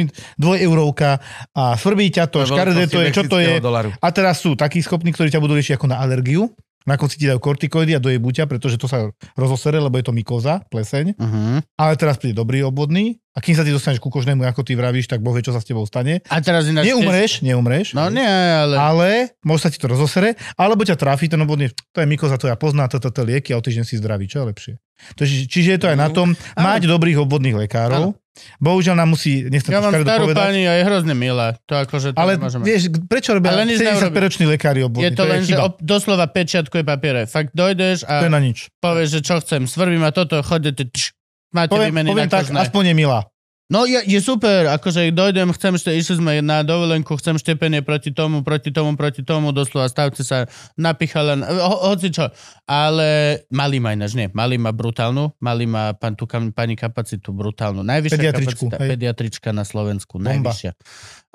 dvojeurovka a svrbí ťa to, škaredé to je, no. čo to je. Dolaru. A teraz sú takí schopní, ktorí ťa budú riešiť ako na alergiu. Na konci ti dajú kortikoidy a dojebú ťa, pretože to sa rozosere, lebo je to mykoza, pleseň. Uh-huh. Ale teraz príde dobrý obvodný a kým sa ty dostaneš ku kožnému, ako ty vravíš, tak boh vie, čo sa s tebou stane. A teraz ináč... Neumreš, neumreš. No nie, ale... Ale môže sa ti to rozosere, alebo ťa tráfi ten obvodný, to je mykoza, to ja poznám, toto to, lieky a o týždeň si zdravý, čo je lepšie. To, je- čiže je to aj No, na tom, mať dobrých obvodných lekárov. Bohužiaľ nám musí, nechcem Ja to mám škaredo starú povedať, pani a je hrozne milá. To akože to ale nemôžeme. vieš, prečo robia Ale nič 70-roční lekári je obvodní? to, len, že chyba. ob, doslova pečiatku je papiere. Fakt dojdeš To je a na nič. povieš, že čo chcem, svrbím a toto, chodíte, tč, máte Poviem, výmeny poviem na tak, kožné. aspoň je milá. No je, je super, akože dojdem, chcem, ešte, išli sme na dovolenku, chcem štepenie proti tomu, proti tomu, proti tomu, doslova stavte sa, napichala, ho, hoci čo. Ale mali ma ináč, nie, mali ma brutálnu, mali ma pán, tu, kam- pani kapacitu brutálnu, najvyššia Pediatričku, kapacita, hej. pediatrička na Slovensku, Bomba. najvyššia.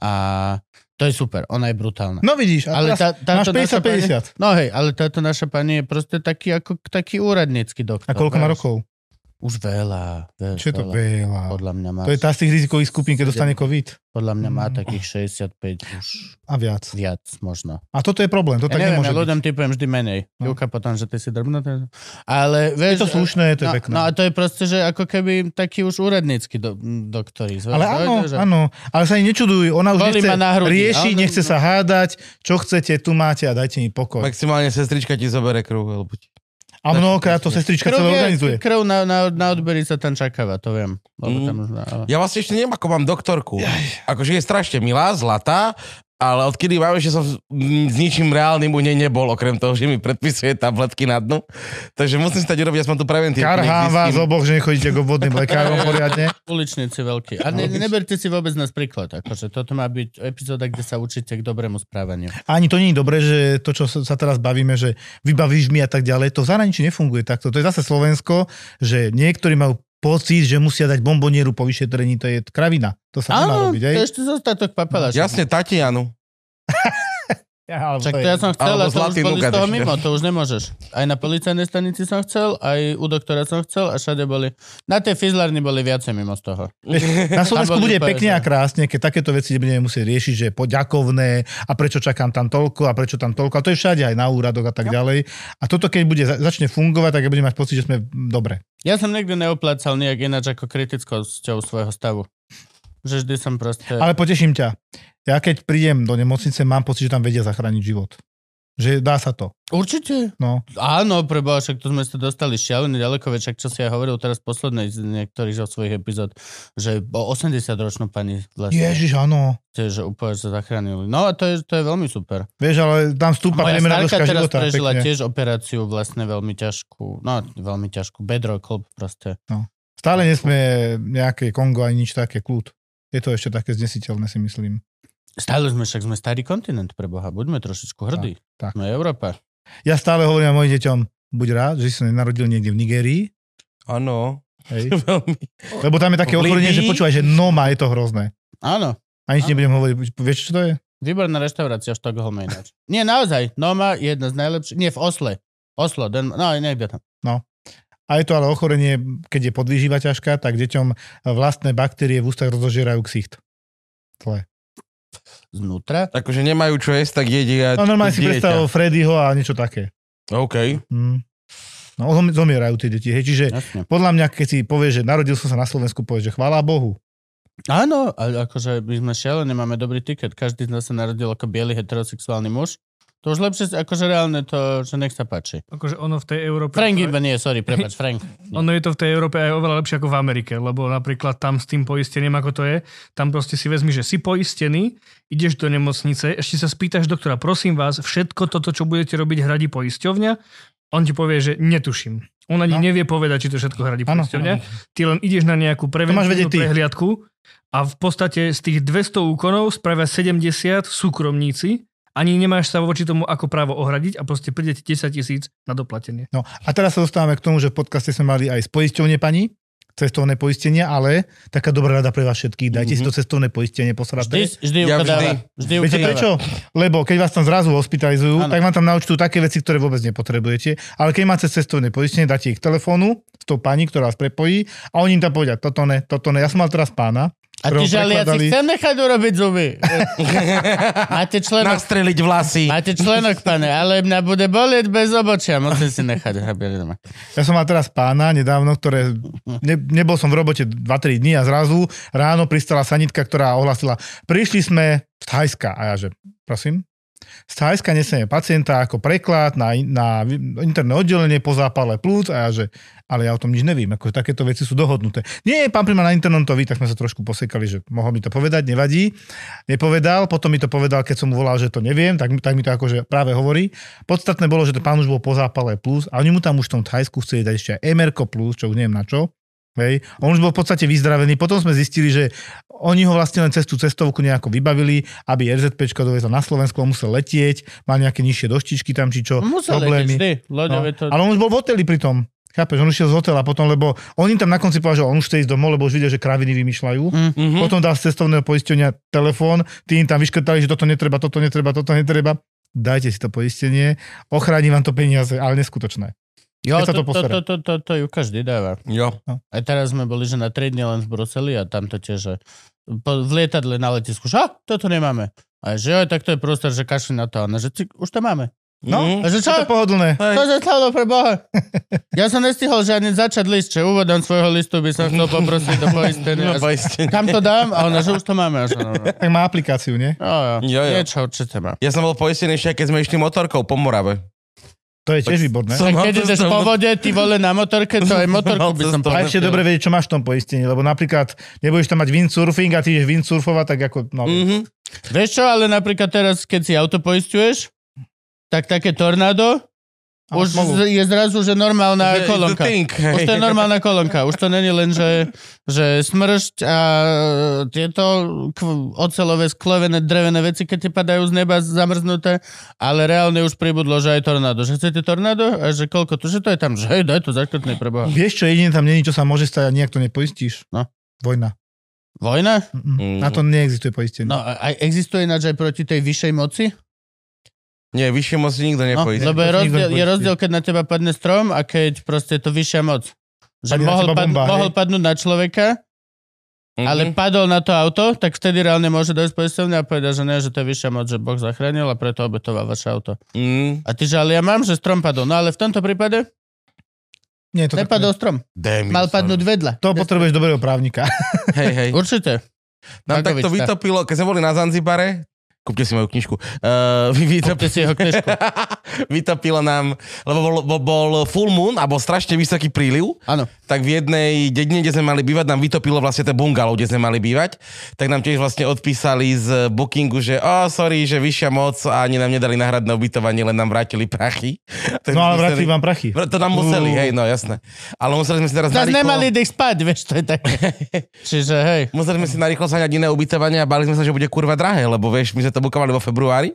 A to je super, ona je brutálna. No vidíš, a Ale ale tá, teraz táto máš naša pani, 50-50. no hej, ale táto naša pani je proste taký, ako, taký úradnícky doktor. A koľko má vieš. rokov? Už veľa. Veľ, Čo je to? veľa. Veľa. Podľa mňa má To je tá z tých rizikových skupín, keď dostane COVID. podľa mňa má Mm. takých 65 už A viac. viac možno. A toto je problém, to Ja tak neviem, ja nemôže byť. ľuďom typujem vždy menej. No. Júka potom, že ty si drbnutý. Ale vieš... Je to slušné, je to no, pekné. No a to je proste, že ako keby taký už úradnícky do, doktori. Ale áno, že... áno. Ale sa jej nečuduj, ona už Boli nechce ma na hrudi, riešiť, áno, nechce no. sa hádať, čo chcete, tu máte a dajte mi pokoj. Maximálne sestrička ti zobere krv. Alebo ti... A mnohokrát to sestrička celé organizuje. krv na, na, na odbery sa tam čakáva, to viem. Lebo Mm. tam už na, ale... Ja vlastne ešte neviem, ako mám doktorku. Akože je strašne milá, zlatá, ale odkedy máme, že som mm, s ničím reálnym u nej nebol, okrem toho, že mi predpisuje tabletky na dnu. Takže musím stať urobiť aspoň tú preventívu. Karhá vás oboch, že nechodíte k obvodným (laughs) lekárom poriadne. Uličníci veľkí. A ne, neberte si vôbec nás príklad. Akože toto má byť epizóda, kde sa učíte k dobrému správaniu. A ani to nie je dobré, že to, čo sa sa teraz bavíme, že vybavíš mi a tak ďalej, to v zahraničí nefunguje takto. To je zase Slovensko, že niektorí majú pocit, že musia dať bombonieru po vyšetrení, to je kravina. To sa nemá Áno, robiť, to hej? je ešte zostatok papela. Jasne, Tatianu. Ja, alebo Však to to je- ja som chcel, a Alebo to už zlatý boli z nugat toho ešte. mimo, to už nemôžeš. Aj na policajnej stanici som chcel, aj u doktora som chcel a všade boli. Na tej fizlárni boli viacej mimo z toho. Na Slovensku Alebo bude vypadá, pekne že- a krásne, keď takéto veci nebudeme musieť riešiť, že poďakovné a prečo čakám tam toľko a prečo tam toľko. A to je všade aj na úradoch a tak ďalej. A toto, keď bude, za- začne fungovať, tak ja budem mať pocit, že sme dobre. Ja som nikdy neoplácal nejak ináč ako kritickosťou svojho stavu. Že vždy som proste... Ale poteším ťa. Ja keď prídem do nemocnice, mám pocit, že tam vedia zachrániť život. Že dá sa to. Určite. No. Áno, preboha, však to sme sa dostali šialené ďaleko, veď však čo si ja hovoril teraz poslednej z niektorých zo svojich epizód, že o 80-ročnú pani vlastne, Ježiš, áno. tiež, že úplne sa zachránili. No a to je, to je veľmi super. Vieš, ale tam stúpa Moja priemerná starka dĺžka teraz života. prežila pekne. tiež operáciu vlastne veľmi ťažkú, no veľmi ťažkú, bedro, klop proste. Stále nesme nejaké Kongo ani nič také, kľud. Je to ešte také znesiteľné, si myslím. Stále sme však sme starý kontinent pre Boha, buďme trošičku hrdí. Tak, tak. Sme Európa. Ja stále hovorím mojim deťom, buď rád, že si sa nenarodil niekde v Nigerii, Áno. (laughs) hej. Veľmi. lebo tam je také V otvorenie, že Líbii? počúvaj, že no má, je to hrozné. Áno, A nič Áno. nebudem hovoriť, vieš čo to je? výborná reštaurácia v Štokholme ináč. Nie, naozaj, Noma je jedna z najlepších, nie v Osle. Oslo, Den- no niekde tam. A je to ale ochorenie, keď je podvýživa ťažká, tak deťom vlastné baktérie v ústach rozožierajú ksicht. Zle. Znútra. Akože nemajú čo jesť, tak jedia No normálne si dieťa. predstavil Freddyho a niečo také. OK. Mm. No zom- zomierajú tie deti, hej. Čiže Jasne. podľa mňa, keď si povie, že narodil som sa na Slovensku, povie, že chvála Bohu. Áno, ale akože my sme šialení, máme dobrý tiket. Každý z nás sa narodil ako biely heterosexuálny muž. To už lepšie, akože reálne to, že nech sa páči. Akože ono v tej Európe... Frank iba nie, sorry, (laughs) prepač, Frank. No. Ono je to v tej Európe aj oveľa lepšie ako v Amerike, lebo napríklad tam s tým poistením, ako to je, tam proste si vezmi, že si poistený, ideš do nemocnice, ešte sa spýtaš doktora, prosím vás, všetko toto, čo budete robiť, hradí poisťovňa. On ti povie, že netuším. On ani No. nevie povedať, či to všetko hradí Áno, poisťovňa. Ty len ideš na vedieť nejakú preventívnu ty. prehliadku a v podstate z tých 200 úkonov spravia 70 súkromníci, ani nemáš sa voči tomu ako právo ohradiť a proste príde ti 10 tisíc na doplatenie. No a teraz sa dostávame k tomu, že v podcaste sme mali aj z poisťovne pani, cestovné poistenie, ale taká dobrá rada pre vás všetkých, dajte si to cestovné Mhm. poistenie Vždy, posraté. vždy Ja ukadáva. vždy. Vždy Viete ukadáva. prečo? Lebo keď vás tam zrazu hospitalizujú, Áno. tak vám tam naučtú také veci, ktoré vôbec nepotrebujete. Ale keď máte cestovné poistenie, dáte ich k telefónu s tou pani, ktorá vás prepojí a oni im tam povedia, toto ne, toto ne. Ja som mal teraz pána. A ty ktorému žaliaci, prekladali- chcem nechať urobiť zuby. Máte členok, Nastreliť vlasy. máte členok, pane, ale mňa bude bolieť bez obočia. Musím si nechať hrabiť doma. Ja som mal teraz pána nedávno, ktoré... Ne, nebol som v robote 2-3 dní a zrazu ráno pristala sanitka, ktorá ohlasila, prišli sme z Thajska. A ja že, prosím? Z Thajska nesieme pacienta ako preklad na, in- na vi- interné oddelenie po zápale plúc a ja že, ale ja o tom nič nevím, ako takéto veci sú dohodnuté. Nie, pán primár na internom to ví, tak sme sa trošku posekali, že mohol mi to povedať, nevadí. Nepovedal, potom mi to povedal, keď som mu volal, že to neviem, tak, mi- tak mi to akože práve hovorí. Podstatné bolo, že to pán už bol po zápale plus a oni mu tam už v tom Thajsku chceli dať ešte aj MRK plus, čo už neviem na čo. Hej. On už bol v podstate vyzdravený. Potom sme zistili, že oni ho vlastne len cez tú cestovku nejako vybavili, aby RZP dovezol na Slovensku, on musel letieť, mal nejaké nižšie doštičky tam či čo, Musel letieť problémy. vždy. No. Loďové to... Ale on už bol v hoteli pritom. Chápeš, on išiel z hotela potom, lebo on im tam na konci povedal, že on už chce ísť domov, lebo už videl, že kraviny vymýšľajú. Hm? Mhm. Potom dal z cestovného poistenia telefón, tí im tam vyškrtali, že toto netreba, toto netreba, toto netreba. Dajte si to poistenie, ochráni vám to peniaze, ale neskutočné. Jo, keď to, sa to to, posere. to, to, to, to ju každý dáva. Jo. A teraz sme boli, že na 3 dni len v Bruseli a tam to tiež, že po, v lietadle na letisku, že "A, toto nemáme. A ja, že jo, tak to je prostor, že kašli na to. A ona, že "Cik, už to máme. No. Mhm. A že Čo? čo? To pohodlné. Hej. To za slavo pre Boha. (laughs) Ja som nestihol žiadny začať list, že úvodom svojho listu by som chcel poprosiť do poistenia. (laughs) No, No, poistenie. Kam to dám? A ona, že už to máme. A že, no, no. (laughs) Tak má aplikáciu, nie? Jo, jo. Jo, jo. Niečo určite má. Ja som bol poistený ešte, aj keď sme išli motorkou po Morave. To To je tiež výborné. Som- Keď to ideš som- po vode, ty vole na motorke, (laughs) to aj motorku by som to som- A povedal. ešte dobre vedieť, čo máš v tom poistení, lebo napríklad nebudeš tam mať windsurfing a ty ideš windsurfovať, tak ako... Mhm. No, Mhm. mm-hmm. Vieš čo, ale napríklad teraz, keď si auto poistuješ, tak také tornádo, Áno, už smolu. z- je zrazu, že normálna Že- kolónka. the thing, hej. Už (laughs) to je normálna kolónka. Už to není len, že, že smršť a e, tieto kv- ocelové, sklovené, drevené veci, keď ti padajú z neba zamrznuté, ale reálne už pribudlo, že aj tornádo. Že chcete tornádo? A že koľko to? Že to je tam? Že hej, daj to zakrtnej preboha. Vieš čo, jediné tam není, čo sa môže stať a nejak to nepoistíš? No. Vojna. Vojna? Mm-mm. Na to neexistuje poistenie. No a aj existuje ináč aj proti tej vyššej moci? Nie, vyššie moc nikto No, nepojde. lebo je To si rozdiel, nikto je nepoistí. rozdiel, keď na teba padne strom a keď proste je to vyššia moc. Že Padne na mohol, teba pad, bomba, hej? mohol padnúť na človeka, Mhm. Mhm. ale padol na to auto, tak vtedy reálne môže dojsť poistovne a povedať, že nie, že to je vyššia moc, že Boh zachránil a preto obetoval vaše auto. Mm. A ty, že ale ja mám, že strom padol. No ale v tomto prípade Nie, to, tak, nepadol strom. Damn, Mal sorry. padnúť vedľa. to potrebuješ (laughs) dobrého právnika. Hej, hej. Určite. No, Nám takto Magovič, tá. vytopilo, keď sme boli na Zanzibare, kúpte si moju knižku, uh, vy, vytopilo, Kúpte si jeho (laughs) knižku. (laughs) vytopilo nám, lebo bol, bol, bol full moon a bol strašne vysoký príliv, Áno. tak v jednej dedine, kde sme mali bývať, nám vytopilo vlastne ten bungalov, kde sme mali bývať, tak nám tiež vlastne odpísali z bookingu, že oh, sorry, že vyššia moc a ani nám nedali náhradné ubytovanie, len nám vrátili prachy. (laughs) Tak No ale museli- vrátim vám prachy. To nám museli, hej, no jasné. Ale museli sme si teraz... Zas narýchlo- nemali ich spať, vieš, to je (laughs) také. Čiže hej. Museli sme si narýchlo zaňať iné ubytovanie a bali sme sa, že bude kurva drahé, lebo vieš, my sme to bukovali vo februári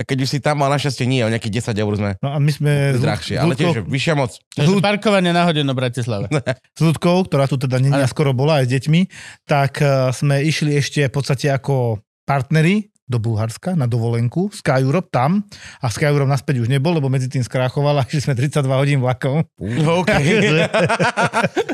a keď už si tam, ale našťastie nie, o nejakých 10 eur sme No a my sme s, drahšie, ale tiež Ľudkou- vyššia moc. Čiže parkovanie na hodinu v (laughs) Bratislave. s ľudkou, ktorá tu teda nie Áno. skoro bola aj s deťmi, tak eh, sme išli ešte v podstate ako partneri do Bulharska na dovolenku, Sky Europe tam a Sky Europe naspäť už nebol, lebo medzi tým skráchoval (laughs) a išli sme 32 hodín (laughs) vlakom. OK.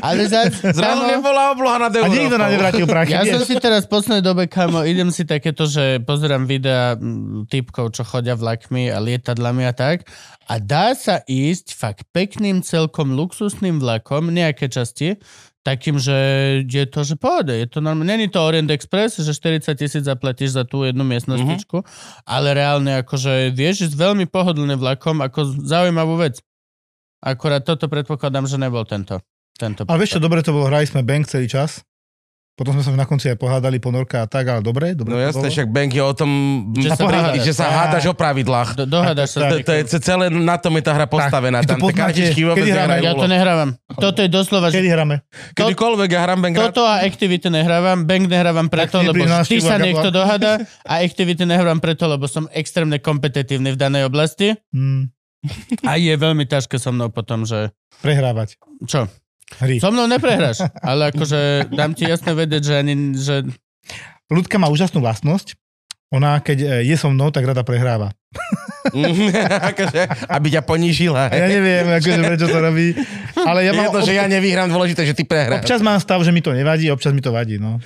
Ale za, (laughs) Zrazu kamo, nebola obloha na A nikto nám Európou. nevrátil prachy. Ja som vieš. si teraz v poslednej dobe, kamo, idem si takéto, že pozerám videa mm, typkov, čo chodia vlakmi a lietadlami a tak. A dá sa ísť fakt pekným, celkom luxusným vlakom, nejaké časti, takým, že je to, že pohode, je to normálne. Není to Orient Express, že 40 tisíc zaplatíš za tú jednu Mhm. miestnostičku, mm-hmm. ale reálne akože vieš ísť veľmi pohodlne vlakom, ako zaujímavú vec. Akorát toto predpokladám, že nebol tento. tento Ale vieš čo, prípad. dobre to bolo, hrali sme bank celý čas. Potom sme sa na konci aj pohádali ponorka a tak, ale dobre, dobre No to jasné, bolo. však bank je o tom, Že že sa sa, pohádaš. že sa hádaš o pravidlách. Do, dohádaš sa. s To, niekým. to je celé, na tom je tá hra postavená. vy to Tam tie poznáte, kartičky vôbec kedy hráme? nehrajú. Ja to úlohu. nehrávam. Toto je doslova, Kedy že hráme? Kedykoľvek ja hrám bank rád. toto a Activity nehrávam, Bank nehrávam preto, Tak ty lebo pri vždy návštevu sa Gabla. niekto dohada a Activity nehrávam preto, lebo som extrémne kompetitívny v danej oblasti Hmm, a je veľmi ťažké so mnou potom, že prehrávať čo, hry. so mnou neprehráš, ale akože dám ti jasne vedieť, že ani, že Ľudka má úžasnú vlastnosť. Ona, keď eh, je so mnou, tak rada prehráva. Mhm, (laughs) akože, aby ťa ponížila. A ja (laughs) neviem, akože prečo to robí. Ale ja Je mám to, že občas- ja nevyhrám, dôležité, že ty prehráš. Občas mám stav, že mi to nevadí, občas mi to vadí, no.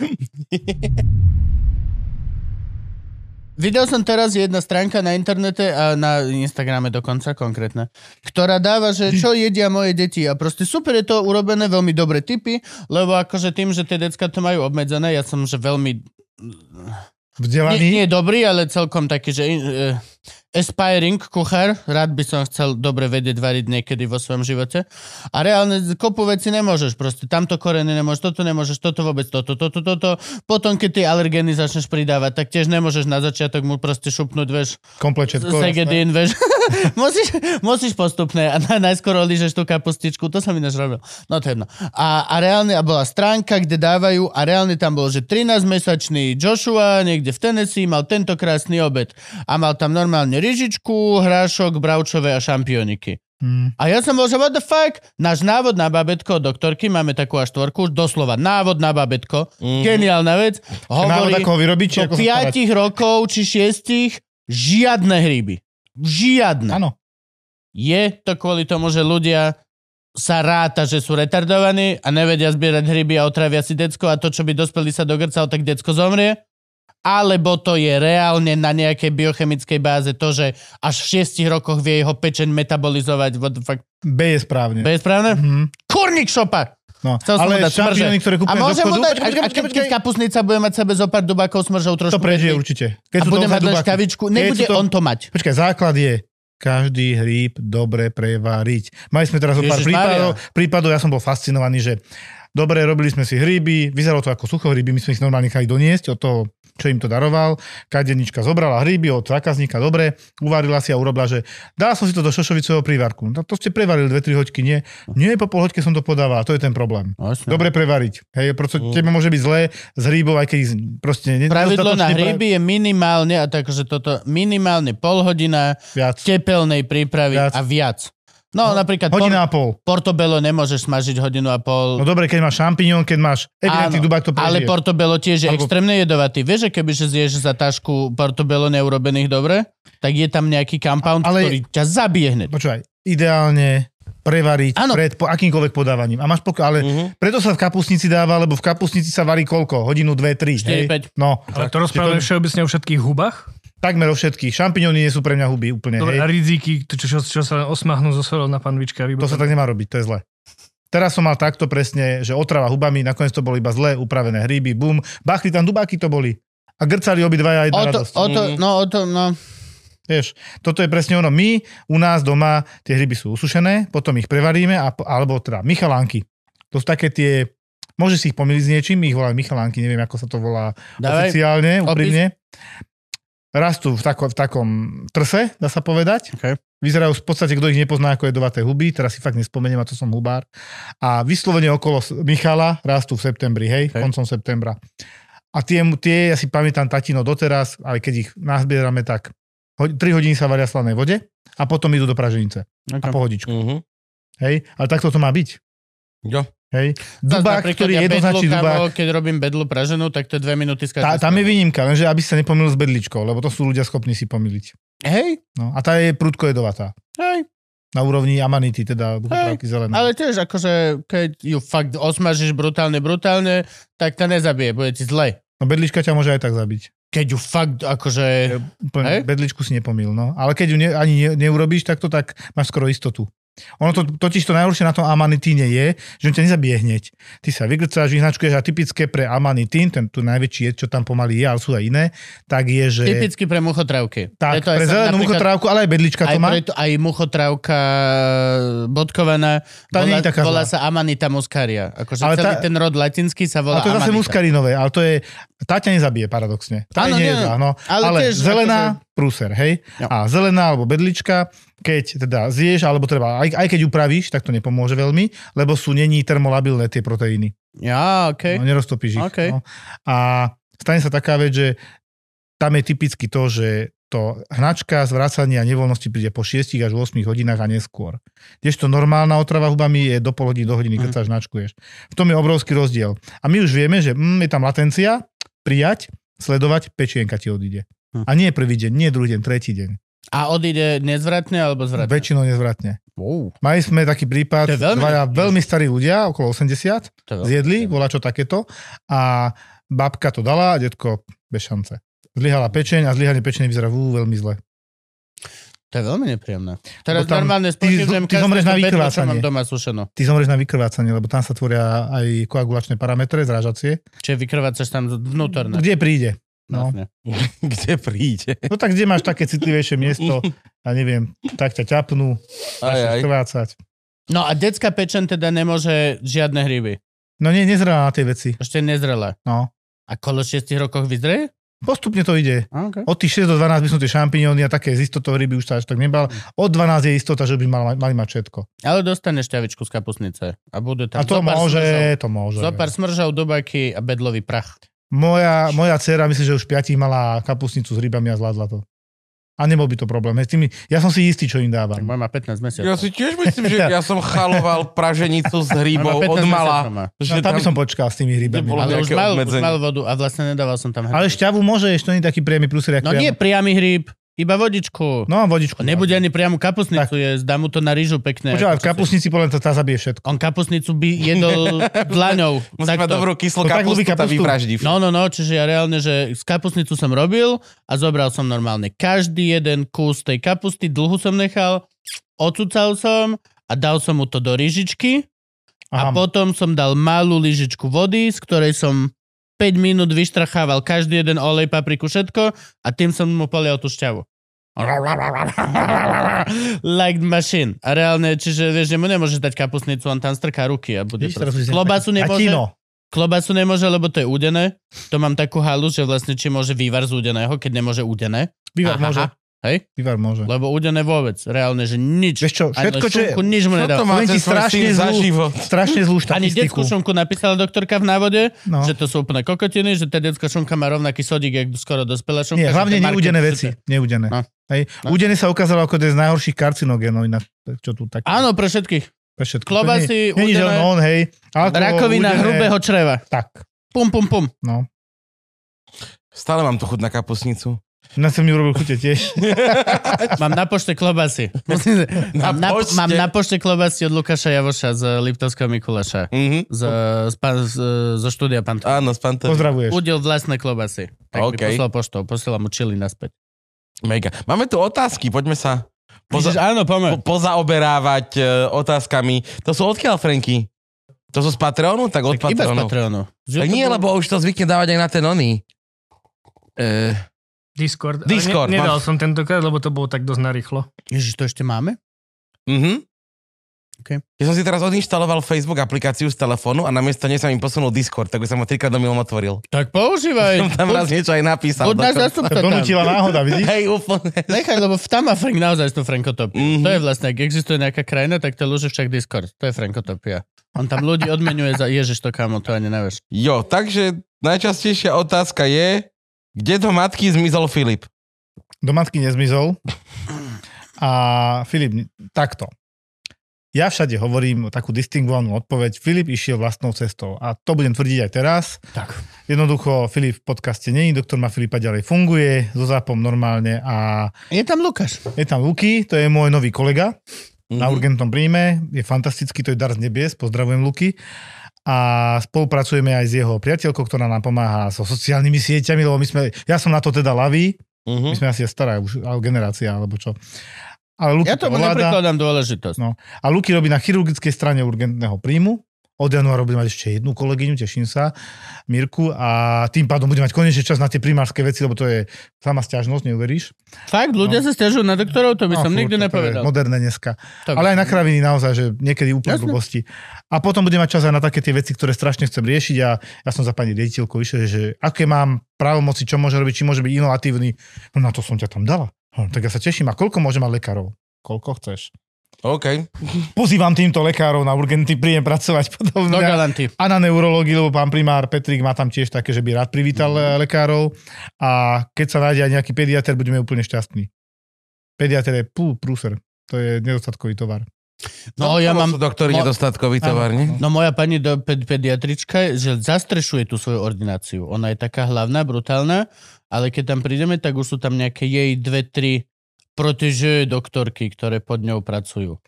Videl som teraz jedna stránka na internete a na Instagrame dokonca konkrétne, ktorá dáva, že čo jedia moje deti a proste super je to urobené, veľmi dobré tipy, lebo akože tým, že tie decka to majú obmedzené, ja som že veľmi, nie, Vzdelaný. nie dobrý, ale celkom taký, že uh, aspiring kuchár, rád by som chcel dobre vedieť variť niekedy vo svojom živote a reálne z- kopu veci nemôžeš, proste tamto koreny nemôžeš, toto nemôžeš, toto vôbec, toto, toto, toto, potom keď tie alergény začneš pridávať, tak tiež nemôžeš na začiatok mu proste šupnúť, vieš, Komplet všetko. jasné. Segedin, vieš. (laughs) musíš, musíš postupne a na, najskôr olížeš tú kapustičku, to som ináč robil. No to je jedno. A, a reálne, a bola stránka, kde dávajú, a reálne tam bol, že 13-mesačný Joshua niekde v Tennessee mal tento krásny obed. A mal tam normálne ryžičku, hrášok, bravčové a šampióniky. Mm. A ja som bol, že what the fuck? Náš návod na babetko od doktorky, máme takú až tvorku, doslova návod na babetko, Mhm. mm. geniálna vec. Mhm. Návod, Hovorí, ako ho vyrobiť, či ako do sa starať. 5 rokov či 6 žiadne hryby. Žiadne. Áno. Je to kvôli tomu, že ľudia sa ráta, že sú retardovaní a nevedia zbierať hryby a otravia si decko a to, čo by dospelý sa dogrcal, tak decko zomrie. Alebo to je reálne na nejakej biochemickej báze to, že až v 6 rokoch vie jeho pečeň metabolizovať. What the fuck? B je správne. To je správne? Mhm. Kurník šopa! No. Chcel som mu Ale dať šampióny, smrže. ktoré A kúpujem z môžem mu obchodu, dať, a, a počkaj, počkaj, keď, keď počkaj, kapusnica bude mať sebe zo pár dubákov s mržou trošku. to prežije väčších, určite. Keď a sú bude to mať len dubáky. šťavičku, Keď nebude sú to- on to mať. Počkaj, základ je, každý hríb dobre prevariť. Mali sme teraz o Ježišmaria. pár prípadov, prípadov, ja som bol fascinovaný, že dobre, robili sme si hríby, vyzeralo to ako suchohríby, my sme ich normálne nechali doniesť od toho, čo im to daroval. Kadenička zobrala hríby od zákazníka, dobre, uvarila si a urobila, že dá som si to do šošovicového prívarku. No to ste prevarili 2-3 hoďky, nie. Nie, po pol hoďke som to podávala, to je ten problém. No, Dobre prevariť. Hej, proste tebe môže byť zlé z hríbov, aj keď ich proste... ne- Pravidlo na nedostatočne pre- hryby je minimálne, a takže toto minimálne pol hodina Viac. tepelnej prípravy Viac. a viac. No, napríklad por- Hodina a pol. portobello nemôžeš smažiť hodinu a pol. No dobre, keď máš šampiňón, keď máš evidentný Áno, dubák, to prežije. ale portobello tiež je Alebo- extrémne jedovatý. Vieš, že kebyže zješ za tašku portobello neurobených dobre, tak je tam nejaký compound, Ale- ktorý ťa zabije hneď. Počúvaj, ideálne prevariť Áno. Mm. ano. pred po, akýmkoľvek podávaním. A máš pok- ale Mhm. uh-huh. preto sa v kapusnici dáva, lebo v kapusnici sa varí koľko? Hodinu, dve, tri. Štyri, hej? päť. No, Ale to rozprávame všeobecne o všetkých hubách. takmer o všetkých. Šampiňóny nie sú pre mňa huby úplne. Dobre, a Hej. rizíky, to, čo, čo, čo sa osmahnú zo sorol na panvička. To sa tak nemá robiť, to je zle. Teraz som mal takto presne, že otrava hubami, nakoniec to boli iba zlé upravené hríby, bum, bachli tam dubáky to boli. A grcali obidvaja jedna O to, radosť. o to, no, o to, no. Vieš, toto je presne ono. My u nás doma tie hryby sú usušené, potom ich prevaríme, a, po- alebo teda Michalánky. To sú také tie, môžeš si ich pomýliť s niečím, my ich volajú Michalánky, neviem, ako sa to volá Dávaj. oficiálne, opis. úprimne. Rastú v, tako, v takom trse, dá sa povedať. Okay. Vyzerajú v podstate, kto ich nepozná ako jedovaté huby, teraz si fakt nespomeniem, a to som hubár. A vyslovene okolo S- Michala rastú v septembri, Hej. hej, okay. koncom septembra. A tie, mu- tie, ja si pamätám tatino doteraz, ale keď ich nazbierame, tak 3 hodiny sa varia v slanej vode a potom idú do praženice. A Okay. pohodičku. Mhm. Hej? Ale takto to má byť. Jo. Hej? Dubák, Napríklad ktorý je ja jednoznačný bedlu, dubák, kámo, Keď robím bedlu praženú, tak to je dve minúty tá, skáča. tam je výnimka, lenže aby sa nepomýlil s bedličkou, lebo to sú ľudia schopní si pomýliť. Hej, No, a tá je prudko jedovatá. hej. Na úrovni amanity, teda buchotrávky zelené. Ale tiež akože, keď ju fakt osmažíš brutálne, brutálne, tak ta nezabije, bude ti zle. No bedlička ťa môže aj tak zabiť. Keď ju fakt akože... Úplne, Hej? Bedličku si nepomýl, no. Ale keď ju ne, ani ne, neurobíš takto, tak máš skoro istotu. Ono to, totiž to najhoršie na tom amanitíne je, že on ťa nezabije hneď. Ty sa vygrcáš, vyznačkuješ a typické pre amanitín, ten tu najväčší je, čo tam pomaly je, ale sú aj iné, tak je, že... Typicky pre muchotrávky. tak, Preto aj pre sa zelenú napríklad- muchotrávku, ale aj bedlička Aj to má. preto aj muchotrávka bodkovaná Tá nie volá, je taká volá zlá. sa Amanita muscaria. Akože Ale celý tá- ten rod latinský sa Ale volá to je zase Amanita. muskarinové, ale to je... Tá ťa nezabije paradoxne. Tá Áno, ano, nie, nie, nie, no. ale Ale, ale tiež zelená, akože... prúser, hej? Jo. A zelená alebo bedlička, keď teda zješ, alebo treba, aj, aj keď upravíš, tak to nepomôže veľmi, lebo sú není termolabilné tie proteíny. akože- Ja, okej. No, neroztopíš ich. OK. No. A stane sa taká vec, že tam je typicky to, že to hnačka zvracania nevoľnosti príde po 6 až 8 hodinách a neskôr. Kdežto normálna otrava hubami je do pol hodiny, do Mhm. hodiny, keď sa hnačkuješ. V tom je obrovský rozdiel. A my už vieme, že mm, je tam latencia, prijať, sledovať, pečienka ti odíde. Hm. A nie prvý deň, nie druhý deň, tretí deň. A odíde nezvratne alebo zvratne? Väčšinou nezvratne. Wow, Mali sme taký To prípad, je veľmi- veľmi, dvaja veľmi starí ľudia, okolo 80, to No, je veľké. zjedli, bola čo takéto a babka to dala a detko bez šance. Zlyhala Mm. pečeň a zlyhanie pečene vyzerá vú, veľmi zle. To je veľmi nepríjemné. Teraz Lebo tam- normálne ty- spochybňujem ty zomreš na bedlo, čo vykrvácanie. mám doma sušeno. Ty zomrieš na vykrvácanie, lebo tam sa tvoria aj koagulačné parametre, zrážacie. Čiže vykrvácaš tam vnútorné. Kde príde? No. Jasne. Kde príde? No tak kde máš také citlivejšie miesto a neviem, tak ťa ťapnú, Aj, aj. začneš krvácať. No a detská pečen teda nemôže žiadne hryby. No nie, nezrela na tie veci. Ešte je nezrelá. No. A kolo 6 rokov vyzrie? Postupne to ide. A, Okay. Od tých 6 do 12 by sú tie šampiňóny a také z istotou ryby už sa až tak nebal. Mm. Od 12 je istota, že by mal, mali mať všetko. Ale dostaneš ťavičku z kapusnice. A bude tam A zo to pár môže, smržov. to môže. Zo pár smržov, dubaky a bedlový prach. Moja, moja dcera, myslím, že už 5 mala kapusnicu s rybami a zvládla to. A nebol by to problém. Hej, s Tými, ja som si istý, čo im Tak dávam. moja má 15 mesiacov. Ja si tiež myslím, že (laughs) ja som chaloval praženicu s Moja má hríbou 15 od mala. mesiacov má. No, tam by som počkal s tými Kde bolo hrybami. Ale, Ale už nejaké mal, už obmedzenie. mal vodu a vlastne nedával som tam hryby. ale šťavu môže, ešte to nie je taký priamy prúser. jak No priamo. nie priamy hryb, iba vodičku. No a On vodičku. Nebude ani priamu kapusnicu jesť, dá mu to na rýžu pekne. ako čo Počúva, v si- kapusnici podľa mňa tá- tá zabije všetko. On kapusnicu by (laughs) jedol dlaňou. Musí mať takto. dobrú kyslú To tak kapustu, ľubí tá kapustu. vyvraždí. (laughs) No, no, no, čiže ja reálne, že z kapusnicu som robil a zobral som normálne každý jeden kus tej kapusty, dlhu som nechal, ocucal som a dal som mu to do lyžičky a Aha, potom som dal malú lyžičku vody, z ktorej som 5 minút vyštrachával každý jeden olej, papriku, všetko a tým som mu polial tú šťavu. (laughs) like machine. A reálne, čiže vieš, že mu nemôžeš dať kapusnicu, on tam strká ruky a bude Vidíš, teraz proste. už- Klobásu A nemôže, kino. klobasu nemôže, lebo to je údené. To mám takú halu, že vlastne či môže vývar z údeného, keď nemôže údené. Vývar Aha. môže. Hej? Vývar môže. Lebo údené vôbec. Reálne, že nič. Vieš čo, všetko, čo je... šunku, nič mu nedá. To má Len ten ti svoj strašne syn za zlú- život. Strašne zlú štatistiku. Ani detskú šunku napísala doktorka v návode, no. No. že to sú úplne kokotiny, že tá detská šunka má rovnaký sodík, jak skoro dospelá šunka. že Nie, hlavne to market- neudené veci. Neudené. No. Hej. No. Údené sa ukázalo ako jeden z najhorších karcinogénov, inak čo tu tak... Áno, pre všetkých. pre všetko. klobasy, To nie- Není, že údené- len on, hej. Alkohol, Rakovina údené, hrubého čreva. Tak, Pum, pum, pum. no. Stále mám tu chuť na kapusnicu. Na som mi urobil chute (laughs) tiež. Mám na pošte klobasy. Musím... Na mám, na, pošte. mám na pošte klobasy od Lukáša Javoša z Liptovského Mikuláša. Mhm. Z, z, pán- z, zo štúdia Panto. Áno, z Pantery. Pozdravuješ. Udiel vlastné klobasy. Tak OK. okay. mi poslal poštou. Posielam mu čili naspäť. Mega. Máme tu otázky, poďme sa poza- Vidíš, áno, po- pomer. pozaoberávať e, otázkami. To sú odkiaľ, Franky? To sú z Patreonu? Tak od Iba z Patreonu. Patreonu. Z Tak nie, YouTube- lebo už to zvykne dávať aj na ten oný. E, Discord. Ale Discord, Ne, mám. nedal som tentokrát, lebo to bolo tak dosť narýchlo. Ježiš, to ešte máme? mhm. OK. Ja som si teraz odinštaloval Facebook aplikáciu z telefónu a namiesto nej sa mi posunul Discord, tak už som ho trikrát domilom otvoril. Tak používaj. Som tam raz niečo aj napísal. Od nás dokonca. zastupca tam. Donútila náhoda, vidíš? Hej, úplne. Nechaj, lebo v- tam má Frank naozaj tú frankotopia. Mhm. To je vlastne, ak existuje nejaká krajina, tak to lúže však Discord. To je frankotopia. On tam ľudí odmenuje za... Ježiš, to kamo, to ani nevieš. Jo, takže najčastejšia otázka je, kde do matky zmizol Filip? Do matky nezmizol. A Filip, takto. Ja všade hovorím takú distingovanú odpoveď. Filip išiel vlastnou cestou. A to budem tvrdiť aj teraz. Tak. Jednoducho, Filip v podcaste není, doktor ma Filipa ďalej funguje, so zápom normálne a Je tam Lukáš. je tam Luky, to je môj nový kolega na Mhm. urgentnom príjme, je fantastický, to je dar z nebies, pozdravujem Luky. A spolupracujeme aj s jeho priateľkou, ktorá nám pomáha so sociálnymi sieťami, lebo my sme, ja som na to teda lavý, Mhm. my sme asi stará už ale generácia, alebo čo. Ale Luky Ja tomu neprikladám dôležitosť. No. A Luky robí na chirurgickej strane urgentného príjmu. Od januára budem mať ešte jednu kolegyňu, teším sa, Mirku, a tým pádom budem mať konečne čas na tie primárske veci, lebo to je sama stiažnosť, neuveríš. Fakt, ľudia sa stiažujú na doktorov, to by som No, nikdy furt, to je nepovedal. Moderné dneska. To by Ale aj som- na kraviny naozaj, že niekedy úplne Jasné. blbosti. A potom budem mať čas aj na také tie veci, ktoré strašne chcem riešiť a ja som za pani riaditeľkou išiel, že aké mám právomoci, čo môže robiť, či môže byť inovatívny. No na to som ťa tam dala. Hm, tak ja sa teším. A koľko môže mať lekárov? Koľko chceš? OK. Pozývam týmto lekárov na urgentný príjem pracovať podobne. Do galanty. A na neurológii, lebo pán primár Petrik má tam tiež také, že by rád privítal eh, lekárov. A keď sa nájde aj nejaký pediater, budeme úplne šťastní. Pediater je pú, prúser. To je nedostatkový tovar. No, ja mám... Doktori mo- nedostatkový tovar, nie? No moja pani do, ped, pediatrička, že zastrešuje tú svoju ordináciu. Ona je taká hlavná, brutálna, ale keď tam prídeme, tak už sú tam nejaké jej dve, tri proteže doktorky, ktoré pod ňou pracujú.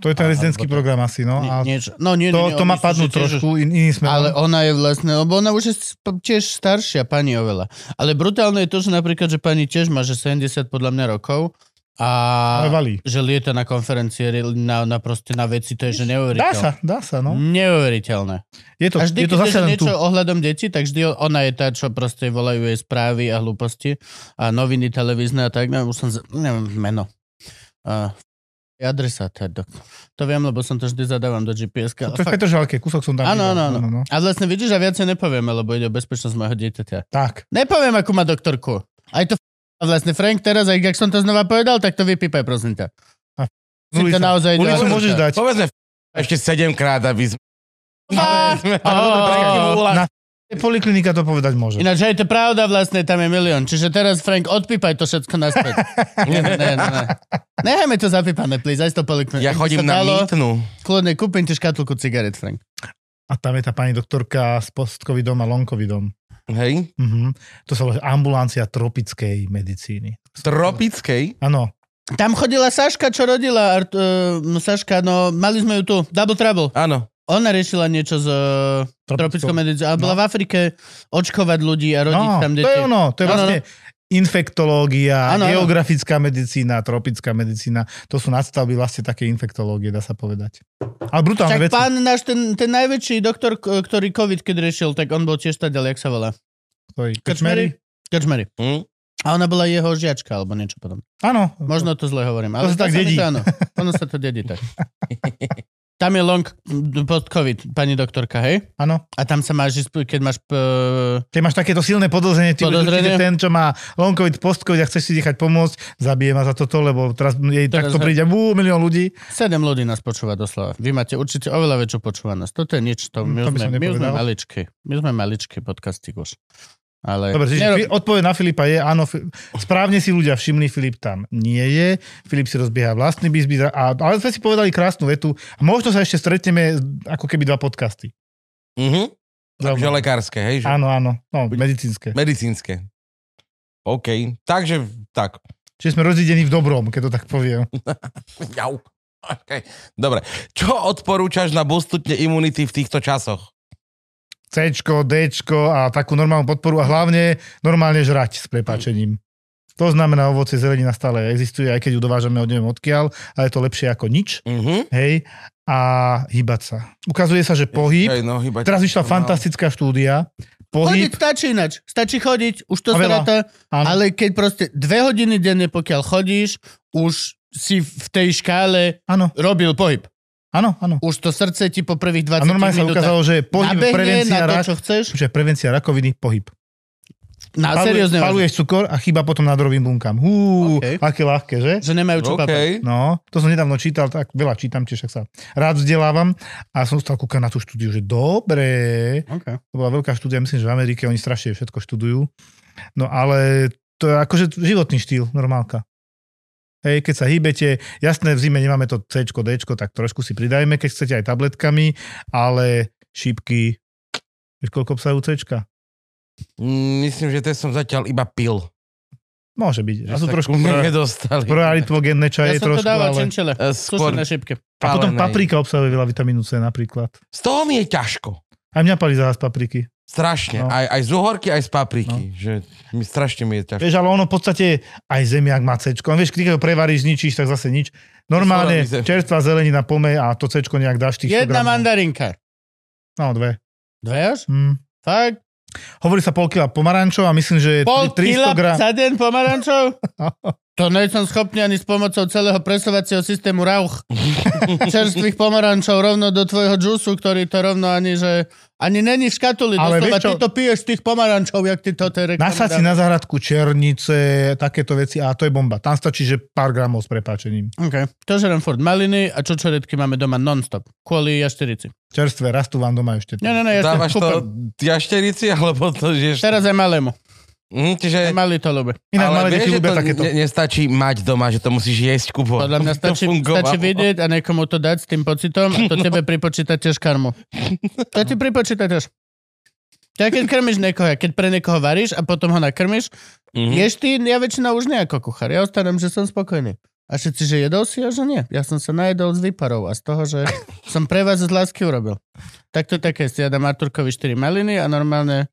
To je ten Aha, rezidentský alebo to- program asi, no. Nie, A nie, no, nie, nie, to, nie, to oni má sú, padnúť že tiež už- trošku, in, iný smer. Ale ona je vlastne, lebo ona už je sp- tiež staršia pani oveľa. Ale brutálne je to, že napríklad, že pani tiež má, že 70 podľa mňa rokov a ale valí. že lieta na konferencie, ri- na, na proste na veci, to je, že neuveriteľné. Dá sa, dá sa, Mhm. no. Neuveriteľné. Je to, a vždy, je to keď zase je len tu. niečo ohľadom detí, tak vždy ona je tá, čo proste volajú jej správy a hlúposti a noviny televízne a tak, neviem, už som, z... neviem, meno. A adresa, teda. to viem, lebo som to vždy zadávam do GPS-ka. ale To je v fakt- Petržalke, kúsok som tam. Áno, videl. áno, áno. no. A vlastne vidíš, a viacej nepovieme, lebo ide o bezpečnosť mojho dieťaťa. Tak. Nepoviem, akú má doktorku. Aj to f- a vlastne Frank teraz, aj ak som to znova povedal, tak to vypípaj, prosím ťa. A No, Si to ulica. naozaj do Ulicu adresa. môžeš dať. Povedzme f- ešte sedemkrát, aby (laughs) sme... A- Sme- a- Na poliklinika to povedať môže. Ináč, že je to pravda, vlastne tam je milión. Čiže teraz, Frank, odpípaj to všetko (laughs) naspäť. nie, nie, nie, nie. Nechajme to zapípané, please, aj to polikne. Ak Ja by chodím sa na dalo, mýtnu. Kľudne, kúpim ti škatulku cigaret, Frank. A tam je tá pani doktorka s postcovidom a long-covidom. Hej. Mhm. To sa volá ambulancia tropickej medicíny. Tropickej. Áno. Tam chodila Saška, čo rodila. Art, uh, Saška, no mali sme ju tu. Double Trouble. Áno. Ona riešila niečo z uh, tropickou medicínou. A bola v Afrike očkovať ľudí a rodiť No, tam to deti. je ono. To je Áno, vlastne infektológia, Áno, áno. geografická medicína, tropická medicína. To sú nadstavby vlastne také infektológie, dá sa povedať. Ale Však brutálne veci. pán náš, ten, ten najväčší doktor, k- ktorý COVID keď riešil, tak on bol tiež tadiaľ, jak sa volá? To je Krčmery? Krčmery. Hm? A ona bola jeho žiačka, alebo niečo potom. Áno. Možno to zle hovorím. To Ale sa sa tak mi dedí. To, áno, ono sa to dedí (laughs) tak. Tam je long post-covid, pani doktorka, hej? Áno. A tam sa máš, ísť, keď máš... p- Keď máš takéto silné podozrenie, ty budeš Podozrenie? určite ten, čo má long covid, post covid a chceš si nechať pomôcť, zabije ma za toto, lebo teraz jej Teraz ho- takto príde bú, milión ľudí. Sedem ľudí nás počúva doslova. Vy máte určite oveľa väčšiu počúvanosť. Toto je nič, to my, Hm, to by som sme, my už sme nepovedal. maličké. My sme maličké podcasty už. Ale... Dobre, čiže Nerob- Fi- odpoveď na Filipa je, áno, Fi- správne si ľudia všimli, Filip tam nie je, Filip si rozbieha vlastný bizbis, a, ale sme si povedali krásnu vetu a možno sa ešte stretneme ako keby dva podcasty. Mhm. Takže Zaujímavé. lekárske, hej? Že... Áno, áno, no, medicínske. Medicínske. OK. Takže, tak. Čiže sme rozidení v dobrom, keď to tak poviem. Jau. Okay. Dobre. Čo odporúčaš na boostutne imunity v týchto časoch? Cčko, Dčko a takú normálnu podporu a hlavne normálne žrať s prepáčením. To znamená, ovoce zelenina stále existuje, aj keď ju dovážame od neviem odkiaľ, ale je to lepšie ako nič, Mhm. hej, a hýbať sa. Ukazuje sa, že pohyb, Aj, no, hýbať. teraz vyšla fantastická štúdia, Chodiť pohyb, stačí ináč. Stačí chodiť, už to A sa veľa. ráta, áno, ale keď proste dve hodiny denne, pokiaľ chodíš, už si v tej škále áno, robil pohyb. áno, áno. Už to srdce ti po prvých A 20 normálne sa minútach ukázalo, že pohyb, nabehne na prevencia, to, rak, čo chceš. že prevencia rakoviny, pohyb. Na Paluje- seriózne. vážne. Paluješ cukor a chyba potom nádorovým bunkám. Hú, OK. aké ľahké, že? Že nemajú čo OK. papať. No, to som nedávno čítal, tak veľa čítam, tiež však sa rád vzdelávam a som stal kúkať na tú štúdiu, že dobre, Okay. to bola veľká štúdia, myslím, že v Amerike oni strašne všetko študujú, no ale to je akože životný štýl, normálka. Hej, keď sa hýbete, jasné, v zime nemáme to C, D, tak trošku si pridajme, keď chcete aj tabletkami, ale šípky, vieš, koľko obsahujú C? Mm, Myslím, že to som zatiaľ iba pil. Môže byť. A sú sa trošku ku mne (laughs) pro- nedostali. proaritvogenné Ja čaje som to trošku, dával ale... ale... čenčele. E, Skôr... Skôr na šipke. A potom pálenej. paprika obsahuje veľa vitamínu C napríklad. Z toho mi je ťažko. Aj mňa pali záhaz papriky. Strašne. No. Aj, aj z uhorky, aj z papriky. Že mi strašne mi je ťažko. Vieš, ale ono v podstate aj zemiak má C. Vieš, keď ho prevaríš, zničíš, tak zase nič. Normálne Skoro mi zem- čerstvá zelenina pomej a to C nejak dáš tých 100 Jedna gramov. mandarinka. No, dve. Dve až? Hm. Fakt? Hovorí sa pol kila pomarančov a myslím, že Pol tri- 300 kila gram. No. za deň (laughs) pomarančov? To nie som schopný ani s pomocou celého presovacieho systému rauch. Čerstvých pomarančov rovno do tvojho džusu, ktorý to rovno ani, že... Ani není v škatuli, doslova, Ale vieš čo? ty to piješ z tých pomarančov, jak ty to tej reklame Nasad si dávaš. na záhradku černice, takéto veci a to je bomba. Tam stačí, že pár gramov s prepáčením. OK. To žerem furt maliny a čočoretky máme doma non-stop. Kvôli jašterici. Čerstvé, rastú vám doma ešte. Nie, nie, nie, ja Dávaš to to... jašterici, alebo to no, žiješ... Teraz aj malému. Hm, Aj čiže... malý to ľubí. Inak ale malé vieš, deti že ľúbia to takéto. ne, nestačí mať doma, že to musíš jesť, Kubo. Podľa mňa Aby to stačí, fungovalo. stačí vidieť a niekomu to dať s tým pocitom a to tebe pripočíta tiež karmu. To ti pripočíta tiež. To je, keď krmíš niekoho, keď pre niekoho varíš a potom ho nakrmíš, Mhm. ješ ty, ja väčšina už nie ako kuchár, ja ostanem, že som spokojný. A všetci, že jedol si, ja že nie. Ja som sa najedol z výparov a z toho, že som pre vás z lásky urobil. Tak to je také, si ja dám Arturkovi 4 maliny a normálne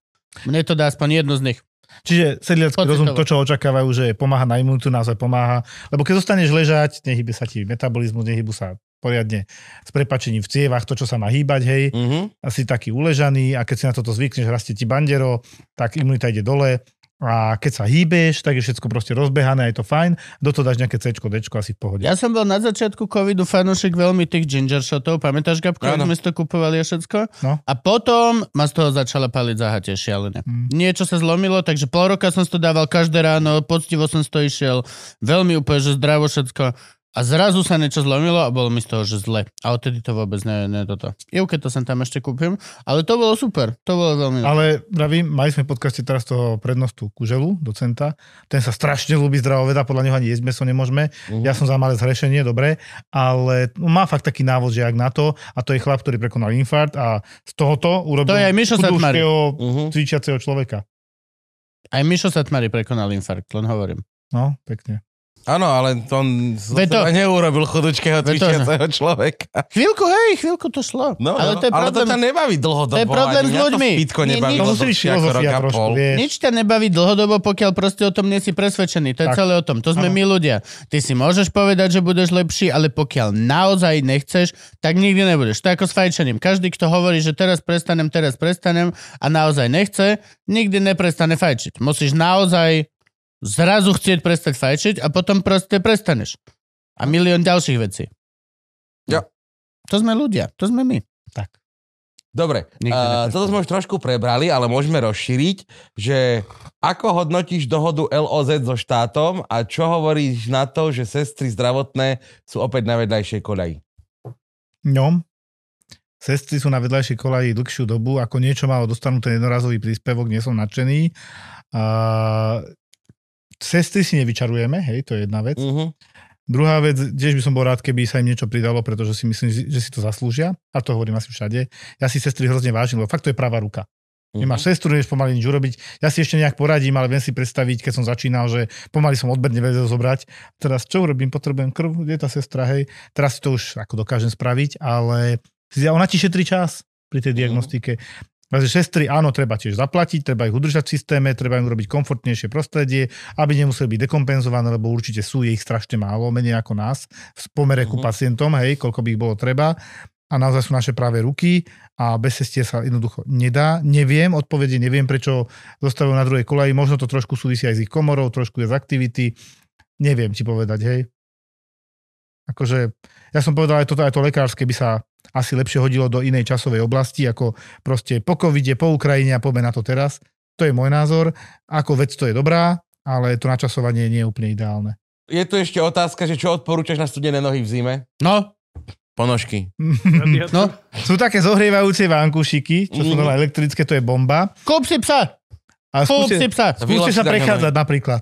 mne to dá aspoň jednu z nich. Čiže sedliacký Pocitovo. rozum, to, čo očakávajú, že pomáha na imunitu, naozaj pomáha. Lebo keď zostaneš ležať, nehybe sa ti metabolizmus, nehybu sa poriadne s prepačením v cievach, to, čo sa má hýbať, hej, Mhm. asi taký uležaný a keď si na toto zvykneš, rastie ti bandero, tak imunita ide dole a keď sa hýbeš, tak je všetko proste rozbehané, je to fajn, do toho dáš nejaké C, D, asi v pohode. Ja som bol na začiatku covidu fanúšik veľmi tých ginger shotov, pamätáš, Gabko, ako Áno. sme si to kupovali a všetko? No. A potom ma z toho začala paliť zahatie šialené. Mm. Niečo sa zlomilo, takže pol roka som si to dával každé ráno, poctivo som si to išiel, veľmi úplne, že zdravo všetko. A zrazu sa niečo zlomilo a bolo mi z toho, že zle. A odtedy to vôbec ne, ne toto. Jevke to sem tam ešte kúpim, ale to bolo super. To bolo veľmi... Ale vravím, mali sme v podcaste teraz toho prednostu Kuželu, docenta. Ten sa strašne ľúbi zdravoveda, podľa neho ani jesť meso nemôžeme. Mhm. Ja som za malé zhrešenie, dobre, ale no, má fakt taký návod, že ak na to, a to je chlap, ktorý prekonal infarkt a z tohoto To urobil je aj Mišo Satmári. chudúškeho, Mhm. cvičiaceho človeka. Aj Mišo Satmari prekonal infarkt, len hovorím. No, pekne. Áno, ale to on z Veď to- seba neurobil chudučkého Veď to- cvičiaceho človeka. Chvíľku, hej, chvíľku to šlo. No, ale to je ale to problém ťa nebaví dlhodobo. To je problém ani s mňa ľuďmi. To pitko Nie, nebaví. nie, To musí byť filozofia trošku, vieš. Nič ťa nebaví dlhodobo, pokiaľ proste o tom nie si presvedčený. To je Tak. celé o tom. To sme Áno. my ľudia. Ty si môžeš povedať, že budeš lepší, ale pokiaľ naozaj nechceš, tak nikdy nebudeš. To je ako s fajčením. Každý, kto hovorí, že teraz prestanem, teraz prestanem a naozaj nechce, nikdy neprestane fajčiť. Musíš naozaj zrazu chcieť prestať fajčiť a potom proste prestaneš. A milión ďalších vecí. Jo. To sme ľudia, to sme my. Dobre, Nikdy uh, neprestane. toto sme už trošku prebrali, ale môžeme rozšíriť, že ako hodnotíš dohodu LOZ so štátom a čo hovoríš na to, že sestry zdravotné sú opäť na vedľajšej koľaji? ňom. Sestry sú na vedľajšej kolaji dlhšiu dobu, ako niečo malo dostanú ten jednorazový príspevok, nie som nadšený. A... Sestry si nevyčarujeme, hej, to je jedna vec. Uh-huh. Druhá vec, tiež by som bol rád, keby sa im niečo pridalo, pretože si myslím, že si to zaslúžia. A to hovorím asi všade. Ja si sestry hrozne vážim, lebo fakt to je pravá ruka. Mhm. Mm-hmm. Nemáš sestru, nevieš pomaly nič urobiť. Ja si ešte nejak poradím, ale viem si predstaviť, keď som začínal, že pomaly som odber nevedel zobrať. Teraz čo urobím? Potrebujem krv, kde je tá sestra, hej. Teraz si to už ako dokážem spraviť, ale si- ona ti šetrí čas pri tej diagnostike. Takže sestry, áno, treba tiež zaplatiť, treba ich udržať v systéme, treba im urobiť komfortnejšie prostredie, aby nemuseli byť dekompenzované, lebo určite sú je ich strašne málo, menej ako nás, v pomere ku Mhm. pacientom, hej, koľko by ich bolo treba. A naozaj sú naše práve ruky a bez sestier sa jednoducho nedá. Neviem, odpovede neviem, prečo zostavujú na druhej kolaji. Možno to trošku súvisí aj s ich komorou, trošku je z aktivity. Neviem ti povedať, hej. Akože, ja som povedal aj toto, aj to lekárske by sa asi lepšie hodilo do inej časovej oblasti, ako proste po covide, po Ukrajine a poďme na to teraz. To je môj názor. Ako vec to je dobrá, ale to načasovanie nie je úplne ideálne. Je tu ešte otázka, že čo odporúčaš na studené nohy v zime? No, Ponožky. no, Sú také zohrievajúce vankušiky, čo sú Mhm. normálne elektrické, to je bomba. kúp si psa, A kúp si skúste, psa. skúste sa Vylačte prechádzať napríklad.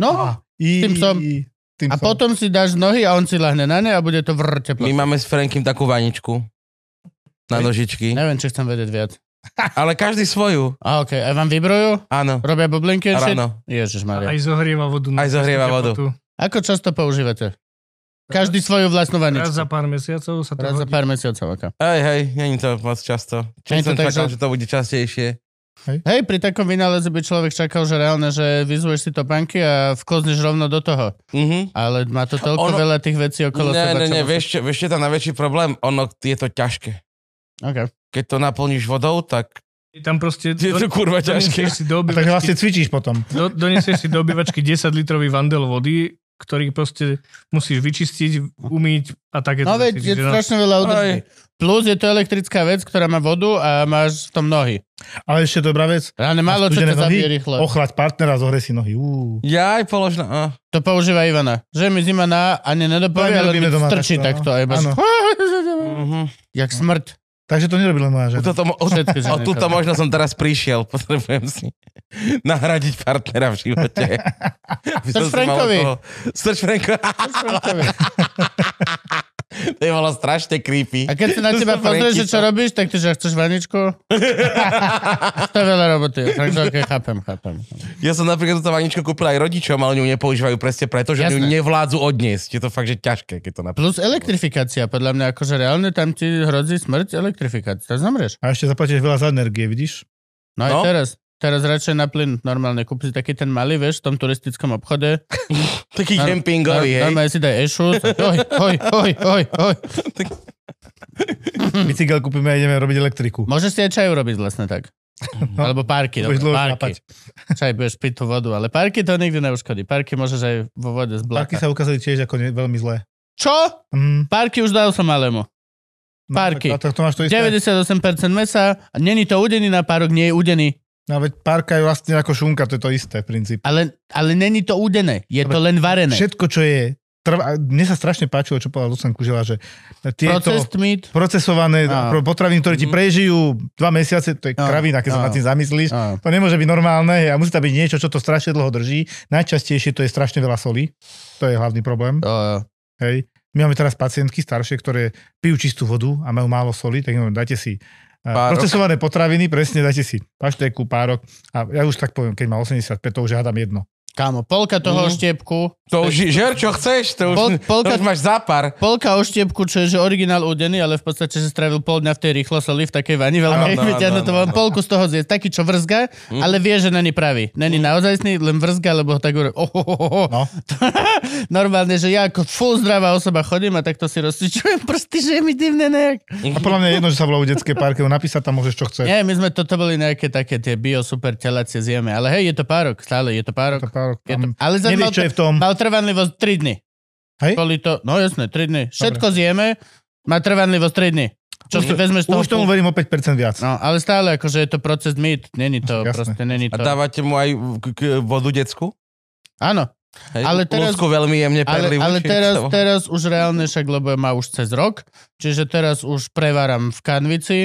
No, I, Tým som. i- Tým a som. potom si dáš nohy a on si lahne na ne a bude to vrr teplo. My máme s Frankim takú vaničku na nožičky, Neviem, či chcem vedieť viac. ale každý svoju. A okej, a vám vybrojú? Áno, Robia bublinky a shit? ráno. Ježišmaria. Aj zohrieva vodu. Aj zohrieva vodu. Ako často používate? Každý svoju vlastnú vaničku. Raz za pár mesiacov sa to Raz za hodí. pár mesiacov. Okay. Hej, hej, není to moc často. Není to Čiže som tak, čakal, že- že to bude častejšie. Hej, pri takom vynáleze by človek čakal, že reálne, že vyzuješ si topánky a vklozneš rovno do toho. Mhm. Ale má to toľko ono... Ono- veľa tých vecí okolo ne, seba. ne, čo ne, musíš- vieš, čo- vieš, čo je tam najväčší problém? Ono, je to ťažké. Okay. Keď to naplníš vodou, tak Je Tam proste... je to kurva ťažké. Donesieš si A do takže obývačky, vlastne cvičíš potom. do, donesieš si do obývačky 10 litrový vandel vody, ktorý proste musíš vyčistiť, umyť a takéto. No veď veci. je Čiže no, strašne veľa údržby. Plus je to elektrická vec, ktorá má vodu a máš v tom nohy. Ale ešte dobrá vec, Reálne málo čo studené ťa zabije nohy? rýchlo. ochlať partnera, zohre si nohy. Uú. Ja aj položná. á. To používa Ivana. Že mi zima na ani nedopovie, To aj my ale robíme mi doma strčí takto, no. takto. A iba, áno. Mhm. (laughs) jak smrť. Takže to nerobila moja O žena. toto mo- o- Všetky O ženy túto chodia. (laughs) možno som teraz prišiel. (laughs) Potrebujem si nahradiť partnera v živote. (laughs) Aby Srč som si mal Frankovi. koho- Srč Franko. (laughs) To je bolo strašne creepy. A keď sa na To teba sú pozrie, že čo Franky, to- robíš, tak ty, že chceš vaničku? to je veľa roboty. Takže okay, chápem, chápem. Ja som napríklad túto vaničku kúpil aj rodičom, ale oni ju nepoužívajú presne preto, že oni ju Jasné. nevládzu odniesť. Je to fakt, že ťažké, keď to napríklad. Plus elektrifikácia, podľa mňa, akože reálne tam ti hrozí smrť elektrifikácia. To zomrieš. A ešte zaplatíš veľa za energie, vidíš? No, no. aj No. teraz. Teraz radšej na plyn normálne. Kúp si taký ten malý, vieš, v tom turistickom obchode. Taký Norm- kempingový, hej. Normálne si daj ešus. Oj, oj, oj, oj, oj. Hm. Bicykel kúpime a ideme robiť elektriku. Môžeš si aj čaj urobiť vlastne tak. No, Alebo parky, Mhm. Budeš dobre, dlho parky. Čaj budeš piť tú vodu, ale parky to nikdy neuškodí. Parky môžeš aj vo vode z Parky blata. sa ukázali tiež ako ne, veľmi zlé. Čo? Mm, Parky už dal som malému. no, Parky. Tak, a to, to máš to isté. 98% mesa, a není to udený na párok, nie je udený. No, veď parka je vlastne ako šunka, to je to isté v princípe. Ale, ale není to udené, je to len varené. Všetko, čo je... Trvá, mne sa strašne páčilo, čo povedal Lucan Kužela, že tieto Processed meat. procesované Á. Mhm. pro- potraviny, ktoré ti prežijú dva mesiace, to je Á, kravina, keď sa á. nad tým zamyslíš. Á. To nemôže byť normálne hej, a musí tam byť niečo, čo to strašne dlho drží. Najčastejšie to je strašne veľa soli. To je hlavný problém. Á. Hej. My máme teraz pacientky staršie, ktoré pijú čistú vodu a majú málo soli, tak im hovorím, dajte si eh, Párok. procesované potraviny, presne dajte si paštéku, párok. A ja už tak poviem, keď má 85, to už hádam jedno. Kámo, polka toho Mhm. oštiepku, To už, žer, čo chceš, to už, Pol- polka- to už máš zápar. polka oštiepku, čo je že originál udený, ale v podstate si strávil pol dňa v tej rýchlo soli v takej vani veľkej, Áno, (laughs) áno, vyťahnu to áno, von, polku z toho zje, taký, čo vrzga, ale vie, že není pravý. Není naozajstný, len vrzga, lebo ho tak hovorí, oh, oh, oh, oh. No. (laughs) Normálne, že ja ako full zdravá osoba chodím a takto si rozcvičujem prsty, že je mi divné nejak. A podľa mňa je jedno, že sa volá u detské parke, lebo napísať tam môžeš, čo chceš. Nie, my sme toto boli nejaké také tie bio super telacie zjeme, ale hej, je to párok, stále je to párok. To zárok. Je to, Tam, ale za nevieš, mal, čo je v tom. mal trvanlivosť 3 dny. Hej? Boli to, no jasné, 3 dny. Všetko zjeme, má trvanlivosť 3 dny. Čo si vezmeš z toho? Už tomu verím o 5% viac. No, ale stále akože je to proces myt, není to Jasné. proste, není A to. dávate mu aj k- k- vodu decku? Áno, Hej, Ale teraz- Lúsku veľmi jemne ale, perlivú, ale či- teraz, čo? teraz už reálne však, lebo má už cez rok, čiže teraz už preváram v kanvici,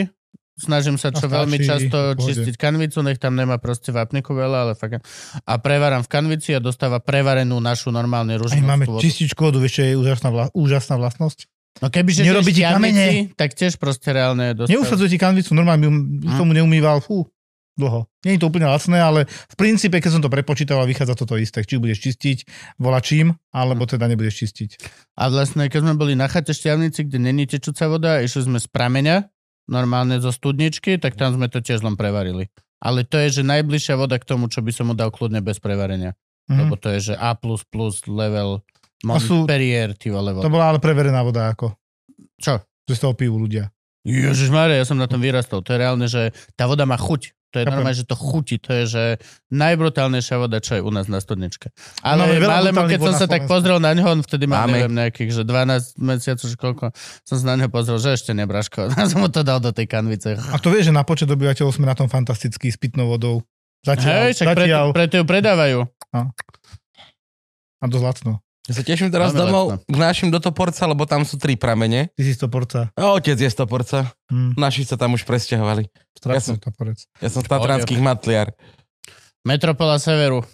snažím sa čo A veľmi No, stačí, často v pohode. čistiť kanvicu, nech tam nemá proste vápniku veľa, ale fakt. A preváram v kanvici a dostáva prevarenú našu normálne Aj ružnú máme čističku vodu, vieš, čo je úžasná, vla, úžasná vlastnosť. No kebyže Nerobí žiješ ti v kamene. Jamnici, tak tiež proste reálne dostáva. Neusadzuje ti kanvicu, normálne by Hm. už tomu neumýval, fú, dlho. Nie je to úplne lacné, ale v princípe, keď som to prepočítal, vychádza toto isté. Či budeš čistiť volačím, alebo Hm. teda nebudeš čistiť. A vlastne, keď sme boli na chate šťavnici, kde není tečúca voda, išli sme z prameňa, normálne zo studničky, tak tam sme to tiež len prevarili. Ale to je, že najbližšia voda k tomu, čo by som mu dal kľudne bez prevarenia. Mm. Lebo Mhm. to je, že A++ level sú- Montpellier, ty vole. To voda. bola ale preverená voda, ako. Čo? Že z toho pijú ľudia. Ježišmarja, ja som na tom vyrastol. To je reálne, že tá voda má chuť. To je Chápem. normálne, že to chutí. To je, že najbrutálnejšia voda, čo je u nás na studničke. Ale Máme veľa ale brutálnych keď vod som na sa tak Slovensku. pozrel na neho, on vtedy mal, Máme. neviem, nejakých, že 12 mesiacov, že koľko, som sa na neho pozrel, že ešte nebraško. (laughs) Ja som mu to dal do tej kanvice. A to vieš, že na počet obyvateľov sme na tom fantastický s pitnou vodou. Zatiaľ, Hej, však preto, zatiaľ preto ju predávajú. a dosť lacno. Ja sa teším teraz Máme domov k našim do Toporca, lebo tam sú tri pramene. Ty si stoporca. A otec je z Toporca. Hm, Naši sa tam už presťahovali. Ja strašný som- toporec. Ja som z Tatranských matliar. Metropola Severu.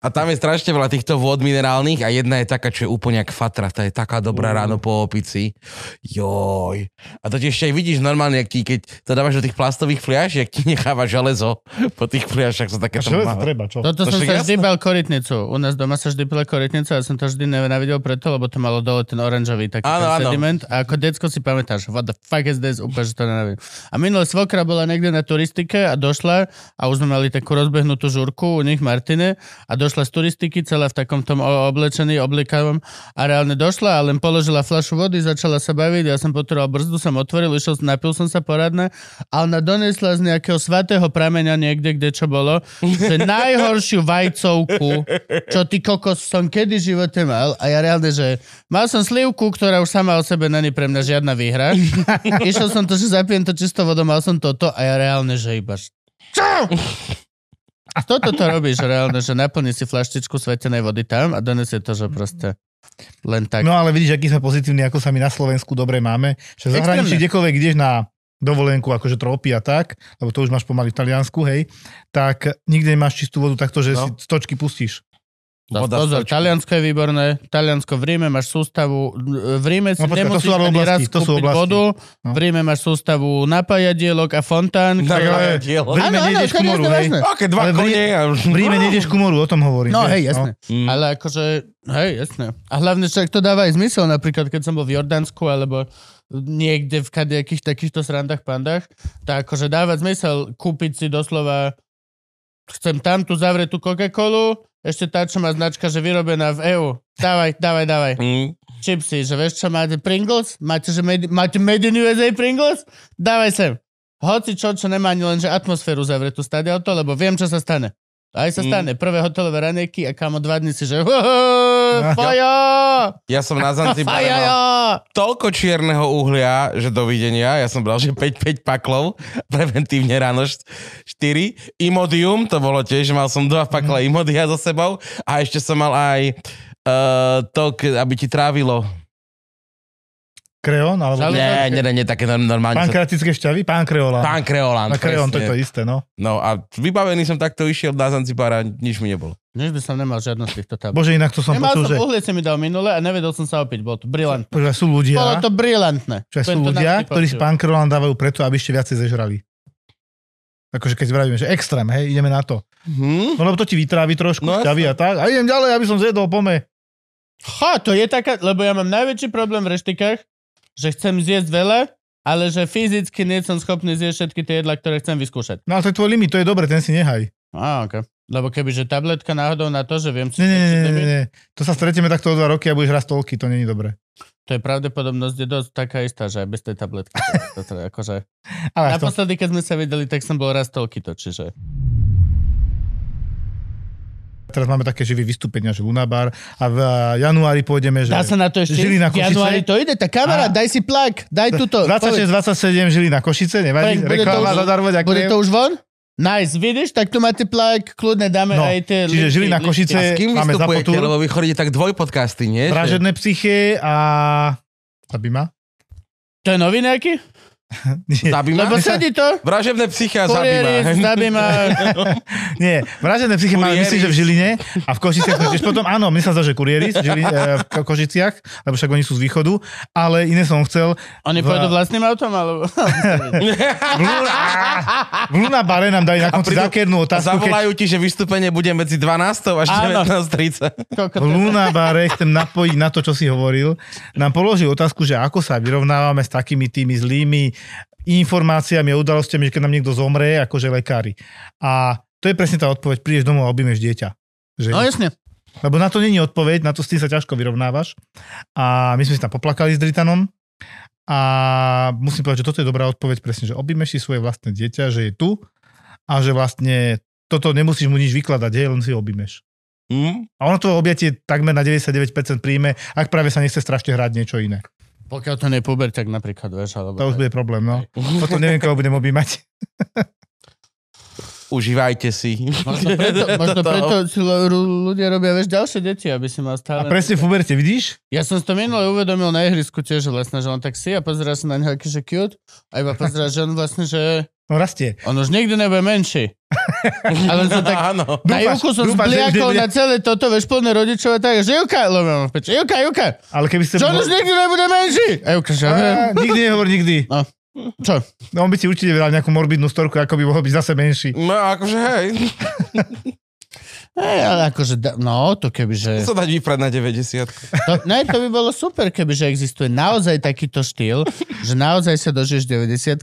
A tam je strašne veľa týchto vôd minerálnych a jedna je taká, čo je úplne jak fatra. Tá je taká dobrá ráno po opici. Joj. A to ti ešte aj vidíš normálne, jak ti, keď to dávaš do tých plastových fliaž, jak ti necháva železo po tých fliažach. Sú A také čo treba, čo? Toto To som sa však vždy jasné. bal korytnicu. U nás doma sa vždy pila korytnica a som to vždy nenávidel preto, lebo to malo dole ten oranžový taký ten Áno, áno. sediment. A ako decko si pamätáš, what the fuck is this, úplne, že to nenávidel. A minulé svokra bola niekde na turistike a došla a už sme mali takú rozbehnutú žurku u nich Martine a došla z turistiky celá v takom tom o- oblečení, oblikavom a reálne došla a len položila fľašu vody, začala sa baviť, ja som potreboval brzdu, som otvoril, išiel, napil som sa poradne a ona donesla z nejakého svatého prameňa niekde, kde čo bolo, že najhoršiu vajcovku, čo ty kokos som kedy v živote mal. A ja reálne, že mal som slivku, ktorá už sama o sebe není pre mňa žiadna (laughs) výhra. Išiel som to, že zapijem to čisto vodou, mal som toto a ja reálne, že iba... že- (laughs) Čo? A toto to robíš reálne, že naplní si flaštičku svetenej vody tam a donesie to, že proste len tak. No ale vidíš, aký sme pozitívni, ako sa my na Slovensku dobre máme. Že v zahraničí, Extrémne. kdekoľvek ideš na dovolenku, akože tropy a tak, lebo to už máš pomaly v Taliansku, hej, tak nikde nemáš čistú vodu takto, že no. si z točky pustíš. Dá voda pozor, stočka. Taliansko je výborné. Taliansko v Ríme máš sústavu, v Ríme si no, No počkaj, to nemusíš sú ale ani oblasti, raz to sú kúpiť oblasti. vodu. No. V Ríme máš sústavu napájadielok a fontán. Tak, ale- dielo. V Ríme Áno, áno, nejdeš ku seriózne, moru, hej. vážne. Aké dva Ale v Rí- kone. a už- V Ríme nejdeš ku moru, o tom hovorím. No vieš, hej, jasné. Mm. Ale akože, hej, jasné. A hlavne však to dáva aj zmysel, napríklad keď som bol v Jordánsku alebo niekde v kadejakých takýchto srandách, pandách, tak akože dáva zmysel kúpiť si doslova chcem tam tu zavretú Coca-Colu, ešte tá, čo má značka, že vyrobená v EU. Dávaj, dávaj, dávaj. Mm. Chipsy, že vieš čo, máte Pringles? Máte, že made, máte made in USA Pringles? Dávaj sem. Hoci čo, čo nemá ani len, že atmosféru zavretú stadia to, lebo viem, čo sa stane. Aj sa Mm. stane. Prvé hotelové ranejky a kamo dva dní si, že (laughs) No. Ja. fajo, Ja som na Zanzibare fajo, no. mal toľko čierneho uhlia, že dovidenia. Ja som bral, že 5-5 paklov, (laughs) preventívne ráno 4. Imodium, to bolo tiež, mal som dva Mhm. pakla Imodia so sebou a ešte som mal aj uh, to, k- aby ti trávilo. Kreón, alebo Žal- Nie, nie, nie, nie také norm- normálne. Pán, pankratické šťavy, pán kreola. pán Kreolan, Na kreón, to je presne. to isté, no. No a vybavený som takto išiel na Zanzibara, nič mi nebolo. Než by som nemal žiadnu z týchto tabú. Bože, inak to som Nemal počul, som, že uhlie si mi dal minule a nevedel som sa opiť, bolo to brilantné. že sú Bolo ľudia, to brilantné. že sú Úplne to ľudia, navždy ktorí si pamätám. pán kreolán dávajú preto, aby ešte viacej zežrali. Akože keď vravíme, že extrém, hej, ideme na to. Hm? No lebo to ti vytrávi trošku No, no, šťavy a tak. A idem ďalej, aby som zjedol pome. Ha, to je taká, lebo ja mám najväčší problém v reštikách, že chcem zjesť veľa, ale že fyzicky nie som schopný zjesť všetky tie jedlá, ktoré chcem vyskúšať. No ale to je tvoj limit, to je dobre, ten si nehaj. Á, ok. Lebo keby, že tabletka náhodou na to, že viem si... Nie, nie, nie, nie, nie, zjesť nie. To sa stretieme takto o dva roky a budeš raz toľky, to není dobre. To je pravdepodobnosť je dosť taká istá, že aj bez tej tabletky. To, to, to, (laughs) akože... Ale to, Naposledy, keď sme sa videli, tak som bol raz toľky to, čiže... Teraz máme také živé vystúpenia, že Lunabar a v eh, januári pôjdeme, že Dá sa na to ešte Žilina ísť? V januári Košice. to ide, tak kamera, daj si plak, daj (laughs) tuto. 26, 27 žili na Košice, nevadí, bude to, reklama už, zadarmo, bude to ďakujem. už von? Nice, vidíš, tak tu máte plak, kľudne dáme No, aj tie čiže lipky, žili na lipky. S Košice, kým máme vystupujete? zapotur, Lebo vy chodíte tak dvojpodcasty, nie? Že- vražedné psyche a... Zabima? To je nový nejaký? (laughs) Nie, Zabima? Lebo sedí to. Vražedné psychia Kurieris, zabima. (laughs) zabima. nie, vražedné psyche máme, Kurieris. myslím, že v Žiline a v Košiciach sme tiež potom, áno, myslím sa, že kurieris v, Žili, eh, v Ko- Košiciach, lebo však oni sú z východu, ale iné som chcel, (laughs) Oni pôjdu vlastným autom, alebo... V Luna, v Luna bare nám dali na konci prídu- zákernú otázku, keď Zavolajú ti, že vystúpenie bude medzi 12 až Áno. 19.30. (laughs) Koľko to je? v Luna bare, chcem napojiť na to, čo si hovoril, nám položil otázku, že ako sa vyrovnávame s takými tými zlými informáciami a udalostiami, že keď nám niekto zomrie, akože lekári. A to je presne tá odpoveď, prídeš domov a objmeš dieťa. Že, No jasne. Lebo na to není odpoveď, na to s tým sa ťažko vyrovnávaš. A my sme si tam poplakali s Dritanom. A musím povedať, že toto je dobrá odpoveď presne, že objímeš si svoje vlastné dieťa, že je tu a že vlastne toto nemusíš mu nič vykladať, je, len si ho objímeš. Hm? A ono to objatie takmer na 99% príjme, ak práve sa nechce strašne hrať niečo iné. Pokiaľ to nie je puber, tak napríklad, vieš, alebo... To už bude problém, no. Potom neviem, koho budem objímať. Užívajte si. Možno (laughs) preto, možno Toto- preto si lo- ru- ľudia robia, vieš, ďalšie deti, aby si mal A stále... presne v puberte, vidíš? Ja som si to minule uvedomil na ihrisku tiež vlastne, že on tak si a pozerá sa na neho, aký že cute a iba pozerá, že on vlastne, že No rastie. on už nikdy nebude menší. Ale som tak... Áno. Na Dúfaš- Juku som dúfaš, že- zbliakol že- na celé toto, vieš, plné rodičov a tak, že Juka, lebo mám peč, Juka, Juka, Ale keby ste... čo on už nikdy nebude menší? A Juka, že... Á, nikdy nehovor nikdy. Čo? No, on by ti určite dal nejakú morbidnú storku, ako by mohol byť zase menší. No akože hej, Ej, ale akože, da- no, to kebyže... (laughs) sa dať vyprať na 90. To, ne, to by bolo super, kebyže existuje naozaj takýto štýl, že naozaj sa dožiješ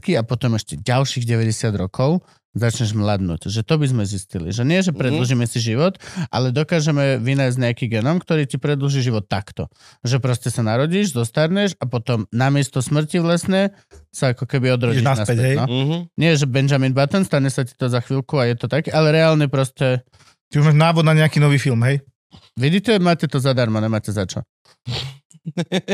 90 a potom ešte ďalších 90 rokov začneš mladnúť. Že to by sme zistili. Že nie, že Mhm. predlžíme si život, ale dokážeme vynájsť nejaký genom, ktorý ti predlží život takto. Že proste sa narodíš, zostarneš a potom namiesto smrti vlastne sa ako keby odrodíš Ideš naspäť, hej? naspäť. No. Mhm. Nie, že Benjamin Button, stane sa ti to za chvíľku a je to tak, ale reálne proste... Ty už máš návod na nejaký nový film, hej? Vidíte, máte to zadarmo, nemáte za čo.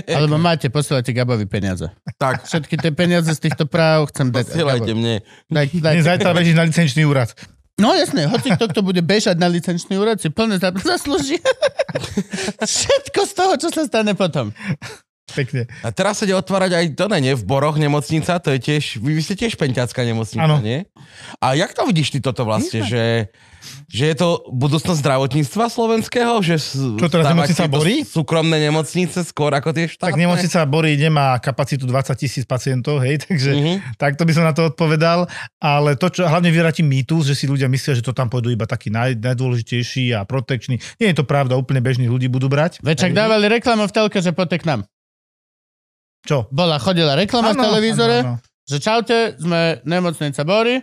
Alebo máte, posielajte Gabovi peniaze. Tak, Všetky tie peniaze z týchto práv chcem dať. posielajte mne. Daj, daj. Dnes zajtra bežíš na licenčný úrad. No jasné, hoci kto, kto bude bežať na licenčný úrad, si plne za- zaslúži. (laughs) Všetko z toho, čo sa stane potom. Pekne. A teraz sa ide otvárať aj to, ne, nie, v Boroch nemocnica, to je tiež, vy, vy ste tiež pentiacká nemocnica, Áno. nie? A jak to vidíš ty toto vlastne, že, že je to budúcnosť zdravotníctva slovenského? Že s- Čo teraz, stavať nemocnica tieto Bory? Súkromné nemocnice skôr ako tie štátne? Tak nemocnica Bory nemá kapacitu 20 tisíc pacientov, hej, (laughs) takže Mhm. takto by som na to odpovedal, ale to, čo hlavne vyratí mýtus, že si ľudia myslia, že to tam pôjdu iba takí naj, najdôležitejší a protekční. Nie je to pravda, úplne bežní ľudí budú brať. Večak dávali reklamu v telke, že poďte k nám. Čo? Bola, chodila reklama v televízore, že čaute, sme nemocnica Bory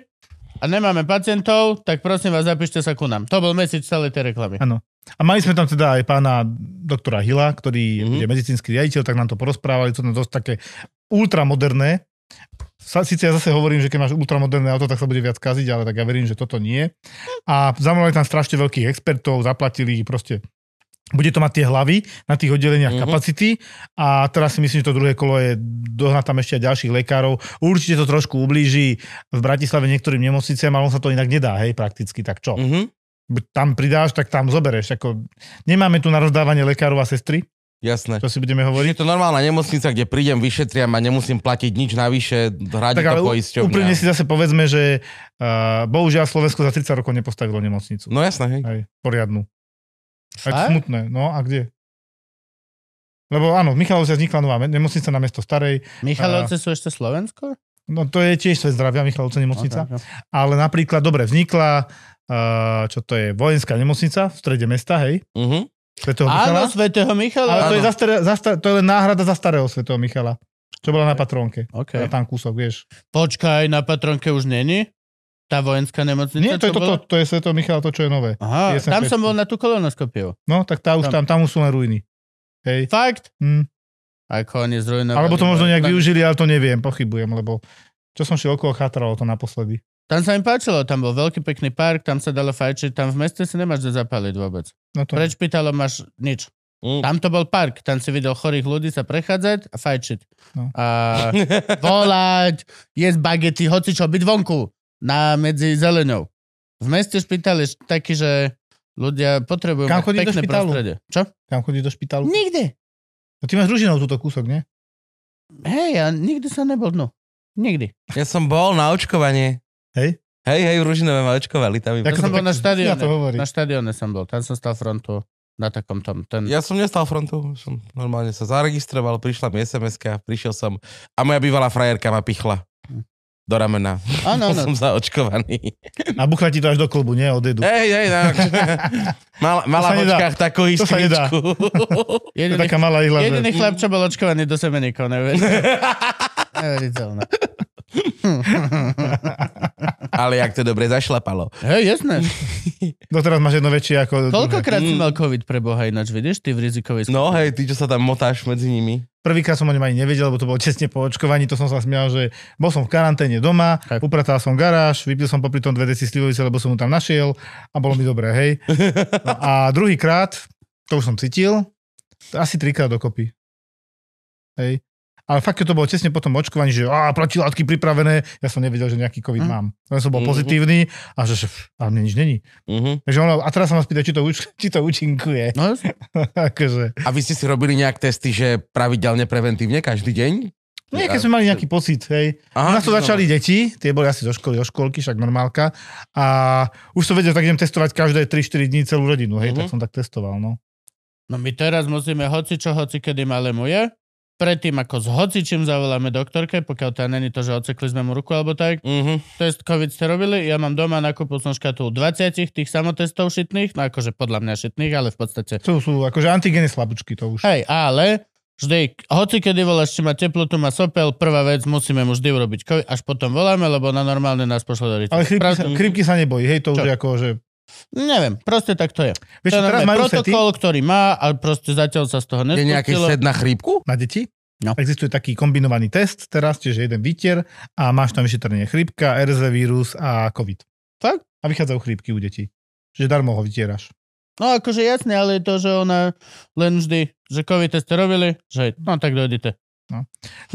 a nemáme pacientov, tak prosím vás, zapíšte sa ku nám. To bol mesič celej tej reklamy. A mali sme tam teda aj pána doktora Hila, ktorý Mhm. mm-hmm. je medicínsky riaditeľ, tak nám to porozprávali, to nám dosť také ultramoderné. Sa- Sice ja zase hovorím, že keď máš ultramoderné auto, tak sa bude viac kaziť, ale tak ja verím, že toto nie. A zavolali tam strašne veľkých expertov, zaplatili ich proste bude to mať tie hlavy na tých oddeleniach Mhm. mm-hmm. kapacity a teraz si myslím, že to druhé kolo je dohnať tam ešte aj ďalších lekárov. Určite to trošku ublíži v Bratislave niektorým nemocniciam, ale on sa to inak nedá, hej, prakticky, tak čo? Mhm. Buď tam pridáš, tak tam zobereš. Ako, nemáme tu na rozdávanie lekárov a sestry, Jasné. to si budeme Je to hovoriť. normálna nemocnica, kde prídem, vyšetriam a nemusím platiť nič navyše, hradí to Tak ale poisťovňa. úplne si zase povedzme, že uh, bohužiaľ Slovensko za 30 rokov nepostavilo nemocnicu. No jasné, hej. Aj poriadnu. A je to Fakt? smutné. No a kde? Lebo áno, v Michalovce vznikla nová me- nemocnica na mesto starej. Michalovce sú ešte Slovensko? No to je tiež svet zdravia, Michalovce nemocnica. No, tak, Ale napríklad, dobre, vznikla uh, čo to je, vojenská nemocnica v strede mesta, hej? Mhm. Svetého no. Áno, Michala. svetého Ale Michala. to je, Áno. za staré, za staré, to je len náhrada za starého svetého Michala, čo bola na patrónke. Okay. Okay. Tam kúsok, vieš. Počkaj, na patronke už není? Tá vojenská nemocnica? Nie, to je, čo to, to, bola? to je svetého Michala, to, čo je nové. Aha, Ja som tam tiež- som bol na tú kolonoskopiu. No, tak tá už tam, tam už sú len ruiny. Hej. Fakt? Hm. Ako oni zrujnovali. Alebo to možno nejak Tam- využili, ale to neviem, pochybujem, lebo čo som šiel okolo chátralo to naposledy. Tam sa mi páčilo, tam bol veľký pekný park, tam sa dalo fajčiť, tam v meste si nemáš kde zapáliť vôbec. No to... Pred špitálom máš nič. Mm. mhm. Tam to bol park, tam si videl chorých ľudí sa prechádzať a fajčiť. No. A volať, jesť bagety, hocičo, byť vonku na medzi zelenou. V meste špitál je taký, že ľudia potrebujú Kam mať chodíš do pekné špitálu? prostredie. Čo? Tam chodí do špitálu. Nikde. No ty máš ružinou túto kúsok, nie? Hej, ja nikdy sa nebol dnu. Nikdy. (laughs) Ja som bol na očkovanie. Hej? Hej, hej, v Ružinove ma očkovali. Tam iba. Ja som bol na Ja to štadióne. hovorí. Na štadióne som bol, tam som stal frontu na takom tom. Ten... Ja som nestal frontu, som normálne sa zaregistroval, prišla mi sms prišiel som a moja bývalá frajerka ma pichla do ramena. Áno, Bol (laughs) áno. (laughs) som zaočkovaný. A buchla ti to až do klubu, nie? Odjedu. Hej, hej, (laughs) no. Mala, mala sa v nedá. očkách takú To sa nedá. iskričku. (laughs) To je Jediný, taká malá ihla. že- jediný chlap, čo bol očkovaný do semeníkov, (laughs) neuveriteľné. neuveriteľné. Ale jak to dobre zašlapalo. Hej, jasné. Doteraz No máš jedno väčšie ako... druhé. Koľkokrát si mal COVID pre Boha ináč, vidíš, ty v rizikovej skupine? No hej, ty, čo sa tam motáš medzi nimi. Prvýkrát som o ňom ani nevedel, lebo to bolo tesne po očkovaní, to som sa smial, že bol som v karanténe doma, Tak. upratal som garáž, vypil som popri tom dve deci slivovice, lebo som mu tam našiel a bolo mi dobré, hej. No a druhýkrát, to už som cítil, to asi trikrát dokopy. Hej. Ale fakt, keď to bolo tesne po tom očkovaní, že a protilátky pripravené, ja som nevedel, že nejaký Mm. COVID mám. Len som bol Mhm. pozitívny a že, že pff, a mne nič není. Mhm. Takže ono, a teraz sa ma spýta, či to, úč- (laughs) či to účinkuje. (laughs) No, jasné. akože. A vy ste si robili nejak testy, že pravidelne, preventívne, každý deň? No nie, keď sme mali nejaký pocit, hej. Aha, no. U nás to začali deti, tie boli asi zo školy, do školky, však normálka. A už som vedel, tak idem testovať každé 3-4 dní celú rodinu, hej, Mhm. tak som tak testoval, no. no my teraz musíme hoci čo, hoci kedy malému je, predtým ako s hocičím zavoláme doktorke, pokiaľ tá není to, že odsekli sme mu ruku alebo tak, Mhm. test COVID ste robili, ja mám doma, nakúpil som škatu 20 tých samotestov šitných, no akože podľa mňa šitných, ale v podstate To sú akože antigeny slabučky, to už. Hej, ale vždy, hoci kedy voláš, či má teplotu, má sopel, prvá vec, musíme mu vždy urobiť COVID, až potom voláme, lebo na normálne nás pošle do rica. Ale chrypky sa, Pravda- chrypky sa nebojí, hej, to už Čo? je ako, že... Neviem, proste tak to je. Vieš, to je čo, teraz normálne majú sety protokol, ktorý má a proste zatiaľ sa z toho Je nejaký nespustilo. sed na chrípku? na deti, No. Existuje taký kombinovaný test teraz, čiže jeden výtier a máš tam vyšetrenie chrypka, RZ vírus a COVID. Fakt? A vychádzajú chrypky u detí. Čiže darmo ho vytieraš. No akože jasné, ale je to, že ona len vždy, že COVID ste robili, že no tak dojdete.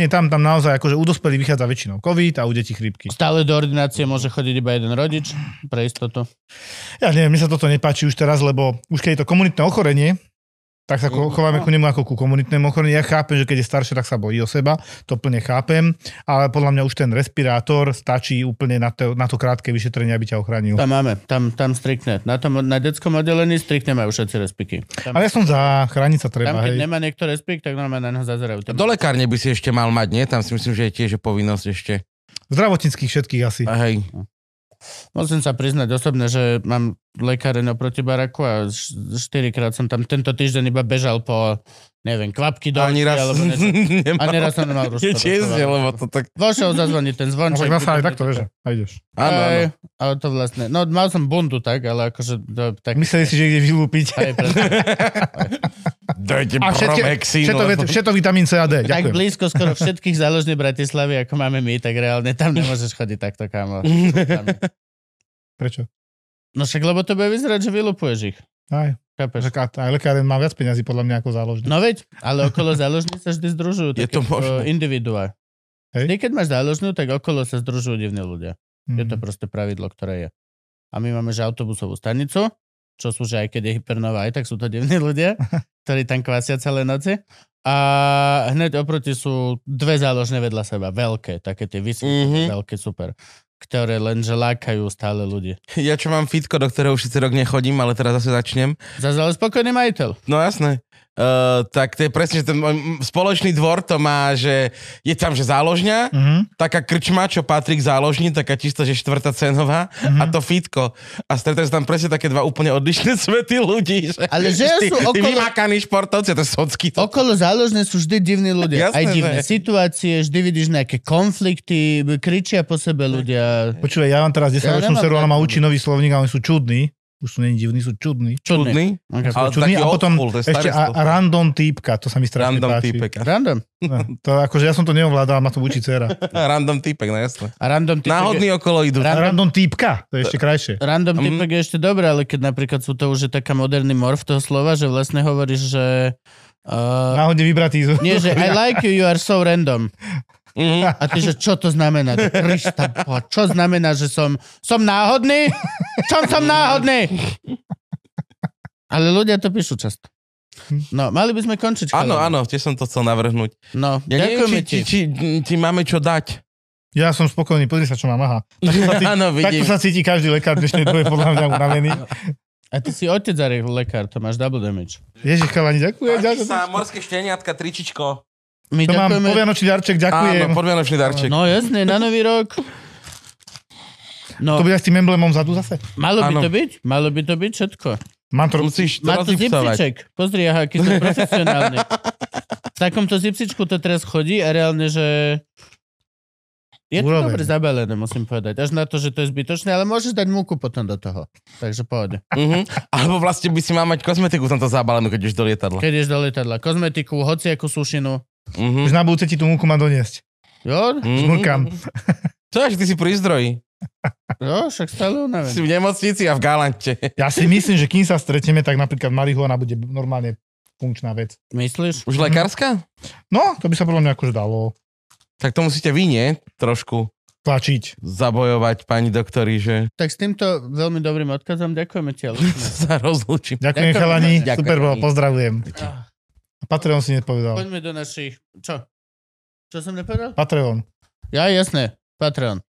Nie, tam, tam naozaj akože u dospelých vychádza väčšinou COVID a u detí chrypky. Stále do ordinácie môže chodiť iba jeden rodič, pre istotu. Ja neviem, mne sa toto nepáči už teraz, lebo už keď je to komunitné ochorenie, tak sa Mhm. ko- chováme ku nemu ako ku komunitnému ochoreniu. Ja chápem, že keď je staršie, tak sa bojí o seba, to plne chápem, ale podľa mňa už ten respirátor stačí úplne na to, na to krátke vyšetrenie, aby ťa ochránil. Tam máme, tam, tam striktne. Na, tom, na detskom oddelení striktne majú všetci respiky. Tam, Ale ja som za, chrániť sa treba, tam keď hej. nemá niekto respik, tak normálne na neho zazerajú. Do lekárne by si ešte mal mať, nie? Tam si myslím, že je tiež povinnosť ešte. Zdravotníckých všetkých asi. A hej. Musím sa priznať osobne, že mám lekáreň oproti baraku a š- štyrikrát som tam tento týždeň iba bežal po, neviem, kvapky do Ani očí, raz (laughs) alebo niečo. nemal. Ani raz som (laughs) nemal rúško. Je tiež, doslova. lebo to tak... Vošiel zazvoniť ten No, zvonček. tak zase aj takto, vieš, a ideš. Áno, áno. Hej, ale to vlastne, no mal som bundu tak, ale akože to, tak... Mysleli si, že ide vylúpiť. Hej, (laughs) presne. Dajte A všetky, Promexin, všetko, lebo- všetko vitamín C a D. tak Ďakujem. blízko skoro všetkých záložní Bratislavy, ako máme my, tak reálne tam nemôžeš chodiť takto, kámo. (laughs) Tam- Prečo? No však lebo to bude vyzerať, že vylupuješ ich. Aj, Chápeš? že ká- aj lekáren má viac peniazy podľa mňa ako záložný. No veď, ale okolo záložní sa vždy združujú. Je to také, možné. e, Individuá. Hej. Vždy, keď máš záložnú, tak okolo sa združujú divní ľudia. No, Je to Mhm. Mm. proste pravidlo, ktoré je. A my máme, že autobusovú stanicu, čo sú, že aj keď je hypernová, aj tak sú to divní (laughs) ľudia, ktorí tam kvasia celé noci. A hneď oproti sú dve záložné vedľa seba, veľké, také tie vysoké, (laughs) Mhm. veľké, super, ktoré lenže lákajú stále ľudí. Ja čo mám fitko, do ktorého už síce rok nechodím, ale teraz zase začnem. Zazal spokojný majiteľ. No jasné. Uh, tak to je presne, že ten môj m- spoločný dvor to má, že je tam, že záložňa, Mhm. taká krčma, čo patrí k záložni, taká čisto, že štvrtá cenová Mhm. a to fitko. A stretajú sa tam presne také dva úplne odlišné (laughs) svety ľudí. Že, Ale že tí, sú tí okolo- vymakaní športovci, to je socky. To... Okolo záložne sú vždy divní ľudia. Jasné, Aj divné že- situácie, vždy vidíš nejaké konflikty, kričia po sebe ľudia. Počúvaj, ja mám teraz 10 ročnú nemám seru, ona tak ma problém. učí nový slovník a oni sú čudní. už sú není divní, sú čudní. Čudný. Okay. Ale Čudní taký a old potom school, to je staré ešte a, slovo. a random týpka, to sa mi strašne Random páči. týpek. Random. No, to akože ja som to neovládal, ma to učí dcera. (laughs) Random týpek, no jasné. A random typek, Náhodný okolo idú. A random týpka, to je ešte krajšie. random typek je ešte dobré, ale keď napríklad sú to už je taká moderný morf toho slova, že vlastne hovoríš, že... Uh, Náhodne vybratý. z- nie, že I like you, you are so random. Mhm. A ty, že čo to znamená? Že Krista, Boha, čo znamená, že som, som náhodný? Čom som náhodný? Ale ľudia to píšu často. No, mali by sme končiť. Áno, chalani. áno, tiež som to chcel navrhnúť. No, Ja ďakujeme neviem, ti. či, či, či, či máme čo (laughs) dať. (laughs) Ja som spokojný, pozri sa, čo mám, aha. Áno, Takto vidím. sa cíti každý lekár v dnešnej dobe, podľa mňa unavený. A ty si otec a lekár, to máš double damage. Ježiš, chalani, ďakujem. Páči ďakujem. sa morské šteniatka, tričičko. My To mám ďakujeme... povianočný darček, ďakujem. Áno, podmianočný darček. No jasne, na nový rok. To No, bude aj s tým emblemom vzadu zase? malo by áno. to byť? Malo by to byť všetko. Mám to Musíš to Má tu rozipsovať. zipsiček. Pozri, aha, aký som profesionálny. V takomto zipsičku to teraz chodí a reálne, že... Je to Urobené. dobre zabalené, musím povedať. Až na to, že to je zbytočné, ale môžeš dať múku potom do toho. Takže pohode. Mhm. Alebo vlastne by si mal mať kozmetiku v tomto zábalenú, keď už do lietadla. Keď ješ do lietadla, kozmetiku, hociakú sušinu. Mhm. (laughs) Už na budúce ti tú múku mám doniesť. Jo, Mhm. Žmurkám. To až ty si pri zdroji. jo, však stále unavený. Si v nemocnici a v galante. Ja si myslím, že kým sa stretneme, tak napríklad marihuana bude normálne funkčná vec. Myslíš? Už lekárska? No, to by sa podľa mňa akože dalo Tak to musíte vy, nie? Trošku tlačiť. zabojovať, pani doktori, že (laughs) Tak s týmto veľmi dobrým odkazom ďakujeme ti, ale... (laughs) sa rozlúčim. Ďakujem, Ďakujem. chalani. Ďakujem. Super bol, pozdravujem. A Patreon si nepovedal. Poďme do našich... Čo? Čo som nepovedal? Patreon. Ja, jasné. Patreon.